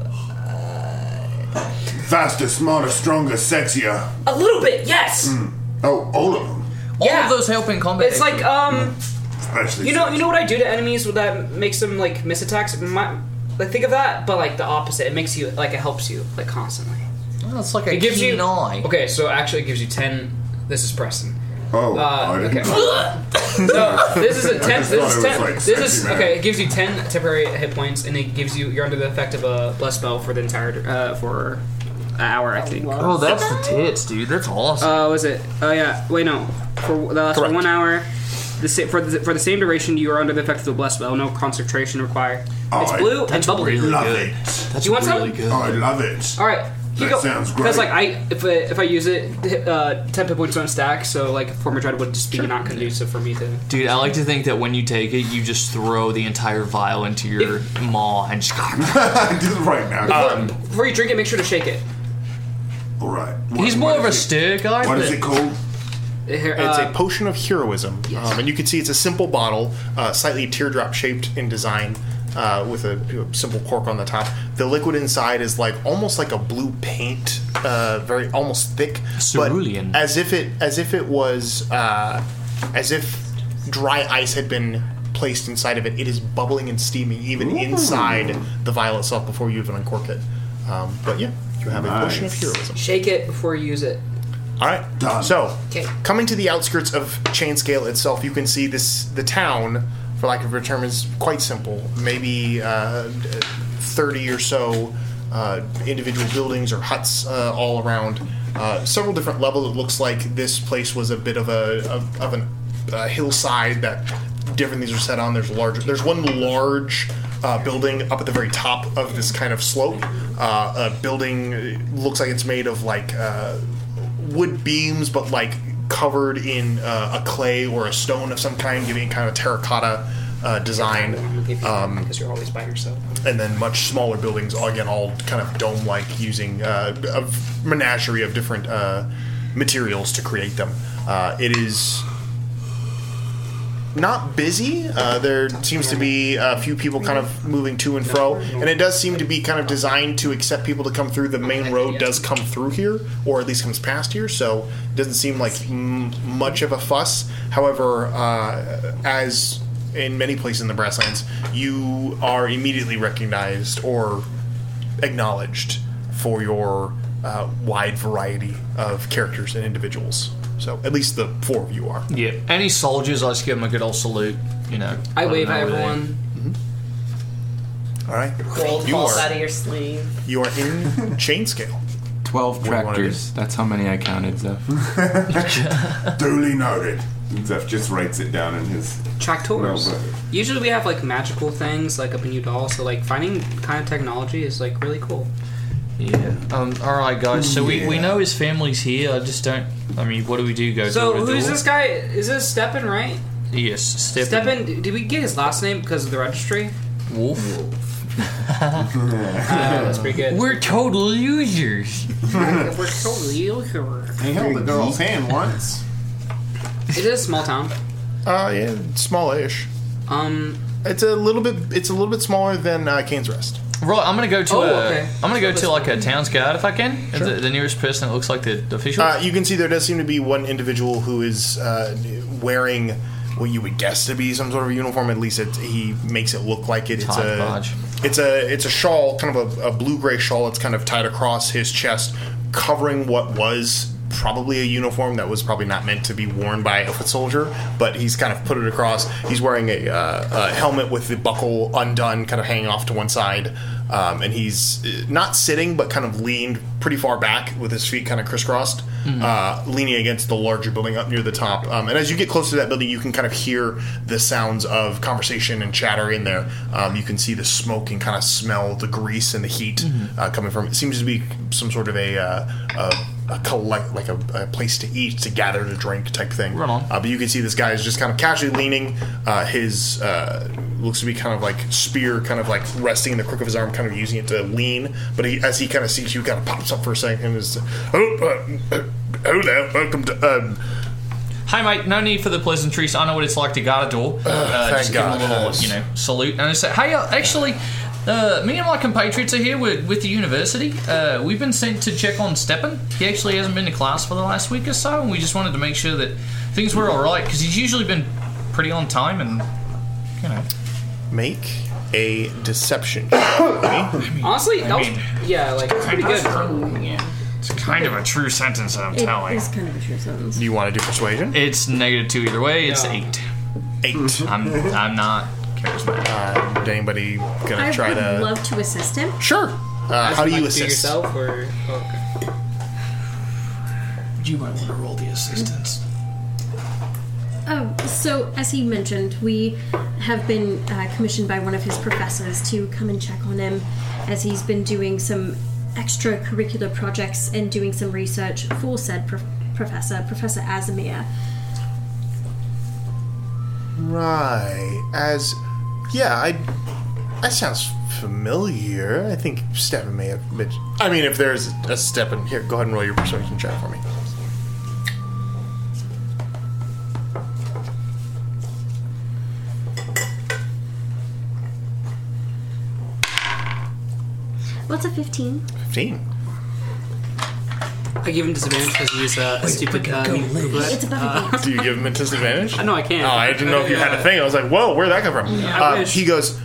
Speaker 8: Faster, smarter, stronger, sexier.
Speaker 4: a little bit. Yes,
Speaker 8: Mm. Oh, all of them.
Speaker 4: yeah. All of
Speaker 1: those help in combat.
Speaker 4: It's like um,
Speaker 8: Especially
Speaker 4: you know, you know what I do to enemies that makes them like miss attacks. My, like think of that, but like the opposite. It makes you like it helps you like constantly.
Speaker 1: Well, it's like
Speaker 4: it gives you
Speaker 1: eye.
Speaker 4: Okay, so actually it gives you ten. This is Preston.
Speaker 8: Oh,
Speaker 4: uh, okay.
Speaker 8: no,
Speaker 4: this is a ten. This is ten. this is
Speaker 8: man.
Speaker 4: okay. It gives you ten temporary hit points, and it gives you you're under the effect of a bless spell for the entire uh, for an hour, I think.
Speaker 1: Oh, that's the tits, dude. That's awesome.
Speaker 4: Uh, was it? Oh yeah. Wait, no. For that lasts for one hour. The sa- for the for the same duration, you are under the effect of the bless spell. No
Speaker 8: Oh,
Speaker 4: concentration required. it's blue and bubbly.
Speaker 8: Love it.
Speaker 4: Do you want some?
Speaker 8: Oh, I love it.
Speaker 4: All right. Here you go. Because like I, if I, if I use it, uh, ten pit points don't stack, so like former dread would just be not conducive for me to.
Speaker 1: Dude, I like to think that when you take it, you just throw the entire vial into your maw and just. Do it right now. Um,
Speaker 4: Before you drink it, make sure to shake it.
Speaker 1: All right. He's more of a stick. I like
Speaker 2: What is
Speaker 1: that.
Speaker 2: it called?
Speaker 4: Here,
Speaker 2: It's
Speaker 4: uh,
Speaker 2: a potion of heroism, um, and you can see it's a simple bottle, uh, slightly teardrop shaped in design, uh, with a, a simple cork on the top. The liquid inside is like almost like a blue paint, uh, very almost thick, cerulean, but as if it as if it was uh, as if dry ice had been placed inside of it. It is bubbling and steaming even inside the vial itself before you even uncork it. Um, but yeah, you have a potion of heroism.
Speaker 4: Shake it before you use it.
Speaker 2: All right, So,
Speaker 4: Okay.
Speaker 2: coming to the outskirts of Chainscale itself, you can see this the town, for lack of a better term, is quite simple. Maybe uh, thirty or so uh, individual buildings or huts uh, all around. Uh, several different levels. It looks like this place was a bit of a of, of an uh, hillside that different things are set on. There's larger. There's one large uh, building up at the very top of this kind of slope. Uh, a building uh, looks like it's made of like. Uh, wood beams, but like covered in uh, a clay or a stone of some kind, giving it kind of terracotta uh, design. Um,
Speaker 4: Because you're always by yourself.
Speaker 2: and then much smaller buildings, all again, all kind of dome-like, using uh, a menagerie of different uh, materials to create them. Uh, it is not busy. Uh, there seems to be a few people kind of moving to and fro, and it does seem to be kind of designed to accept people to come through. The main road does come through here, or at least comes past here, so it doesn't seem like m- much of a fuss. However, uh, as in many places in the Brasslands, you are immediately recognized or acknowledged for your uh, wide variety of characters and individuals. So at least the four of you are.
Speaker 1: Yeah. Any soldiers, I just give them a good old salute. You know.
Speaker 4: I
Speaker 1: let 'em
Speaker 4: wave
Speaker 1: know
Speaker 4: at
Speaker 1: where they-
Speaker 4: everyone.
Speaker 2: Mm-hmm. All right.
Speaker 7: Gold
Speaker 2: you
Speaker 7: falls
Speaker 2: are
Speaker 7: out of your sleeve.
Speaker 2: you are in chain scale.
Speaker 3: 12 tractors. That's how many I counted, Zeph.
Speaker 8: Duly noted. Zeph just writes it down in his.
Speaker 4: Tractors.
Speaker 8: Well, but-
Speaker 4: Usually we have like magical things like up in Udall, so like finding kind of technology is like really cool.
Speaker 1: Yeah. Um, all right, guys. So we, we
Speaker 4: Yeah.
Speaker 1: know his family's here. I just don't. I mean, what do we do? Go.
Speaker 4: So
Speaker 1: door to
Speaker 4: who's
Speaker 1: door?
Speaker 4: this guy? Is this Steppen, right?
Speaker 1: Yes, Step.
Speaker 4: Steppen, did we get his last name because of the registry?
Speaker 1: Wolf.
Speaker 4: Ah, that's pretty good.
Speaker 1: We're total losers.
Speaker 4: We're totally over.
Speaker 5: He held a girl's hand once.
Speaker 4: It is a small town.
Speaker 2: Uh, yeah, small-ish.
Speaker 4: Um,
Speaker 2: it's a little bit. It's a little bit smaller than uh, Cain's Rest.
Speaker 1: Right, I'm gonna go to
Speaker 2: Oh,
Speaker 1: a,
Speaker 2: okay.
Speaker 1: am gonna go to like a town's guard if I can.
Speaker 2: Sure.
Speaker 1: The, the nearest person that looks like the, the official.
Speaker 2: Uh, you can see there does seem to be one individual who is uh, wearing what you would guess to be some sort of uniform. At least it, he makes it look like it. It's a,
Speaker 1: Hodgepodge.
Speaker 2: it's a it's a shawl, kind of a, a blue gray shawl. It's kind of tied across his chest, covering what was probably a uniform that was probably not meant to be worn by a foot soldier. But he's kind of put it across. He's wearing a, uh, a helmet with the buckle undone, kind of hanging off to one side. Um, and he's uh, not sitting, but kind of leaned pretty far back with his feet kind of crisscrossed,
Speaker 15: Mhm.
Speaker 2: uh, leaning against the larger building up near the top. Um, and as you get close to that building, you can kind of hear the sounds of conversation and chatter in there. Um, you can see the smoke and kind of smell the grease and the heat uh, coming from it. seems to be some sort of a, uh, a, a collect, like a, a place to eat, to gather, to drink type thing. Right on. Uh, but you can see this guy is just kind of casually leaning. Uh, his uh, looks to be kind of like spear, kind of like resting in the crook of his arm, kind of using it to lean. But he, as he kind of sees you, kind of pops up for a second and is, oh, uh, uh, hello, welcome to. Um,
Speaker 1: Hi, mate. No need for the pleasantries. I know what it's like to guard a door. Uh,
Speaker 2: thank
Speaker 1: just give
Speaker 2: God.
Speaker 1: them a little, you know, salute. And I say, hey, uh, actually, uh, me and my compatriots are here with, with the university. Uh, we've been sent to check on Steppen. He actually hasn't been to class for the last week or so, and we just wanted to make sure that things were all right because he's usually been pretty on time and, you know.
Speaker 2: Make a deception. check.
Speaker 4: Honestly,
Speaker 1: I
Speaker 4: that
Speaker 1: mean,
Speaker 4: was yeah, like it's pretty good.
Speaker 1: It's kind of a true sentence, I'm telling.
Speaker 6: kind of a true sentence.
Speaker 2: Do you want to do persuasion?
Speaker 1: It's negative two either way. It's
Speaker 2: No.
Speaker 1: eight.
Speaker 2: Eight.
Speaker 1: I'm I'm not charismatic.
Speaker 2: Uh, did anybody gonna
Speaker 6: I
Speaker 2: try
Speaker 6: would
Speaker 2: to?
Speaker 6: love to assist him.
Speaker 2: Sure. Uh, how do you assist?
Speaker 4: yourself or oh. okay.
Speaker 1: You might want to roll the assistance.
Speaker 6: Oh, so as he mentioned, we have been uh, commissioned by one of his professors to come and check on him as he's been doing some
Speaker 9: extracurricular projects and doing some research for said prof- professor, Professor Azamir.
Speaker 2: Right. As yeah, I that sounds familiar. I think Stefan may have mentioned. I mean, if there's a step in here, go ahead and roll your persuasion check for me.
Speaker 9: What's a 15?
Speaker 2: Fifteen.
Speaker 4: I give him disadvantage because he's uh, a stupid uh,
Speaker 9: It's above
Speaker 4: uh,
Speaker 2: Do you give him a disadvantage?
Speaker 4: No, I can't.
Speaker 2: Oh, I didn't know if you had a thing. I was like, whoa, where'd that come from?
Speaker 4: Yeah, I
Speaker 2: Uh,
Speaker 4: wish.
Speaker 2: he goes,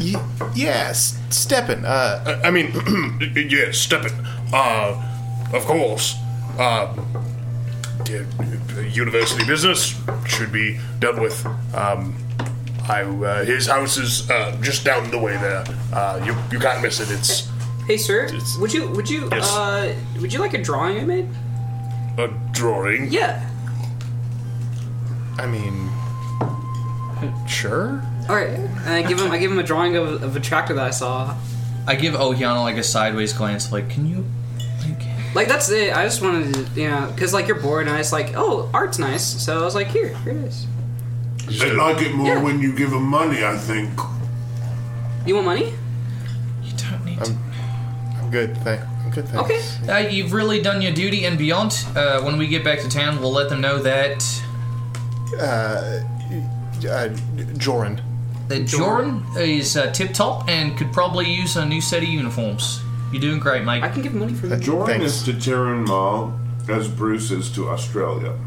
Speaker 2: "Y- yeah, S- Stepan. Uh, I I mean, yeah, Stepan.
Speaker 8: Uh, of course. Uh, d- university business should be dealt with. Um, I, uh, his house is uh, just down the way there. Uh, you, you can't miss it. It's
Speaker 4: Hey, sir, would you would you
Speaker 8: Yes.
Speaker 4: uh, would you like a drawing I made?
Speaker 8: a drawing.
Speaker 4: Yeah.
Speaker 2: I mean, sure.
Speaker 4: All right. And I give him I give him a drawing of, of a tractor that I saw.
Speaker 1: I give Ohiana like a sideways glance, like, can you?
Speaker 4: Like that's it. I just wanted to, you know, because like you're bored, and I was like, oh, art's nice. So I was like, here, here it is.
Speaker 8: They like it more when you give them money, I think.
Speaker 4: You want money?
Speaker 2: I'm good. Thank. I'm good. Thanks.
Speaker 1: Okay. Uh, you've really done your duty and beyond. Uh, when we get back to town, we'll let them know that.
Speaker 2: Uh, uh Joran.
Speaker 1: That Joran is uh, tip top and could probably use a new set of uniforms. You're doing great, mate. I
Speaker 4: can give money for
Speaker 5: Jordan is to Terran Maul as Bruce is to Australia.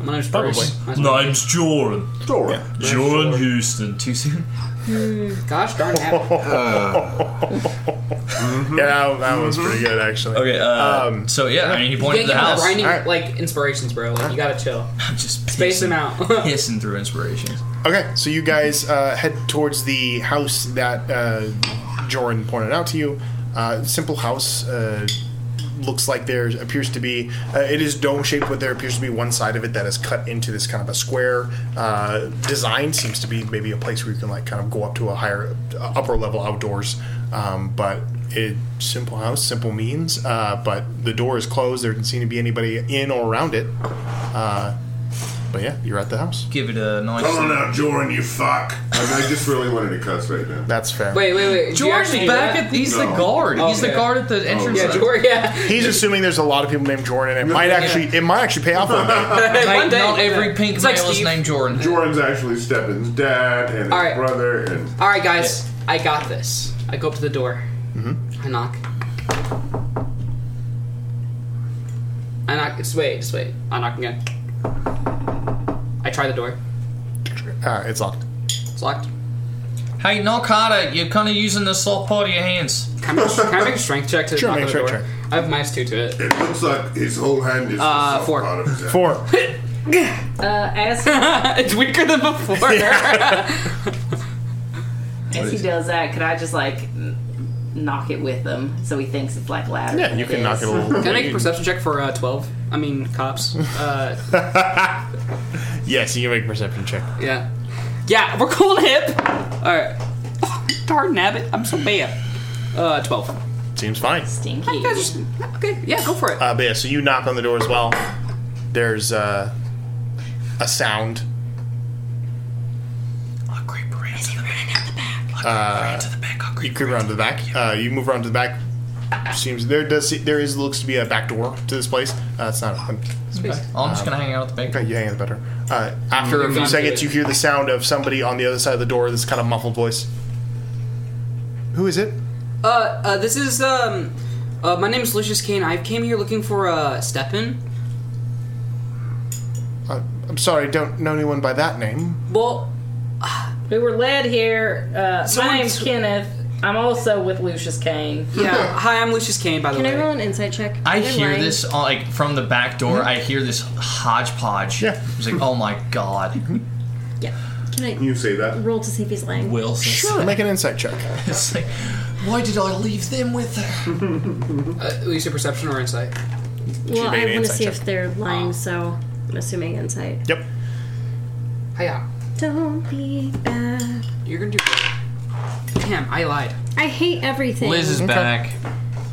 Speaker 4: My name's
Speaker 5: Probably. Name's
Speaker 1: Joran.
Speaker 5: Joran.
Speaker 1: Joran Houston. Too soon.
Speaker 4: Hmm, Gosh darn it.
Speaker 2: Uh, Yeah, that, that was pretty good, actually.
Speaker 1: Mm-hmm.
Speaker 2: Um,
Speaker 1: Okay. Uh, so yeah, I mean, he pointed to the house.
Speaker 4: Grinding like inspirations, bro. Like you gotta chill.
Speaker 1: just
Speaker 4: space them out.
Speaker 1: hissing through inspirations.
Speaker 2: Okay, so you guys uh, head towards the house that uh, Joran pointed out to you. Uh, simple house. Uh, looks like there appears to be. Uh, it is dome shaped, but there appears to be one side of it that is cut into this kind of a square uh, design. Seems to be maybe a place where you can like kind of go up to a higher, uh, upper level outdoors. Um, but it simple house, simple means. Uh, but the door is closed. There doesn't seem to be anybody in or around it. Uh, but yeah, you're at the house.
Speaker 1: Give it a nice.
Speaker 8: Oh,
Speaker 5: Come on now, Joran,
Speaker 8: you fuck.
Speaker 5: I, mean, I just really wanted to cuss right now.
Speaker 2: That's fair.
Speaker 4: Wait, wait, wait. Do you
Speaker 1: George
Speaker 4: actually
Speaker 1: is back
Speaker 4: do
Speaker 1: at he's
Speaker 2: No.
Speaker 1: the guard.
Speaker 2: Oh,
Speaker 1: he's
Speaker 2: yeah.
Speaker 1: the guard at the entrance.
Speaker 2: yeah,
Speaker 4: George, yeah.
Speaker 2: He's assuming there's a lot of people named Jordan, and it might actually it might actually pay off one day.
Speaker 1: Like, not every pink male is named Jordan.
Speaker 5: Joran's actually Stepan's dad and his
Speaker 4: All right.
Speaker 5: brother and
Speaker 4: All right, guys. I got this. I go up to the door.
Speaker 1: Mm-hmm.
Speaker 4: I knock. I knock. Just wait. Just wait. I knock again. I try the door.
Speaker 2: Uh, it's locked.
Speaker 4: It's locked.
Speaker 1: Hey, knock harder. You're kind of using the soft part of your hands.
Speaker 4: Can I make, can I make a strength check to
Speaker 1: Sure,
Speaker 4: knock
Speaker 1: make
Speaker 4: on
Speaker 1: a
Speaker 4: the door?
Speaker 1: strength
Speaker 4: I have minus two to it.
Speaker 5: It looks like his whole hand is
Speaker 4: uh, four.
Speaker 2: Four.
Speaker 7: Uh, as,
Speaker 4: it's weaker than before.
Speaker 7: as he does that, could I just like n- knock it with him so he thinks it's like ladder?
Speaker 4: Yeah,
Speaker 2: you can knock it a little-
Speaker 4: Can I make a perception check for uh, twelve? I mean, cops. Uh,
Speaker 2: Yes, you can make a perception check.
Speaker 4: yeah, yeah. We're cool and hip. All right. darn nabbit, I'm so bad. Uh, twelve.
Speaker 2: Seems fine.
Speaker 7: Stinky.
Speaker 4: Okay, yeah, go for it.
Speaker 2: Uh, but yeah, so you knock on the door as well. There's uh, a sound. Uh, you creep around to the back. Uh, you move around to the back. Seems there does there is looks to be a back door to this place. Uh, it's not. open. Um,
Speaker 1: Okay. I'm just gonna hang out at the back.
Speaker 2: Okay, you hang out at the back door. Uh, after a
Speaker 1: Move
Speaker 2: few
Speaker 1: on to
Speaker 2: seconds,
Speaker 1: it.
Speaker 2: you hear the sound of somebody on the other side of the door. This kind of muffled voice. Who is it?
Speaker 4: Uh, uh, this is um, uh, my name is Lucius Kane. I came here looking for uh, Stepan.
Speaker 2: Uh, I'm sorry, don't know anyone by that name.
Speaker 4: Well,
Speaker 7: we were led here. Uh, my
Speaker 4: Someone
Speaker 7: name's
Speaker 4: t-
Speaker 7: Kenneth. I'm also with Lucius Kane.
Speaker 4: Yeah. Hi, I'm Lucius Kane. By the
Speaker 6: Can
Speaker 4: way.
Speaker 6: I roll an insight check?
Speaker 1: I
Speaker 6: Am
Speaker 1: hear
Speaker 6: lying?
Speaker 1: this uh, like from the back door.
Speaker 2: Mm-hmm.
Speaker 1: I hear this hodgepodge. Yeah. It's like, oh my god.
Speaker 6: Can I
Speaker 5: You say that.
Speaker 6: roll to see if he's lying?
Speaker 1: Will says-
Speaker 2: Sure. Make an insight check.
Speaker 1: it's like, why did I leave them with her?
Speaker 4: Uh, at least a perception or insight.
Speaker 6: Well,
Speaker 4: made
Speaker 6: I
Speaker 4: an
Speaker 6: want to
Speaker 4: insight
Speaker 6: see
Speaker 4: check. Ah.
Speaker 6: if they're lying, so I'm assuming insight.
Speaker 2: Yep.
Speaker 4: Hiya.
Speaker 6: Don't be bad.
Speaker 4: You're gonna do. Damn, I lied.
Speaker 6: I hate everything.
Speaker 1: Liz is back.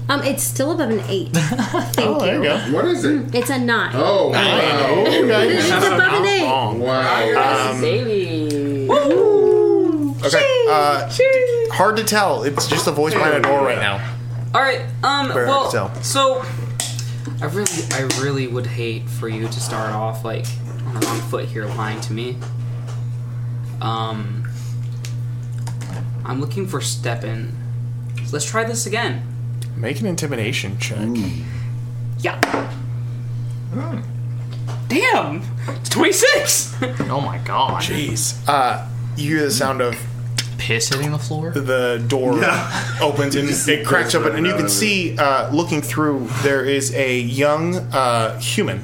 Speaker 6: Um, it's still above an eight. Thank
Speaker 15: Oh, there you go. What is it?
Speaker 6: It's a nine.
Speaker 15: Oh, wow. Okay.
Speaker 6: It's above an eight.
Speaker 15: Wow.
Speaker 2: Um,
Speaker 4: Baby.
Speaker 2: Okay. Uh, hard to tell. It's just the voice behind a door right now.
Speaker 4: All right. Um.
Speaker 2: Very
Speaker 4: well.
Speaker 2: hard to tell.
Speaker 4: So, I really, I really would hate for you to start off like on the wrong foot here, lying to me. Um. I'm looking for Stepan. Let's try this again.
Speaker 2: Make an intimidation check.
Speaker 4: Yeah. Damn. It's 26.
Speaker 2: Oh my god. Jeez. Uh, you hear the sound of
Speaker 1: piss hitting the floor.
Speaker 2: The door opens and it cracks open, and you can see, uh, looking through, there is a young uh, human.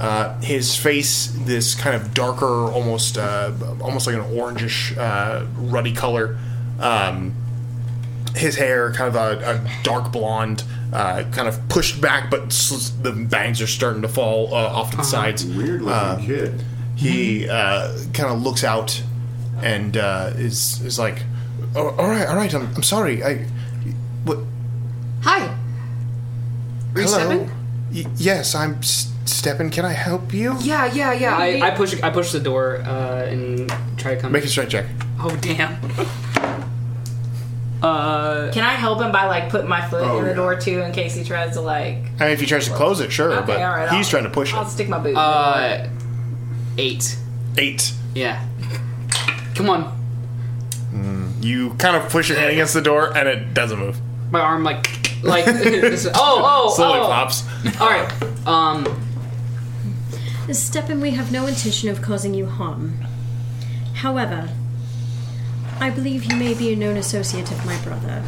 Speaker 2: Uh, his face, this kind of darker, almost uh, almost like an orangish, uh, ruddy color. Um, his hair, kind of a, a dark blonde, uh, kind of pushed back, but s- the bangs are starting to fall uh, off to the sides. Weird looking kid. He uh, kind of looks out and uh, is is like, oh, "All right, all right, I'm, I'm sorry. I what?
Speaker 16: Hi. Are you Stepan?
Speaker 2: Y- yes, I'm S- Stepan. Can I help you?
Speaker 4: Yeah, yeah, yeah.
Speaker 2: Maybe.
Speaker 4: I, I push I push the door uh, and try to come.
Speaker 2: Make a strength check.
Speaker 4: Oh damn. Uh,
Speaker 7: Can I help him by like putting my foot
Speaker 2: Oh,
Speaker 7: in the
Speaker 2: yeah.
Speaker 7: door too in case he tries to like?
Speaker 2: I mean, if he tries to close it, sure,
Speaker 7: Okay,
Speaker 2: but
Speaker 7: all right,
Speaker 2: he's
Speaker 7: I'll-
Speaker 2: trying to push
Speaker 7: I'll
Speaker 2: it.
Speaker 7: stick my boot.
Speaker 4: Uh, eight.
Speaker 2: Eight.
Speaker 4: Yeah. Come on.
Speaker 2: Hmm, You kind of push your hand against the door, and it doesn't move.
Speaker 4: My arm like like this is, oh oh
Speaker 2: slowly
Speaker 4: oh.
Speaker 2: pops.
Speaker 4: All right. Um.
Speaker 6: Stepan, we have no intention of causing you harm. However, I believe you may be a known associate of my brother.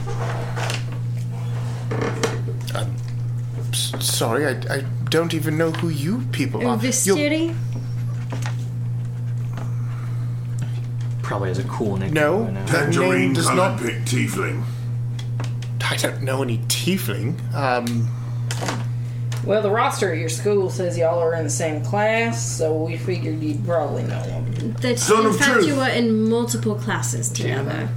Speaker 2: Uh, S- Sorry, I, I don't even know who you people are. You'll-
Speaker 6: Uvistiri?
Speaker 1: Probably has a cool nickname.
Speaker 2: No,
Speaker 1: by now.
Speaker 2: that name does not.
Speaker 5: Big tiefling.
Speaker 2: I don't know any tiefling. Um,
Speaker 7: Well, the roster at your school says y'all are in the same class, so we figured you'd probably know him.
Speaker 6: That in fact you were in multiple classes together.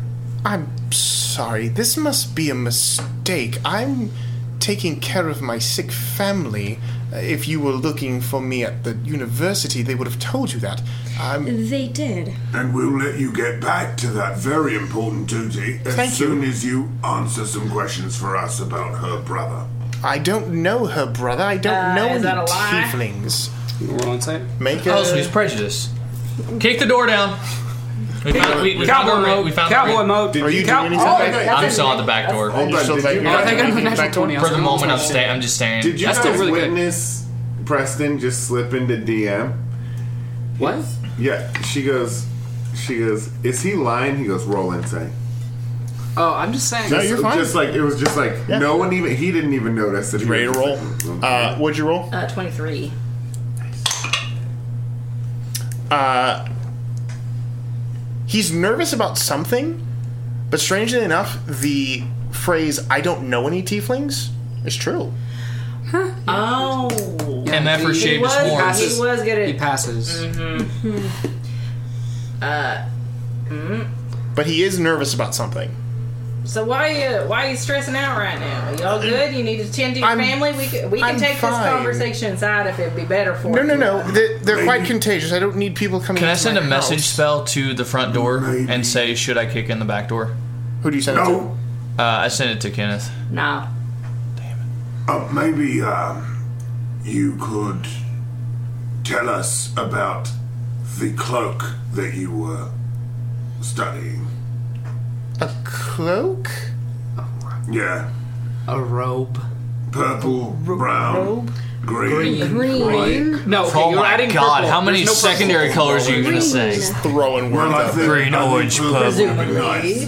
Speaker 2: I'm sorry. This must be a mistake. I'm taking care of my sick family. Uh, If you were looking for me at the university, they would have told you that. I'm
Speaker 6: They did.
Speaker 5: And we'll let you get back to that very important duty as
Speaker 2: Thank you.
Speaker 5: soon as you answer some questions for us about her brother.
Speaker 2: I don't know her brother. I don't
Speaker 5: Uh,
Speaker 2: know
Speaker 5: is
Speaker 2: any
Speaker 5: that a lie?
Speaker 2: tieflings.
Speaker 4: Roll insight.
Speaker 2: Make a
Speaker 1: Oh, so he's prejudiced. Kick the door down. We found, we,
Speaker 4: Cowboy
Speaker 1: we found the
Speaker 4: mode.
Speaker 1: road. We found
Speaker 4: Cowboy
Speaker 1: the road.
Speaker 4: mode. Did Are you you doing cow- anything? Oh, that's
Speaker 1: I'm
Speaker 4: it.
Speaker 1: still at the back door.
Speaker 4: Hold on,
Speaker 1: For
Speaker 4: did you not make a natural 20?
Speaker 1: the moment, I'm, sta- I'm just standing.
Speaker 5: Did you guys witness Preston just slip into DM?
Speaker 4: What?
Speaker 5: Yeah, she goes. She goes. Is he lying? He goes. Roll insight.
Speaker 4: Oh, I'm just saying.
Speaker 5: Just- Just like it was just like
Speaker 4: Yeah.
Speaker 5: no one even he didn't even notice that. He
Speaker 2: Ready
Speaker 5: was
Speaker 2: to roll?
Speaker 5: just like,
Speaker 2: Uh, what'd you roll?
Speaker 7: Uh, Twenty-three.
Speaker 2: Uh, he's nervous about something, but strangely enough, the phrase "I don't know any tieflings" is true.
Speaker 7: Oh.
Speaker 1: And that for
Speaker 7: He
Speaker 1: shape is
Speaker 7: was-
Speaker 1: warm.
Speaker 7: He was good at.
Speaker 4: He passes.
Speaker 7: Mhm. Uh, mm.
Speaker 2: But he is nervous about something.
Speaker 7: so why you why you stressing out right now? Y'all good? You need to tend to your family. We can, we can
Speaker 2: I'm
Speaker 7: take
Speaker 2: fine.
Speaker 7: this conversation aside if it'd be better for.
Speaker 2: No, no,
Speaker 7: you.
Speaker 2: no. They're, they're quite contagious. I don't need people coming.
Speaker 1: Can I
Speaker 2: into
Speaker 1: send a
Speaker 2: my house.
Speaker 1: message spell to the front door and say, should I kick in the back door?
Speaker 2: Who do you send
Speaker 5: no.
Speaker 1: it to? Uh, I sent it to Kenneth.
Speaker 7: No.
Speaker 5: Uh, maybe um, you could tell us about the cloak that you were studying.
Speaker 2: A cloak?
Speaker 5: Yeah.
Speaker 4: A robe.
Speaker 5: Purple, brown, green,
Speaker 1: Green.
Speaker 5: white.
Speaker 4: No, okay, Oh you're my adding God, purple. how many There's no purple. secondary colors are you gonna say?
Speaker 2: Just Throwing words
Speaker 5: Well, I
Speaker 2: out
Speaker 5: think-
Speaker 2: there.
Speaker 5: Green, I think orange, purple would be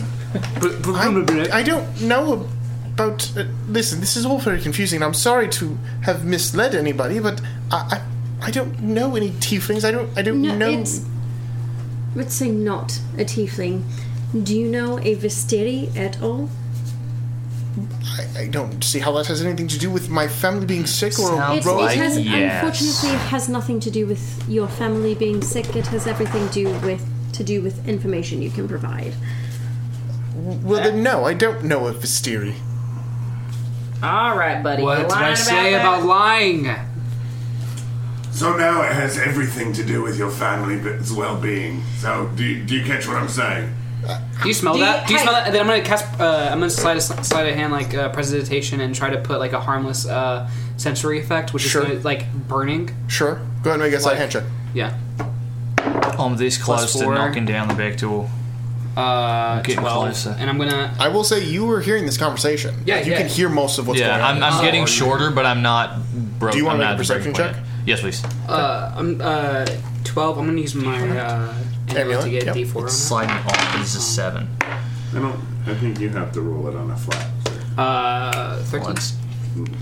Speaker 5: purple. nice.
Speaker 2: I, I don't know about. Uh, listen, this is all very confusing. I'm sorry to have misled anybody, but I, I, I don't know any tieflings. I don't. I don't
Speaker 6: No,
Speaker 2: know.
Speaker 6: it's. Let's say not a tiefling. Do you know a Visteri at all?
Speaker 2: I, I don't see how that has anything to do with my family being sick or a
Speaker 6: It's-
Speaker 2: rogue.
Speaker 6: it has, unfortunately, it has nothing to do with your family being sick. It has everything to do with to do with information you can provide.
Speaker 2: Well, then no, I don't know of Vistiri.
Speaker 7: All right, buddy.
Speaker 5: What
Speaker 7: You're
Speaker 5: did I
Speaker 7: lying
Speaker 5: say
Speaker 7: that?
Speaker 5: about
Speaker 4: lying?
Speaker 5: So now it has everything to do with your family's well-being. So do you, do you catch what I'm saying?
Speaker 4: Do you smell
Speaker 5: Do you-
Speaker 4: that? Do you
Speaker 5: hey.
Speaker 4: smell that? Then I'm gonna cast. Uh, I'm gonna slide a slide a hand like uh, presidigitation and try to put like a harmless uh, sensory effect, which
Speaker 2: Sure.
Speaker 4: is gonna, like burning.
Speaker 2: Sure. Go ahead and make a side hand check.
Speaker 4: Yeah.
Speaker 1: I'm this
Speaker 4: Plus
Speaker 1: close to
Speaker 4: four.
Speaker 1: knocking down the back door.
Speaker 4: Uh,
Speaker 1: getting
Speaker 2: 12,
Speaker 1: closer.
Speaker 4: And I'm gonna.
Speaker 2: I will say you were hearing this conversation.
Speaker 1: Yeah,
Speaker 2: Like, you
Speaker 1: yeah.
Speaker 2: can hear most of what's
Speaker 1: yeah,
Speaker 2: going on.
Speaker 1: I'm, I'm
Speaker 4: Uh,
Speaker 2: So
Speaker 1: getting
Speaker 2: are you-
Speaker 1: shorter, but I'm not broke.
Speaker 2: Do you wanna
Speaker 1: I'm
Speaker 2: make a
Speaker 1: not
Speaker 2: perception
Speaker 1: breaking point yet. Yes, please.
Speaker 4: Uh, I'm uh, twelve. I'm gonna use my uh, amulet to get a D4 on it.
Speaker 1: Sliding off, but
Speaker 7: Uh-huh.
Speaker 1: this is seven.
Speaker 5: I don't. I think you have to roll it on a flat.
Speaker 4: Uh, thirteen.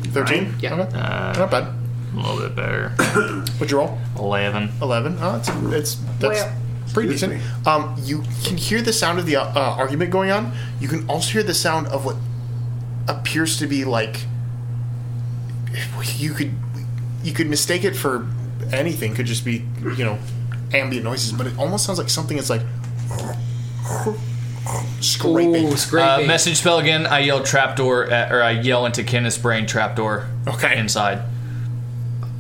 Speaker 2: Thirteen.
Speaker 4: Yeah.
Speaker 2: Not bad.
Speaker 1: Uh, A little bit better.
Speaker 2: What'd you roll?
Speaker 1: Eleven.
Speaker 2: Eleven. Oh, it's it's that's
Speaker 1: Well-
Speaker 2: pretty
Speaker 1: Excuse
Speaker 2: decent. Um, you can hear the sound of the uh, uh, argument going on. You can also hear the sound of what appears to be like you could you could mistake it for anything. Could just be you know ambient noises, but it almost sounds like something is like scraping.
Speaker 1: Uh, message spell again. I yell trapdoor, at, or I yell into Kenneth's brain trapdoor.
Speaker 2: Okay.
Speaker 1: Inside.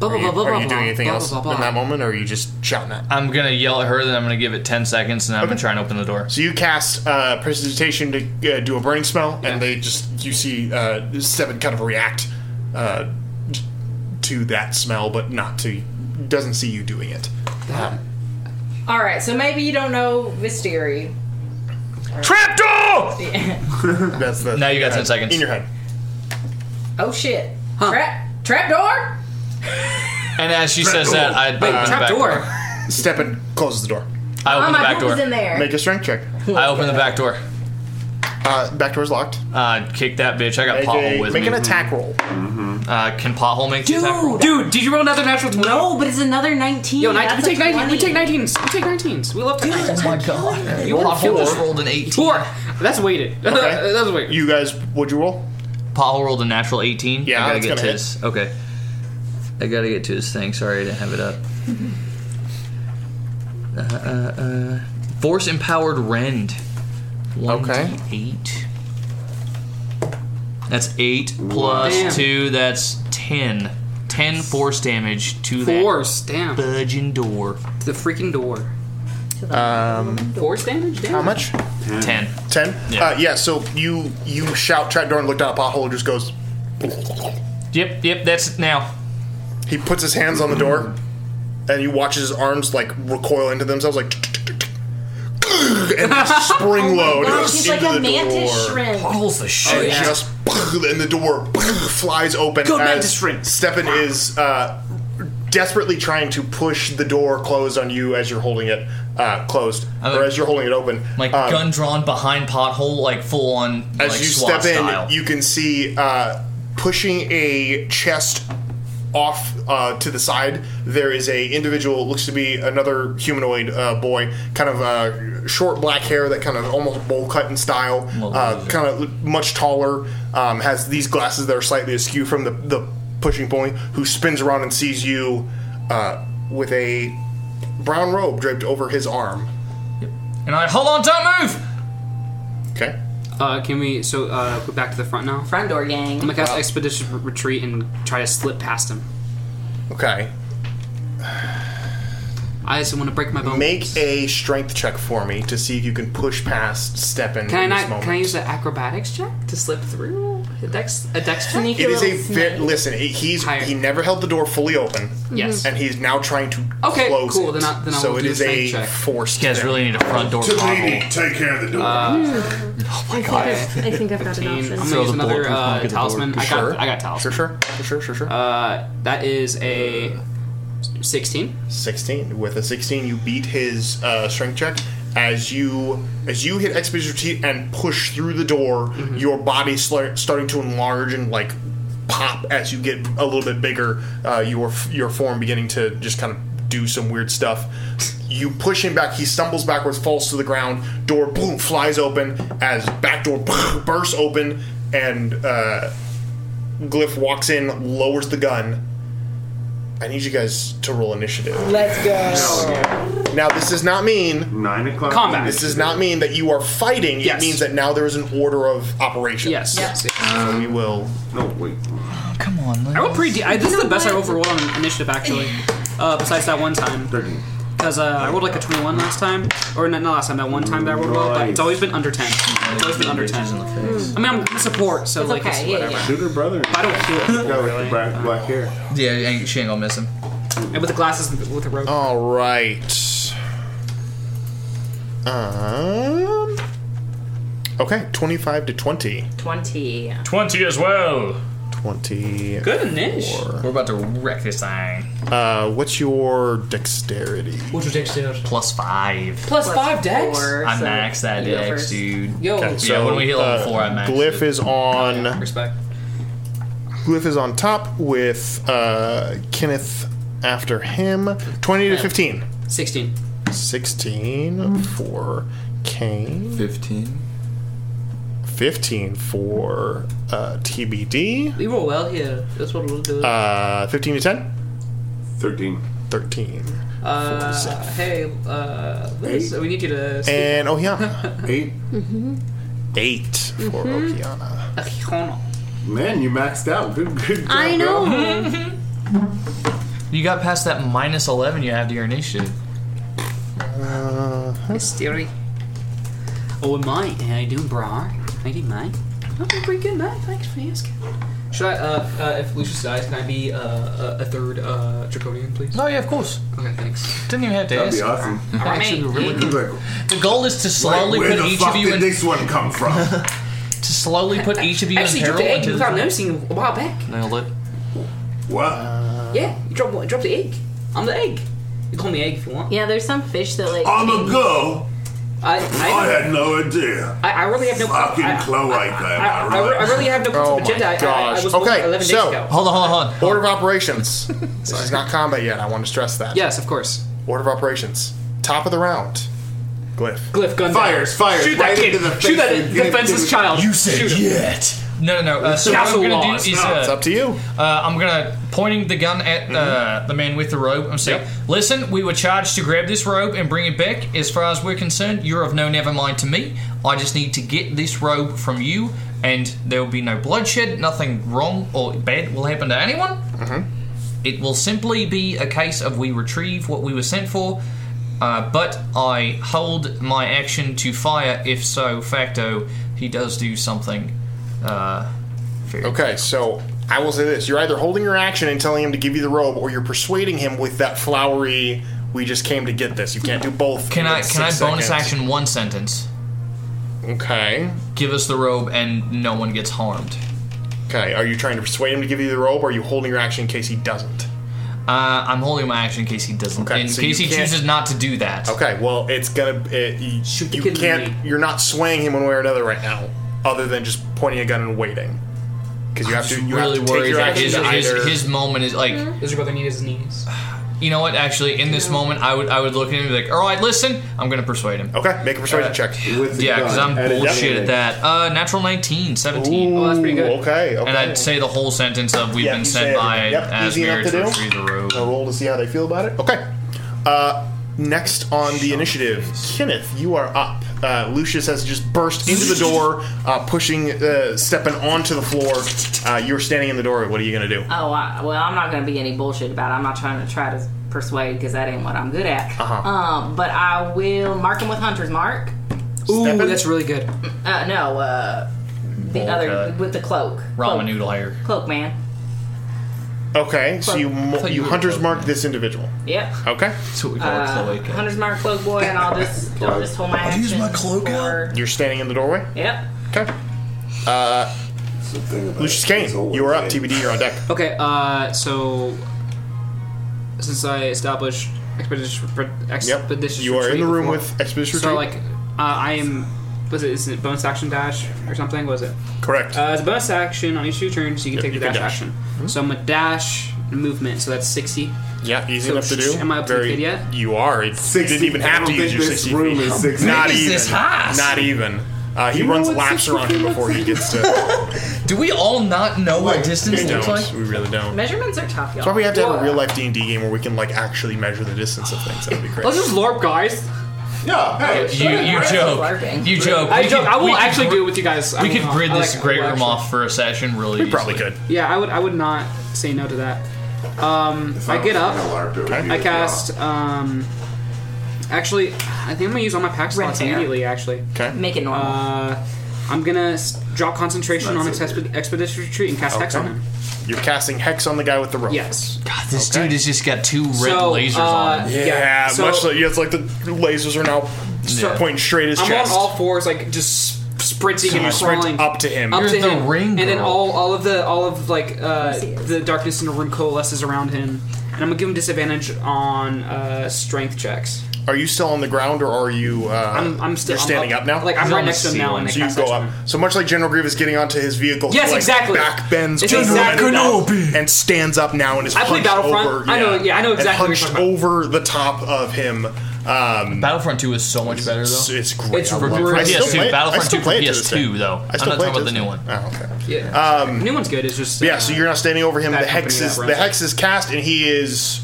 Speaker 2: Are you, are you doing anything else in that moment, or are you just shouting at?
Speaker 1: I'm gonna yell at her, then I'm gonna give it ten seconds, and I'm gonna try and open the door.
Speaker 2: So you cast uh, prestidigitation to uh, do a burning spell, and they just you see uh, seven kind of react uh, to that smell, but not to doesn't see you doing it.
Speaker 1: Um,
Speaker 7: All right, so maybe you don't know Mystery.
Speaker 2: Trapdoor! That's the
Speaker 1: now you got ten seconds
Speaker 2: in your head.
Speaker 7: Oh shit! Trap trap door.
Speaker 1: And as she says that, I open the back door.
Speaker 2: Step and closes the door.
Speaker 1: I open the back door.
Speaker 2: Make a strength check.
Speaker 1: I open the back door.
Speaker 2: Uh, back door's locked.
Speaker 1: Uh, kick that bitch. I got
Speaker 2: Make,
Speaker 1: pothole
Speaker 2: a-
Speaker 1: with
Speaker 2: make
Speaker 1: me.
Speaker 2: an attack roll.
Speaker 1: Uh, can pothole make the attack roll?
Speaker 4: Dude, did you roll another natural twenty? No,
Speaker 7: but it's another nineteen.
Speaker 4: Yo, 19, we
Speaker 7: That's a
Speaker 4: take nineteens. We
Speaker 7: 20.
Speaker 4: take nineteens. We take nineteens. We love to. Oh
Speaker 1: my god!
Speaker 4: You
Speaker 2: Roll
Speaker 4: want four?
Speaker 2: just
Speaker 1: rolled an eighteen.
Speaker 4: Four. That's weighted.
Speaker 2: Okay.
Speaker 4: That's weird.
Speaker 2: You guys, what'd you roll?
Speaker 1: Pothole rolled a natural eighteen.
Speaker 2: Yeah,
Speaker 1: I gotta
Speaker 2: that's
Speaker 1: get
Speaker 2: gonna
Speaker 1: to his. Okay. I gotta get to his thing. Sorry, I didn't have it up. Uh, uh, uh, force empowered rend. okay. Eight. That's eight plus
Speaker 4: Damn.
Speaker 1: two. That's ten. Ten force damage to
Speaker 4: Force,
Speaker 1: that
Speaker 4: damn.
Speaker 1: budging door.
Speaker 4: The freaking door.
Speaker 2: Um,
Speaker 4: Force damage. Damn.
Speaker 2: How much?
Speaker 1: Ten.
Speaker 2: Ten.
Speaker 1: Yeah.
Speaker 2: Uh, yeah. So you you shout trapdoor and look down a pothole. and Just goes.
Speaker 1: Yep. Yep. That's it now. Mm-hmm.
Speaker 2: He puts his hands on the door, and you watch his arms like recoil into themselves, like and
Speaker 7: Oh
Speaker 2: spring load
Speaker 7: She's like
Speaker 2: into
Speaker 7: a
Speaker 2: the
Speaker 7: mantis
Speaker 2: door.
Speaker 7: shrimp.
Speaker 1: Bottles the
Speaker 2: And just and the door flies open.
Speaker 7: Go
Speaker 2: as
Speaker 7: Mantis
Speaker 2: Stefan is uh, desperately trying to push the door closed on you as you're holding it uh, closed, or as you're holding it open.
Speaker 1: Like
Speaker 2: Um,
Speaker 1: gun drawn behind pothole, like full on.
Speaker 2: as
Speaker 1: like,
Speaker 2: you
Speaker 1: SWAT
Speaker 2: step in,
Speaker 1: style.
Speaker 2: you can see uh, pushing a chest off uh, to the side. There is a individual, looks to be another humanoid uh, boy, kind of uh, short black hair that kind of almost bowl cut in style, uh, kind of much taller, um, has these glasses that are slightly askew from the, the pushing pulling, who spins around and sees you uh, with a brown robe draped over his arm.
Speaker 1: And I hold on, don't move.
Speaker 2: Okay.
Speaker 4: Uh, can we? So uh, go back to the front now.
Speaker 7: Front door gang.
Speaker 4: I'm gonna cast expedition re- retreat and try to slip past him.
Speaker 2: Okay.
Speaker 4: I just want to break my bones.
Speaker 2: Make a strength check for me to see if you can push past Stepan
Speaker 4: Can I
Speaker 2: in this
Speaker 4: not?
Speaker 2: moment.
Speaker 4: Can I use an acrobatics check to slip through? A dex. A dex check.
Speaker 2: it is a fit. Listen, he- he's he never held the door fully open.
Speaker 4: Yes.
Speaker 2: and he's now trying to
Speaker 4: Mm-hmm. Okay,
Speaker 2: close
Speaker 4: cool,
Speaker 2: it.
Speaker 4: then I- then I
Speaker 2: so
Speaker 4: will
Speaker 2: it
Speaker 4: do
Speaker 2: is
Speaker 4: a
Speaker 2: a
Speaker 4: strength check.
Speaker 2: forced.
Speaker 1: You guys really need a front door
Speaker 2: To
Speaker 1: pothole.
Speaker 2: leave,
Speaker 5: take care of the door.
Speaker 6: Hmm.
Speaker 4: Mm.
Speaker 1: oh
Speaker 2: my
Speaker 4: God. I think I've- I think I've got an option. Uh, I'm gonna use another, uh, talisman. I got- I got talisman.
Speaker 2: Sure, sure, sure, sure, sure.
Speaker 4: Uh, that is a sixteen.
Speaker 2: Sixteen. With a sixteen, you beat his uh, strength check. As you as you hit exposition and push through the door,
Speaker 4: Mm-hmm.
Speaker 2: your body sl- starting to enlarge and like pop as you get a little bit bigger. Uh, your your form beginning to just kind of do some weird stuff. You push him back. He stumbles backwards, falls to the ground. Door boom flies open as back door bursts open and. Uh, Glyph walks in, lowers the gun, I need you guys to roll initiative.
Speaker 16: Let's go.
Speaker 2: Now, this does not mean
Speaker 5: nine o'clock.
Speaker 2: combat. This does not mean that you are fighting.
Speaker 5: Yes.
Speaker 2: It means that now there is an order of operations.
Speaker 4: Yes. Yes.
Speaker 2: So Uh, we will. No wait.
Speaker 1: Come on,
Speaker 4: I rolled pretty. De- I, this is the best I rolled for roll on initiative actually. Uh, besides that one time. Because uh, I rolled like a 21 last time, or not, not last time, that one time that I rolled well, but it's always been under 10. It's always been under 10. I mean, I'm support, so
Speaker 5: It's
Speaker 4: like it's
Speaker 5: okay, yeah,
Speaker 4: whatever.
Speaker 5: yeah. Shoot her brother.
Speaker 4: But I don't kill him. Uh-huh.
Speaker 5: black, black hair.
Speaker 1: Yeah, ain't, she ain't gonna miss him.
Speaker 4: And with the glasses and with the rope.
Speaker 2: All right. Um. Okay, twenty-five to twenty.
Speaker 7: 20.
Speaker 2: 20 as well. 20.
Speaker 4: Good niche.
Speaker 1: We're about to wreck this thing.
Speaker 2: Uh, what's your dexterity?
Speaker 4: What's your dexterity?
Speaker 1: Plus five.
Speaker 4: Plus five dex?
Speaker 1: I maxed that
Speaker 4: you go
Speaker 1: dex,
Speaker 4: first.
Speaker 1: dude.
Speaker 4: Yo.
Speaker 1: yeah, when we hit level
Speaker 5: uh,
Speaker 1: four, I maxed
Speaker 2: uh, Glyph
Speaker 1: it.
Speaker 2: is on.
Speaker 4: Respect.
Speaker 2: Glyph is on top with uh, Kenneth after him. 20 to
Speaker 4: Yeah.
Speaker 2: 15.
Speaker 4: 16.
Speaker 2: 16 for Kane. 15. 15 for uh, TBD.
Speaker 4: We roll well here. That's what we'll do.
Speaker 2: Uh, 15 to 10? 13. 13.
Speaker 4: Uh, hey, uh, Liz,
Speaker 2: Eight.
Speaker 4: we need you to. Speak.
Speaker 2: And oh, Ohiana. 8.
Speaker 4: Mm-hmm.
Speaker 2: 8
Speaker 7: Mm-hmm.
Speaker 2: for
Speaker 4: Mhm.
Speaker 2: Ohiana.
Speaker 5: Man, you maxed out. Good, good job,
Speaker 6: I know.
Speaker 1: You got past that minus 11 you have to your initiative.
Speaker 2: Uh,
Speaker 4: Mystery. Oh, am I? How you doing, bro? How you doing, mate? I'm doing pretty good, mate. Thanks for asking. Should I, uh, uh, if Lucius dies, can I be uh, a, a third uh, draconian, please?
Speaker 1: Oh yeah, of course.
Speaker 4: Okay, thanks.
Speaker 1: Didn't even have to
Speaker 4: That'd
Speaker 1: ask.
Speaker 4: be awesome.
Speaker 1: That'd actually be really
Speaker 4: Alright.
Speaker 1: good. The goal is to slowly
Speaker 5: where
Speaker 1: put
Speaker 5: the
Speaker 1: each
Speaker 5: fuck
Speaker 1: of you
Speaker 5: did
Speaker 1: in.
Speaker 5: this one come from?
Speaker 1: to slowly put each of you
Speaker 4: Actually, you
Speaker 1: in
Speaker 4: dropped the
Speaker 1: peril.
Speaker 4: egg
Speaker 1: into
Speaker 4: without
Speaker 1: the-
Speaker 4: noticing a while back.
Speaker 1: Nailed it.
Speaker 5: What?
Speaker 4: yeah, you dropped, you dropped the egg. I'm the egg. You call me egg if you want.
Speaker 7: Yeah, there's some fish that like.
Speaker 5: I'm a
Speaker 7: change-
Speaker 5: girl.
Speaker 4: I, I,
Speaker 5: had no idea.
Speaker 4: I, I really have no.
Speaker 5: Fucking
Speaker 4: I,
Speaker 5: Chloe, I,
Speaker 4: I, I, re- I really have no
Speaker 2: Oh
Speaker 4: oh
Speaker 2: my
Speaker 4: agenda. I- I- I,
Speaker 2: gosh.
Speaker 4: was born
Speaker 2: okay,
Speaker 4: 11 days
Speaker 2: so.
Speaker 4: ago.
Speaker 1: Hold on, hold on,
Speaker 2: on.
Speaker 1: hold
Speaker 2: Order of operations. this is not combat yet. I want to stress that.
Speaker 4: Yes, of course.
Speaker 2: Order of operations. Top of the round. Glyph.
Speaker 4: Glyph, gun
Speaker 2: Fires, fires,
Speaker 4: Shoot that
Speaker 2: right
Speaker 4: kid.
Speaker 2: into the
Speaker 4: Shoot
Speaker 2: face
Speaker 4: that
Speaker 2: and get
Speaker 4: defenseless
Speaker 2: it-
Speaker 4: child.
Speaker 2: You said
Speaker 4: Shoot him.
Speaker 2: yet.
Speaker 1: No, no, no. Uh, so what I'm
Speaker 2: Castle
Speaker 1: gonna
Speaker 2: laws.
Speaker 1: do
Speaker 2: No,
Speaker 1: is uh,
Speaker 2: it's up to you. Mm-hmm.
Speaker 1: Uh, I'm gonna pointing the gun at uh, the man with the rope. I'm saying, listen, we were charged to grab this rope and bring it back. As far as we're concerned, you're of no never mind to me. I just need to get this rope from you, and there will be no bloodshed. Nothing wrong or bad will happen to anyone.
Speaker 2: Mm-hmm.
Speaker 1: It will simply be a case of we retrieve what we were sent for. Uh, but I hold my action to fire if so facto he does do something. Uh,
Speaker 2: Okay, so I will say this: you're either holding your action and telling him to give you the robe, or you're persuading him with that flowery. We just came to get this. You can't do both.
Speaker 1: Can I
Speaker 2: in
Speaker 1: can I
Speaker 2: six
Speaker 1: bonus
Speaker 2: seconds.
Speaker 1: action one sentence?
Speaker 2: Okay.
Speaker 1: Give us the robe and no one gets harmed.
Speaker 2: Okay. Are you trying to persuade him to give you the robe, or are you holding your action in case he doesn't?
Speaker 1: Uh, I'm holding my action in case he doesn't.
Speaker 2: Okay,
Speaker 1: in
Speaker 2: so
Speaker 1: case
Speaker 2: you
Speaker 1: he
Speaker 2: can't-
Speaker 1: chooses not to do that.
Speaker 2: Okay. Well, it's gonna. It, you you can't. You're not swaying him one way or another right now, other than just pointing a gun and waiting. Because you have to. You
Speaker 1: really
Speaker 2: have to take
Speaker 1: worried
Speaker 2: your
Speaker 1: that
Speaker 2: action
Speaker 1: his,
Speaker 2: to
Speaker 1: his,
Speaker 2: either-
Speaker 1: his moment is like.
Speaker 4: Does your brother need his knees?
Speaker 1: You know what? Actually, in this moment, I would I would look at him and be like, "All right, listen, I'm going to persuade him."
Speaker 2: Okay, make a persuasion
Speaker 1: Uh,
Speaker 2: check.
Speaker 1: yeah, because I'm
Speaker 2: At a
Speaker 1: bullshit
Speaker 2: definite.
Speaker 1: at that. Uh, natural 19, 17.
Speaker 2: oh, that's pretty good. Okay, okay.
Speaker 1: And I'd say the whole sentence of "We've
Speaker 2: Yeah,
Speaker 1: been
Speaker 2: you
Speaker 1: sent
Speaker 2: say
Speaker 1: by
Speaker 2: everything. Yep,
Speaker 1: as
Speaker 2: easy enough
Speaker 1: marriage
Speaker 2: to do.
Speaker 1: retrieve the robe."
Speaker 2: I'll roll to see how they feel about it. Okay. Uh, next on the initiative, Kenneth, you are up. Uh, Lucius has just burst into the door, uh, pushing, uh, stepping onto the floor. Uh, you're standing in the doorway. What are you going to do?
Speaker 7: Oh, I, well, I'm not going to be any bullshit about it. I'm not trying to try to persuade because that ain't what I'm good at.
Speaker 2: Uh-huh.
Speaker 7: Um, but I will mark him with Hunter's Mark.
Speaker 4: Ooh, that's really good.
Speaker 7: Uh, no, uh, the
Speaker 1: Bowl
Speaker 7: other,
Speaker 1: cut.
Speaker 7: with the cloak.
Speaker 1: Ramen noodle hair.
Speaker 7: Cloak, cloak man.
Speaker 2: Okay, so you
Speaker 7: I
Speaker 2: mo-
Speaker 7: thought you
Speaker 2: you
Speaker 7: were
Speaker 2: hunters mark this individual.
Speaker 7: Yep.
Speaker 2: Okay. That's what
Speaker 7: we call a Uh,
Speaker 2: eh?
Speaker 7: cloak. Hunter's Mark, cloak boy, and I'll just, I'll just hold my action.
Speaker 2: cloak out. You're standing in the doorway.
Speaker 7: Yep.
Speaker 2: Okay. Uh, Lucius Kane, you are up. TBD, you're on deck.
Speaker 4: Okay, uh, so since I established expedition, expedition
Speaker 2: you are in the room
Speaker 4: before-
Speaker 2: with Expedition
Speaker 4: So
Speaker 2: Retreat.
Speaker 4: like, uh, I am. Was it, is it bonus action dash or something? Was it?
Speaker 2: Correct.
Speaker 4: Uh, it's a bonus action on each of your turns. You can take
Speaker 2: you
Speaker 4: the
Speaker 2: can
Speaker 4: dash,
Speaker 2: dash. Mm-hmm.
Speaker 4: action. So I'm a dash movement. So that's sixty.
Speaker 2: Yeah, easy
Speaker 4: So
Speaker 2: enough to do.
Speaker 4: am I up to the
Speaker 2: Very-
Speaker 4: kid yet?
Speaker 2: You are. It you didn't even
Speaker 5: I
Speaker 2: have
Speaker 5: don't
Speaker 2: to use
Speaker 5: think
Speaker 2: your
Speaker 5: this
Speaker 2: 60
Speaker 5: room
Speaker 2: feet.
Speaker 5: is 60.
Speaker 2: Not
Speaker 5: Big
Speaker 2: even.
Speaker 5: is this house?
Speaker 2: Not even. Uh, he
Speaker 1: You know
Speaker 2: runs
Speaker 1: what
Speaker 2: laps around him before he gets to.
Speaker 1: Do we all not know what distance
Speaker 2: we
Speaker 1: looks
Speaker 2: don't.
Speaker 1: like?
Speaker 2: We really don't.
Speaker 7: Measurements are tough, y'all.
Speaker 2: That's why we have to have a
Speaker 7: Whoa.
Speaker 2: real life D and D game where we can like actually measure the distance of things. That'd be great.
Speaker 4: Let's just LARP, guys.
Speaker 2: Yeah,
Speaker 1: hey, You- you joke. You joke.
Speaker 4: I
Speaker 1: We
Speaker 4: joke.
Speaker 1: could-
Speaker 4: I
Speaker 1: we
Speaker 4: will
Speaker 1: could
Speaker 4: actually
Speaker 1: gr-
Speaker 4: do it with you guys.
Speaker 1: we
Speaker 4: I
Speaker 1: could
Speaker 4: will-
Speaker 1: grid
Speaker 4: I
Speaker 1: this
Speaker 4: like-
Speaker 1: great
Speaker 4: I will
Speaker 1: room
Speaker 4: actually-
Speaker 1: off for a session really We probably
Speaker 2: could.
Speaker 4: Yeah, I would. I would not say no to that. Um,
Speaker 1: I
Speaker 4: I get
Speaker 1: was
Speaker 4: up.
Speaker 1: gonna LARP, it would be
Speaker 4: I
Speaker 1: the
Speaker 4: cast. Um, actually, I think I'm gonna use all my pack slots immediately. Actually,
Speaker 2: okay.
Speaker 7: Make it normal.
Speaker 4: Uh, I'm gonna s- drop concentration on exped- expedition retreat and cast hex on
Speaker 2: Okay.
Speaker 4: him.
Speaker 2: You're casting hex on the guy with the rope. Yes.
Speaker 1: God, Ah, this dude has just got two red
Speaker 4: So,
Speaker 1: lasers
Speaker 4: uh,
Speaker 1: on him.
Speaker 2: Yeah,
Speaker 4: yeah, so-
Speaker 2: much like yeah, it's like the lasers are now
Speaker 4: So-
Speaker 2: pointing straight at his
Speaker 4: I'm
Speaker 2: chest.
Speaker 4: on all fours, like just s- sprinting
Speaker 2: So you
Speaker 4: and
Speaker 2: sprint
Speaker 4: crawling
Speaker 2: up to him.
Speaker 4: Up
Speaker 2: You're
Speaker 4: to
Speaker 2: the
Speaker 4: him,
Speaker 2: ring
Speaker 4: and then
Speaker 2: girl.
Speaker 4: all all of the all of like uh, the darkness in the room coalesces around him, and I'm gonna give him disadvantage on uh, strength checks.
Speaker 2: Are you still on the ground, or are you? Uh,
Speaker 4: I'm- I'm still-
Speaker 2: You're
Speaker 4: I'm
Speaker 2: standing
Speaker 4: up.
Speaker 2: up, now.
Speaker 4: Like, I'm He's right on next the to him now ceiling. and I
Speaker 2: So you
Speaker 4: cast
Speaker 2: go
Speaker 4: Hex
Speaker 2: up. So much like General Grievous getting onto his vehicle.
Speaker 4: Yes,
Speaker 2: he, like,
Speaker 4: exactly.
Speaker 2: Back bends
Speaker 4: It's
Speaker 2: over
Speaker 4: exactly
Speaker 2: and,
Speaker 4: that.
Speaker 2: and stands up now and is
Speaker 4: I play
Speaker 2: hunched
Speaker 4: Battlefront.
Speaker 2: over.
Speaker 4: I know- yeah, I know
Speaker 2: and
Speaker 4: exactly what you're
Speaker 2: Hunched
Speaker 4: talking
Speaker 2: over the top of him. Um,
Speaker 1: Battlefront 2 is so much better though.
Speaker 2: It's, it's great.
Speaker 1: It's
Speaker 2: I
Speaker 1: for-
Speaker 2: love it.
Speaker 1: for
Speaker 2: I still
Speaker 1: PS2.
Speaker 2: play it- I
Speaker 1: Battlefront
Speaker 2: still
Speaker 1: 2
Speaker 2: play
Speaker 1: for
Speaker 2: it to this
Speaker 1: PS2
Speaker 2: day.
Speaker 1: though.
Speaker 2: I still
Speaker 1: I'm not
Speaker 2: play it
Speaker 1: talking
Speaker 2: to
Speaker 1: about the
Speaker 2: this
Speaker 1: new
Speaker 2: day.
Speaker 1: one.
Speaker 2: Oh, okay.
Speaker 4: Yeah.
Speaker 2: Um,
Speaker 4: new one's good. It's just uh,
Speaker 2: yeah, so you're not standing over him. The
Speaker 4: that
Speaker 2: hex
Speaker 4: company
Speaker 2: is
Speaker 4: that
Speaker 2: the
Speaker 4: runs
Speaker 2: hex is cast, and he is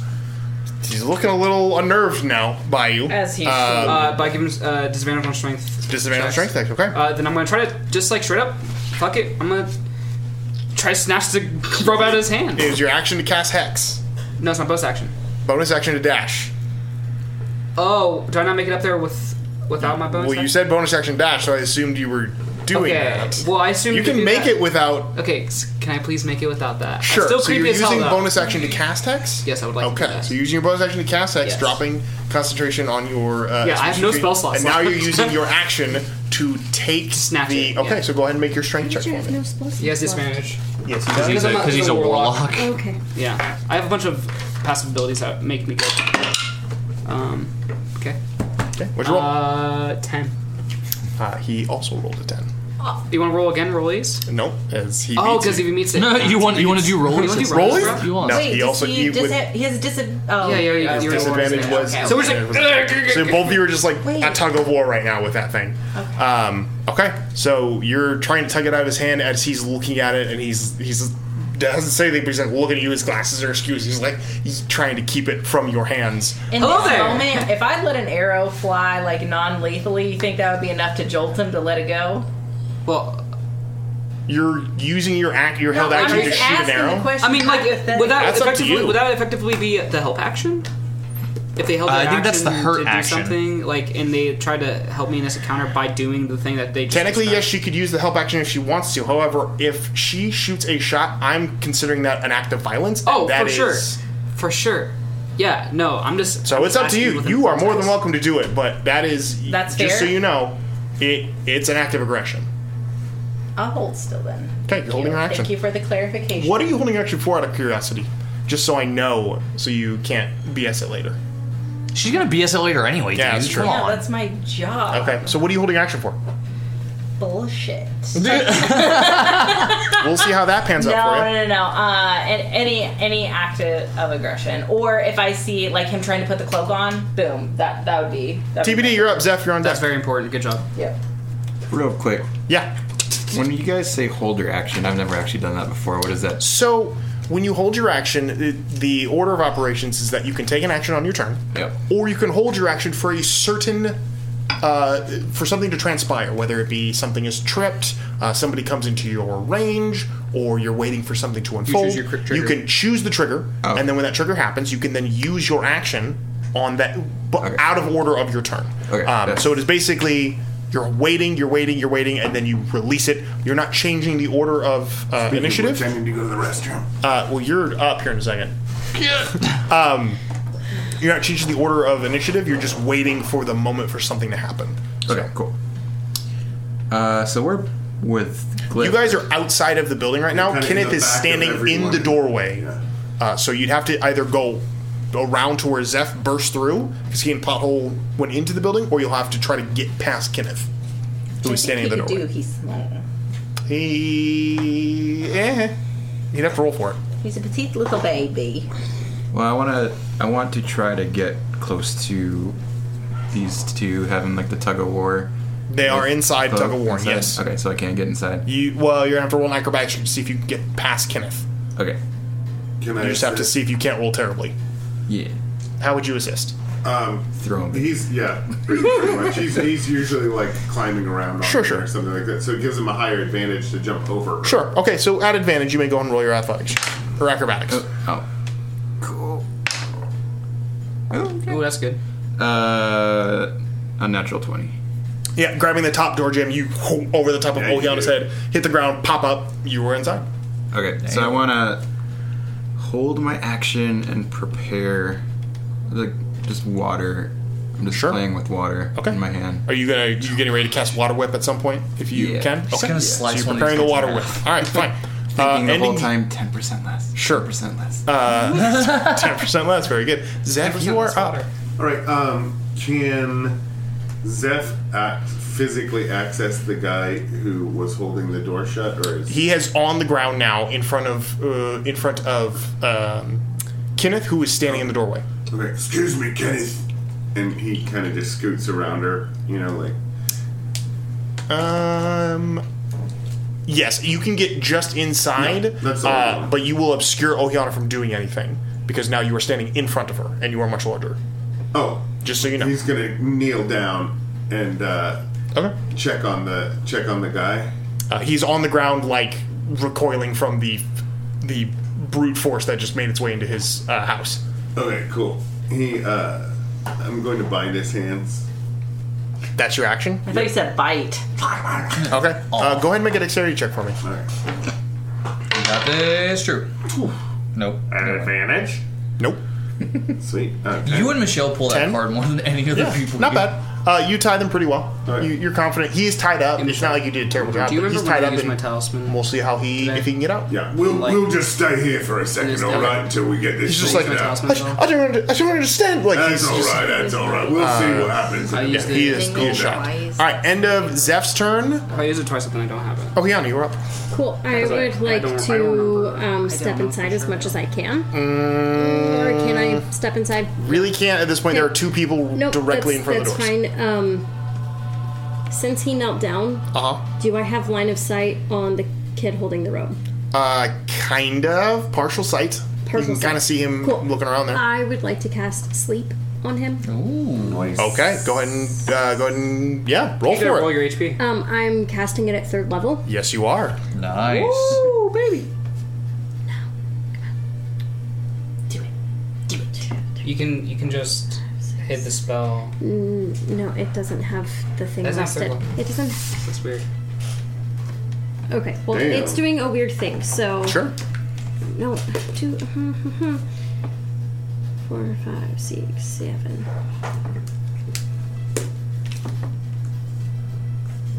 Speaker 2: he's looking a little unnerved now by you.
Speaker 4: As
Speaker 2: he
Speaker 4: he uh, by giving uh, disadvantage on strength.
Speaker 2: Um, Disadvantage on strength checks, okay.
Speaker 4: Uh, then I'm gonna try to just like straight up, fuck it. I'm gonna try to snatch the rope out of his hand.
Speaker 2: Is your action to cast hex?
Speaker 4: No, it's my bonus action.
Speaker 2: bonus action to dash.
Speaker 4: Oh, do I not make it up there with without my bonus?
Speaker 2: Well, you
Speaker 4: action?
Speaker 2: said bonus action dash, so I assumed you were doing
Speaker 4: okay.
Speaker 2: that.
Speaker 4: Well, I assume
Speaker 2: you can make it without.
Speaker 4: Okay, s- can I please make it without that?
Speaker 2: Sure.
Speaker 4: Still
Speaker 2: so you're
Speaker 4: creepy as hell,
Speaker 2: using
Speaker 4: though.
Speaker 2: bonus action to cast hex.
Speaker 4: Yes, I would like.
Speaker 2: okay, so you're using your bonus action to cast hex,
Speaker 4: Yes.
Speaker 2: dropping concentration on your. Uh,
Speaker 4: Yeah, I have no
Speaker 2: SPC,
Speaker 4: spell slots
Speaker 2: And now
Speaker 4: left.
Speaker 2: you're using your action to take Snatch the. okay, so go ahead and make your strength check. for me.
Speaker 4: He has disadvantage.
Speaker 2: Yes, he does. 'Cause he's a-
Speaker 4: I'm not
Speaker 2: 'cause he's
Speaker 4: still
Speaker 2: a warlock.
Speaker 6: Okay.
Speaker 4: Yeah, I have a bunch of passive abilities that make me good. Um, okay.
Speaker 2: Okay. What'd you roll?
Speaker 4: Uh, ten.
Speaker 2: Uh, he also rolled a ten.
Speaker 4: Do you want to roll again, rollies?
Speaker 2: Nope. As he
Speaker 4: oh,
Speaker 2: beats
Speaker 4: because
Speaker 2: you.
Speaker 4: if he meets it.
Speaker 2: Rollies? No,
Speaker 7: Wait,
Speaker 2: he
Speaker 7: does
Speaker 2: also
Speaker 7: he,
Speaker 2: he
Speaker 7: dis-
Speaker 2: with
Speaker 7: he has disadvantage. Oh.
Speaker 4: Yeah, yeah, yeah.
Speaker 2: His
Speaker 4: Your
Speaker 2: disadvantage
Speaker 4: awards, yeah.
Speaker 2: was.
Speaker 4: Okay, So we're just like-
Speaker 2: So both of you are just like a tug of war right now with that thing. Okay. Um, okay. So you're trying to tug it out of his hand as he's looking at it, and he's he's doesn't say anything, but he's like looking at you. His glasses are excused. He's like he's trying to keep it from your hands.
Speaker 7: In this moment, if I let an arrow fly like non-lethally, you think that would be enough to jolt him to let it go?
Speaker 4: Well,
Speaker 2: you're using your act, your held action to shoot an arrow.
Speaker 4: I mean, like, would that
Speaker 2: That's up to
Speaker 4: effectively
Speaker 2: you.
Speaker 4: would that effectively be the help action? If they held
Speaker 2: Uh,
Speaker 4: their
Speaker 2: I think that's the hurt
Speaker 4: to do
Speaker 2: action.
Speaker 4: something like, and they tried to help me in this encounter by doing the thing that they just
Speaker 2: Technically, yes,
Speaker 4: described.
Speaker 2: she could use the help action if she wants to. However, if she shoots a shot, I'm considering that an act of violence. and
Speaker 4: Oh,
Speaker 2: that
Speaker 4: for sure,
Speaker 2: is-
Speaker 4: for sure. Yeah, no, I'm just.
Speaker 2: So
Speaker 4: I'm
Speaker 2: it's up
Speaker 4: asking
Speaker 2: to you.
Speaker 4: within
Speaker 2: You are more than
Speaker 4: context.
Speaker 2: welcome to do it, but that is
Speaker 7: That's
Speaker 2: just
Speaker 7: fair.
Speaker 2: so you know, it it's an act of aggression.
Speaker 7: I'll hold still then.
Speaker 2: Okay, you're holding your action.
Speaker 7: Thank you for the clarification.
Speaker 2: What are you holding your action for out of curiosity? Just so I know, so you can't BS it later.
Speaker 1: She's gonna BS it later anyway.
Speaker 2: Yeah,
Speaker 1: dude.
Speaker 2: that's true. Oh.
Speaker 1: Come
Speaker 7: Yeah,
Speaker 1: on.
Speaker 7: that's my job.
Speaker 2: Okay, so what are you holding action for?
Speaker 7: Bullshit.
Speaker 2: We'll see how that pans
Speaker 7: no,
Speaker 2: out for you.
Speaker 7: No, no, no. Uh, an- any any act of of aggression, or if I see like him trying to put the cloak on, boom. That that would be. That would
Speaker 2: TBD, you're up, Zeph. You're on deck. That's
Speaker 4: very important. Good job.
Speaker 7: Yep.
Speaker 3: Real quick.
Speaker 2: Yeah.
Speaker 3: When you guys say hold your action, I've never actually done that before. What is that?
Speaker 2: So when you hold your action, the, the order of operations is that you can take an action on your turn, or you can hold your action for a certain. Uh, for something to transpire, whether it be something is tripped, uh, somebody comes into your range, or you're waiting for something to
Speaker 4: choose
Speaker 2: unfold,
Speaker 4: your cri- trigger.
Speaker 2: you can choose the trigger, and then when that trigger happens, you can then use your action on that, but out of order of your turn. Um, so it is basically you're waiting, you're waiting, you're waiting, and then you release it. You're not changing the order of
Speaker 5: Speaking
Speaker 2: uh,
Speaker 5: of
Speaker 2: initiative.
Speaker 5: which, I need to go to the restroom.
Speaker 2: Uh, well, you're up here in a second. um, you're not changing the order of initiative. You're just waiting for the moment for something to happen.
Speaker 3: Okay, cool. Uh, so we're with Glyph.
Speaker 2: You guys are outside of the building right now.
Speaker 3: kinda in
Speaker 2: Kenneth
Speaker 3: the
Speaker 2: is
Speaker 3: back of
Speaker 2: standing in
Speaker 3: everyone.
Speaker 2: the doorway, uh, so you'd have to either go around to where Zeph burst through because he and Pothole went into the building, or you'll have to try to get past Kenneth, who is standing in the
Speaker 7: He could
Speaker 2: doorway.
Speaker 7: do. He's small.
Speaker 2: He, eh, you'd have to roll for it.
Speaker 7: He's a petite little baby.
Speaker 3: Well, I want to. I want to try to get close to these two, having like the tug of war,
Speaker 2: They are inside
Speaker 17: Oh,
Speaker 2: tug of war.
Speaker 17: inside?
Speaker 2: Yes.
Speaker 17: Okay, so I can't get inside.
Speaker 2: You well, you're gonna have to roll an acrobatics check to see if you can get past Kenneth.
Speaker 17: Okay.
Speaker 2: Can
Speaker 17: I
Speaker 2: you just have to
Speaker 17: assist?
Speaker 2: see if you can't roll terribly.
Speaker 17: Yeah.
Speaker 2: How would you assist?
Speaker 17: Uh,
Speaker 5: Um,
Speaker 17: Throw him.
Speaker 5: He's yeah, pretty, pretty much. He's, he's usually like climbing around on
Speaker 2: Sure,
Speaker 5: there
Speaker 2: sure.
Speaker 5: or something like that. So it gives him a higher advantage to jump over. her.
Speaker 2: Sure. Okay, so at advantage, you may go and roll your athletics or acrobatics.
Speaker 17: Oh.
Speaker 4: Ooh, that's good.
Speaker 17: Uh, unnatural twenty.
Speaker 2: Yeah, grabbing the top door jam, you ho- over the top of
Speaker 17: Yeah, you
Speaker 2: Olgiana's head, hit the ground, pop up, you were inside.
Speaker 17: Okay, so I want to hold my action and prepare like just water. I'm just playing with water in my hand.
Speaker 2: Are you gonna you getting ready to cast water whip at some point if you
Speaker 17: Yeah.
Speaker 2: can?
Speaker 17: He's gonna slice
Speaker 2: so
Speaker 17: one
Speaker 2: you're
Speaker 17: of these
Speaker 2: preparing the
Speaker 17: things
Speaker 2: water
Speaker 17: in
Speaker 2: whip.
Speaker 17: half.
Speaker 2: All right, fine. Uh,
Speaker 17: Thinking the whole time,
Speaker 2: ten percent less.
Speaker 17: Sure, percent less.
Speaker 2: Uh, ten percent less. Very good. Zeph, you are up.
Speaker 5: All right. Um, can Zeph act, physically access the guy who was holding the door shut, or is
Speaker 2: He is on the ground now in front of uh, in front of um, Kenneth, who is standing in the doorway.
Speaker 5: Okay, excuse me, Kenneth. And he kind of just scoots around her, you know, like
Speaker 2: Um. Yes, you can get just inside,
Speaker 5: that's all I
Speaker 2: uh, but you will obscure Ohiana from doing anything because now you are standing in front of her and you are much larger.
Speaker 5: Oh,
Speaker 2: just so you know,
Speaker 5: he's gonna kneel down and uh,
Speaker 2: okay.
Speaker 5: check on the check on the guy.
Speaker 2: Uh, he's on the ground, like recoiling from the the brute force that just made its way into his uh, house.
Speaker 5: Okay, cool. He, uh, I'm going to bind his hands.
Speaker 2: That's your action.
Speaker 7: I thought you said bite.
Speaker 2: Okay, uh, go ahead and make a dexterity check for me. All
Speaker 5: right.
Speaker 1: That is true. Nope.
Speaker 5: An advantage?
Speaker 2: Nope.
Speaker 5: Sweet. Uh,
Speaker 1: You and Michelle pull that
Speaker 2: Ten?
Speaker 1: card more than any other
Speaker 2: Yeah,
Speaker 1: people.
Speaker 2: not
Speaker 1: do.
Speaker 2: bad. Uh, you tie them pretty well. You, you're confident. He is tied up. It's not like you did a terrible job.
Speaker 4: Do you
Speaker 2: but
Speaker 4: remember
Speaker 2: he's
Speaker 4: when
Speaker 2: tied
Speaker 4: I
Speaker 2: up.
Speaker 4: used
Speaker 2: and
Speaker 4: my talisman?
Speaker 2: We'll see how he if he can get out.
Speaker 5: Yeah, we'll
Speaker 4: Like-
Speaker 5: we'll just stay here for a
Speaker 4: Just
Speaker 5: second,
Speaker 4: have
Speaker 5: all
Speaker 4: it-
Speaker 5: right, until we get this
Speaker 4: He's just
Speaker 5: sorted
Speaker 4: like-
Speaker 5: out.
Speaker 4: I- I
Speaker 2: don't, under- I don't understand. Like
Speaker 5: That's
Speaker 2: he's
Speaker 5: all
Speaker 2: just-
Speaker 5: right. That's all right. We'll see
Speaker 2: Uh,
Speaker 5: what happens.
Speaker 2: Yeah,
Speaker 5: Yeah,
Speaker 2: he is cool shot. All right, end of Zeph's turn. If
Speaker 4: I use it twice, then I don't have it.
Speaker 2: Oh, Hiana, you're up.
Speaker 6: Cool. I
Speaker 4: Because I-
Speaker 6: would
Speaker 4: I
Speaker 6: like
Speaker 4: don't- I
Speaker 6: to um, step inside as much as I can. Or can I step inside?
Speaker 2: Mm, Really can't at this point. There are two people
Speaker 6: No,
Speaker 2: directly
Speaker 6: that's,
Speaker 2: in front of
Speaker 6: that's
Speaker 2: the doors.
Speaker 6: fine. Um, since he knelt down,
Speaker 2: Uh-huh.
Speaker 6: do I have line of sight on the kid holding the rope?
Speaker 2: Uh Kind of partial sight. you can kind of see him looking around there.
Speaker 6: I would like to cast sleep on him.
Speaker 2: Okay, go ahead and uh, go ahead and yeah, roll
Speaker 4: You gotta
Speaker 2: for it.
Speaker 4: roll your HP.
Speaker 6: Um, I'm casting it at third level.
Speaker 2: Yes, you are.
Speaker 1: Nice.
Speaker 6: Ooh, baby.
Speaker 4: You can you can just hit the spell.
Speaker 6: Mm, no, it doesn't have the thing
Speaker 4: That's not
Speaker 6: listed.
Speaker 4: third level.
Speaker 6: It doesn't.
Speaker 4: That's weird.
Speaker 6: Okay, well,
Speaker 4: Damn.
Speaker 6: it's doing a weird thing, so.
Speaker 2: Sure.
Speaker 6: No, two. Four, five, six, seven.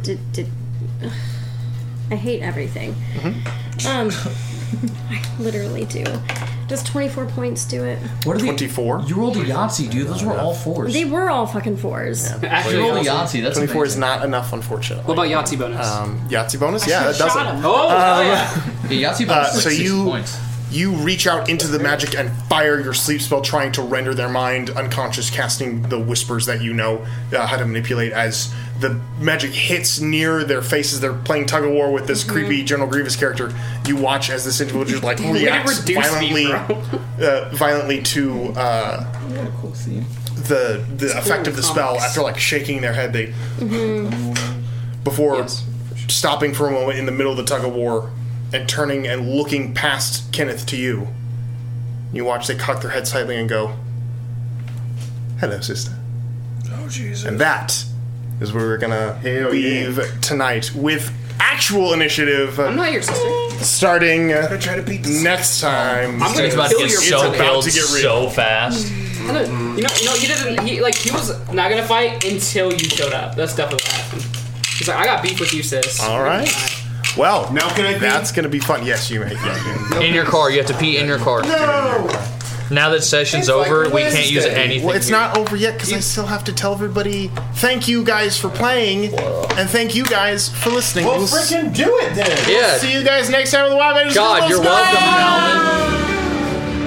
Speaker 6: Did, did, ugh. I hate everything.
Speaker 2: Mm-hmm.
Speaker 6: Um, I literally do. Does 24 points do it?
Speaker 1: What are they?
Speaker 2: Twenty-four.
Speaker 1: You rolled a Yahtzee, dude. Those were all fours.
Speaker 6: They were all fucking fours.
Speaker 1: Actually, roll a Yahtzee. That's
Speaker 2: twenty-four
Speaker 1: amazing.
Speaker 2: is not enough, unfortunately.
Speaker 4: What about Yahtzee bonus?
Speaker 2: Um, Yahtzee bonus?
Speaker 4: I
Speaker 2: Yeah, that
Speaker 4: should've
Speaker 2: does
Speaker 4: shot
Speaker 2: it.
Speaker 4: him. Oh, oh, yeah.
Speaker 1: Yeah, Yahtzee bonus
Speaker 2: Uh,
Speaker 1: is like
Speaker 2: so
Speaker 1: 60
Speaker 2: you
Speaker 1: points.
Speaker 2: you reach out into the magic and fire your sleep spell, trying to render their mind unconscious, casting the whispers that you know uh, how to manipulate. As the magic hits near their faces, they're playing tug of war with this
Speaker 4: Mm-hmm.
Speaker 2: creepy General Grievous character. You watch as this individual just, like
Speaker 17: Way to
Speaker 2: reacts
Speaker 17: reduce me,
Speaker 2: violently, uh, violently to. Uh,
Speaker 17: Cool scene.
Speaker 2: the the
Speaker 17: It's
Speaker 2: effect of the
Speaker 17: cool.
Speaker 2: spell
Speaker 17: Comics.
Speaker 2: after like shaking their head they Mm-hmm. before stopping for a moment in the middle of the tug of war and turning and looking past Kenneth to you. You watch they cock their head slightly and go, "Hello, sister."
Speaker 8: Oh, Jesus.
Speaker 2: And that is where we're gonna leave tonight with actual initiative.
Speaker 4: I'm not your sister.
Speaker 2: Starting uh, next time.
Speaker 4: I'm gonna
Speaker 2: It's
Speaker 4: kill your
Speaker 2: it's
Speaker 4: sister.
Speaker 2: about to get real.
Speaker 1: so fast.
Speaker 4: I know- You know, no, he didn't. He like he was not gonna fight until you showed up. That's definitely what happened. He's like, I got beef with you, sis.
Speaker 2: All right. Well, now can I that's going to be fun. Yes, you may. Yeah.
Speaker 1: In your car, you have to pee in your car. Now that session's over, we can't use anything.
Speaker 2: Well, it's
Speaker 1: here.
Speaker 2: not over yet because I still have to tell everybody thank you guys for playing and thank you guys for listening.
Speaker 1: Well,
Speaker 2: s-
Speaker 1: frickin' do it then.
Speaker 2: We'll
Speaker 1: Yeah.
Speaker 2: see you guys next time with the Wild Man.
Speaker 1: God, you're welcome, gentlemen.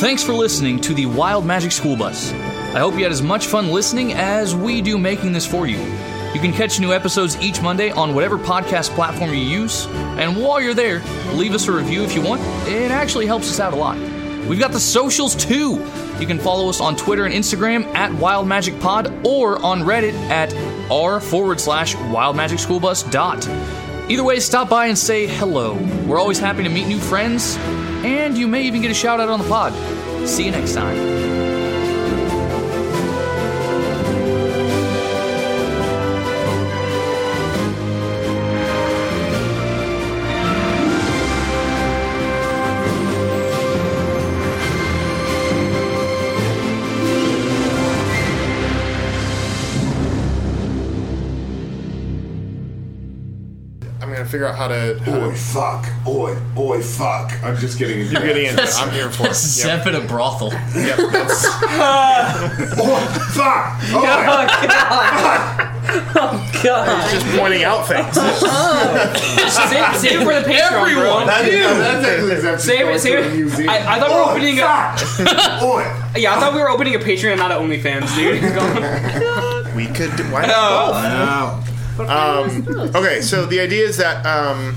Speaker 1: Thanks for listening to the Wild Magic School Bus. I hope you had as much fun listening as we do making this for you. You can catch new episodes each Monday on whatever podcast platform you use, and while you're there, leave us a review if you want. It actually helps us out a lot. We've got the socials too. You can follow us on Twitter and Instagram at Wild Magic Pod or on Reddit at r forward slash Wild Magic School Bus dot. Either way, stop by and say hello. We're always happy to meet new friends, and you may even get a shout out on the pod. See you next time.
Speaker 2: I'm gonna figure out how to. How
Speaker 8: Oi, fuck. Oi, oi, fuck. I'm just getting into
Speaker 2: You're getting into it. I'm here for it.
Speaker 1: Zep at a brothel.
Speaker 2: Yep. That's,
Speaker 8: fuck!
Speaker 2: Oh,
Speaker 4: Oh god!
Speaker 2: He's just pointing out things.
Speaker 4: Oh, save, save it for the Patreon,
Speaker 2: Everyone,
Speaker 4: bro.
Speaker 2: That is- that's actually
Speaker 8: exactly
Speaker 4: save it, save it. I, I thought we
Speaker 2: Oh,
Speaker 4: were opening a. yeah, I thought we were opening a Patreon, not an OnlyFans, dude.
Speaker 2: we could. Do, why
Speaker 4: No.
Speaker 2: not both?
Speaker 4: Ah,
Speaker 2: Um, okay, so the idea is that um,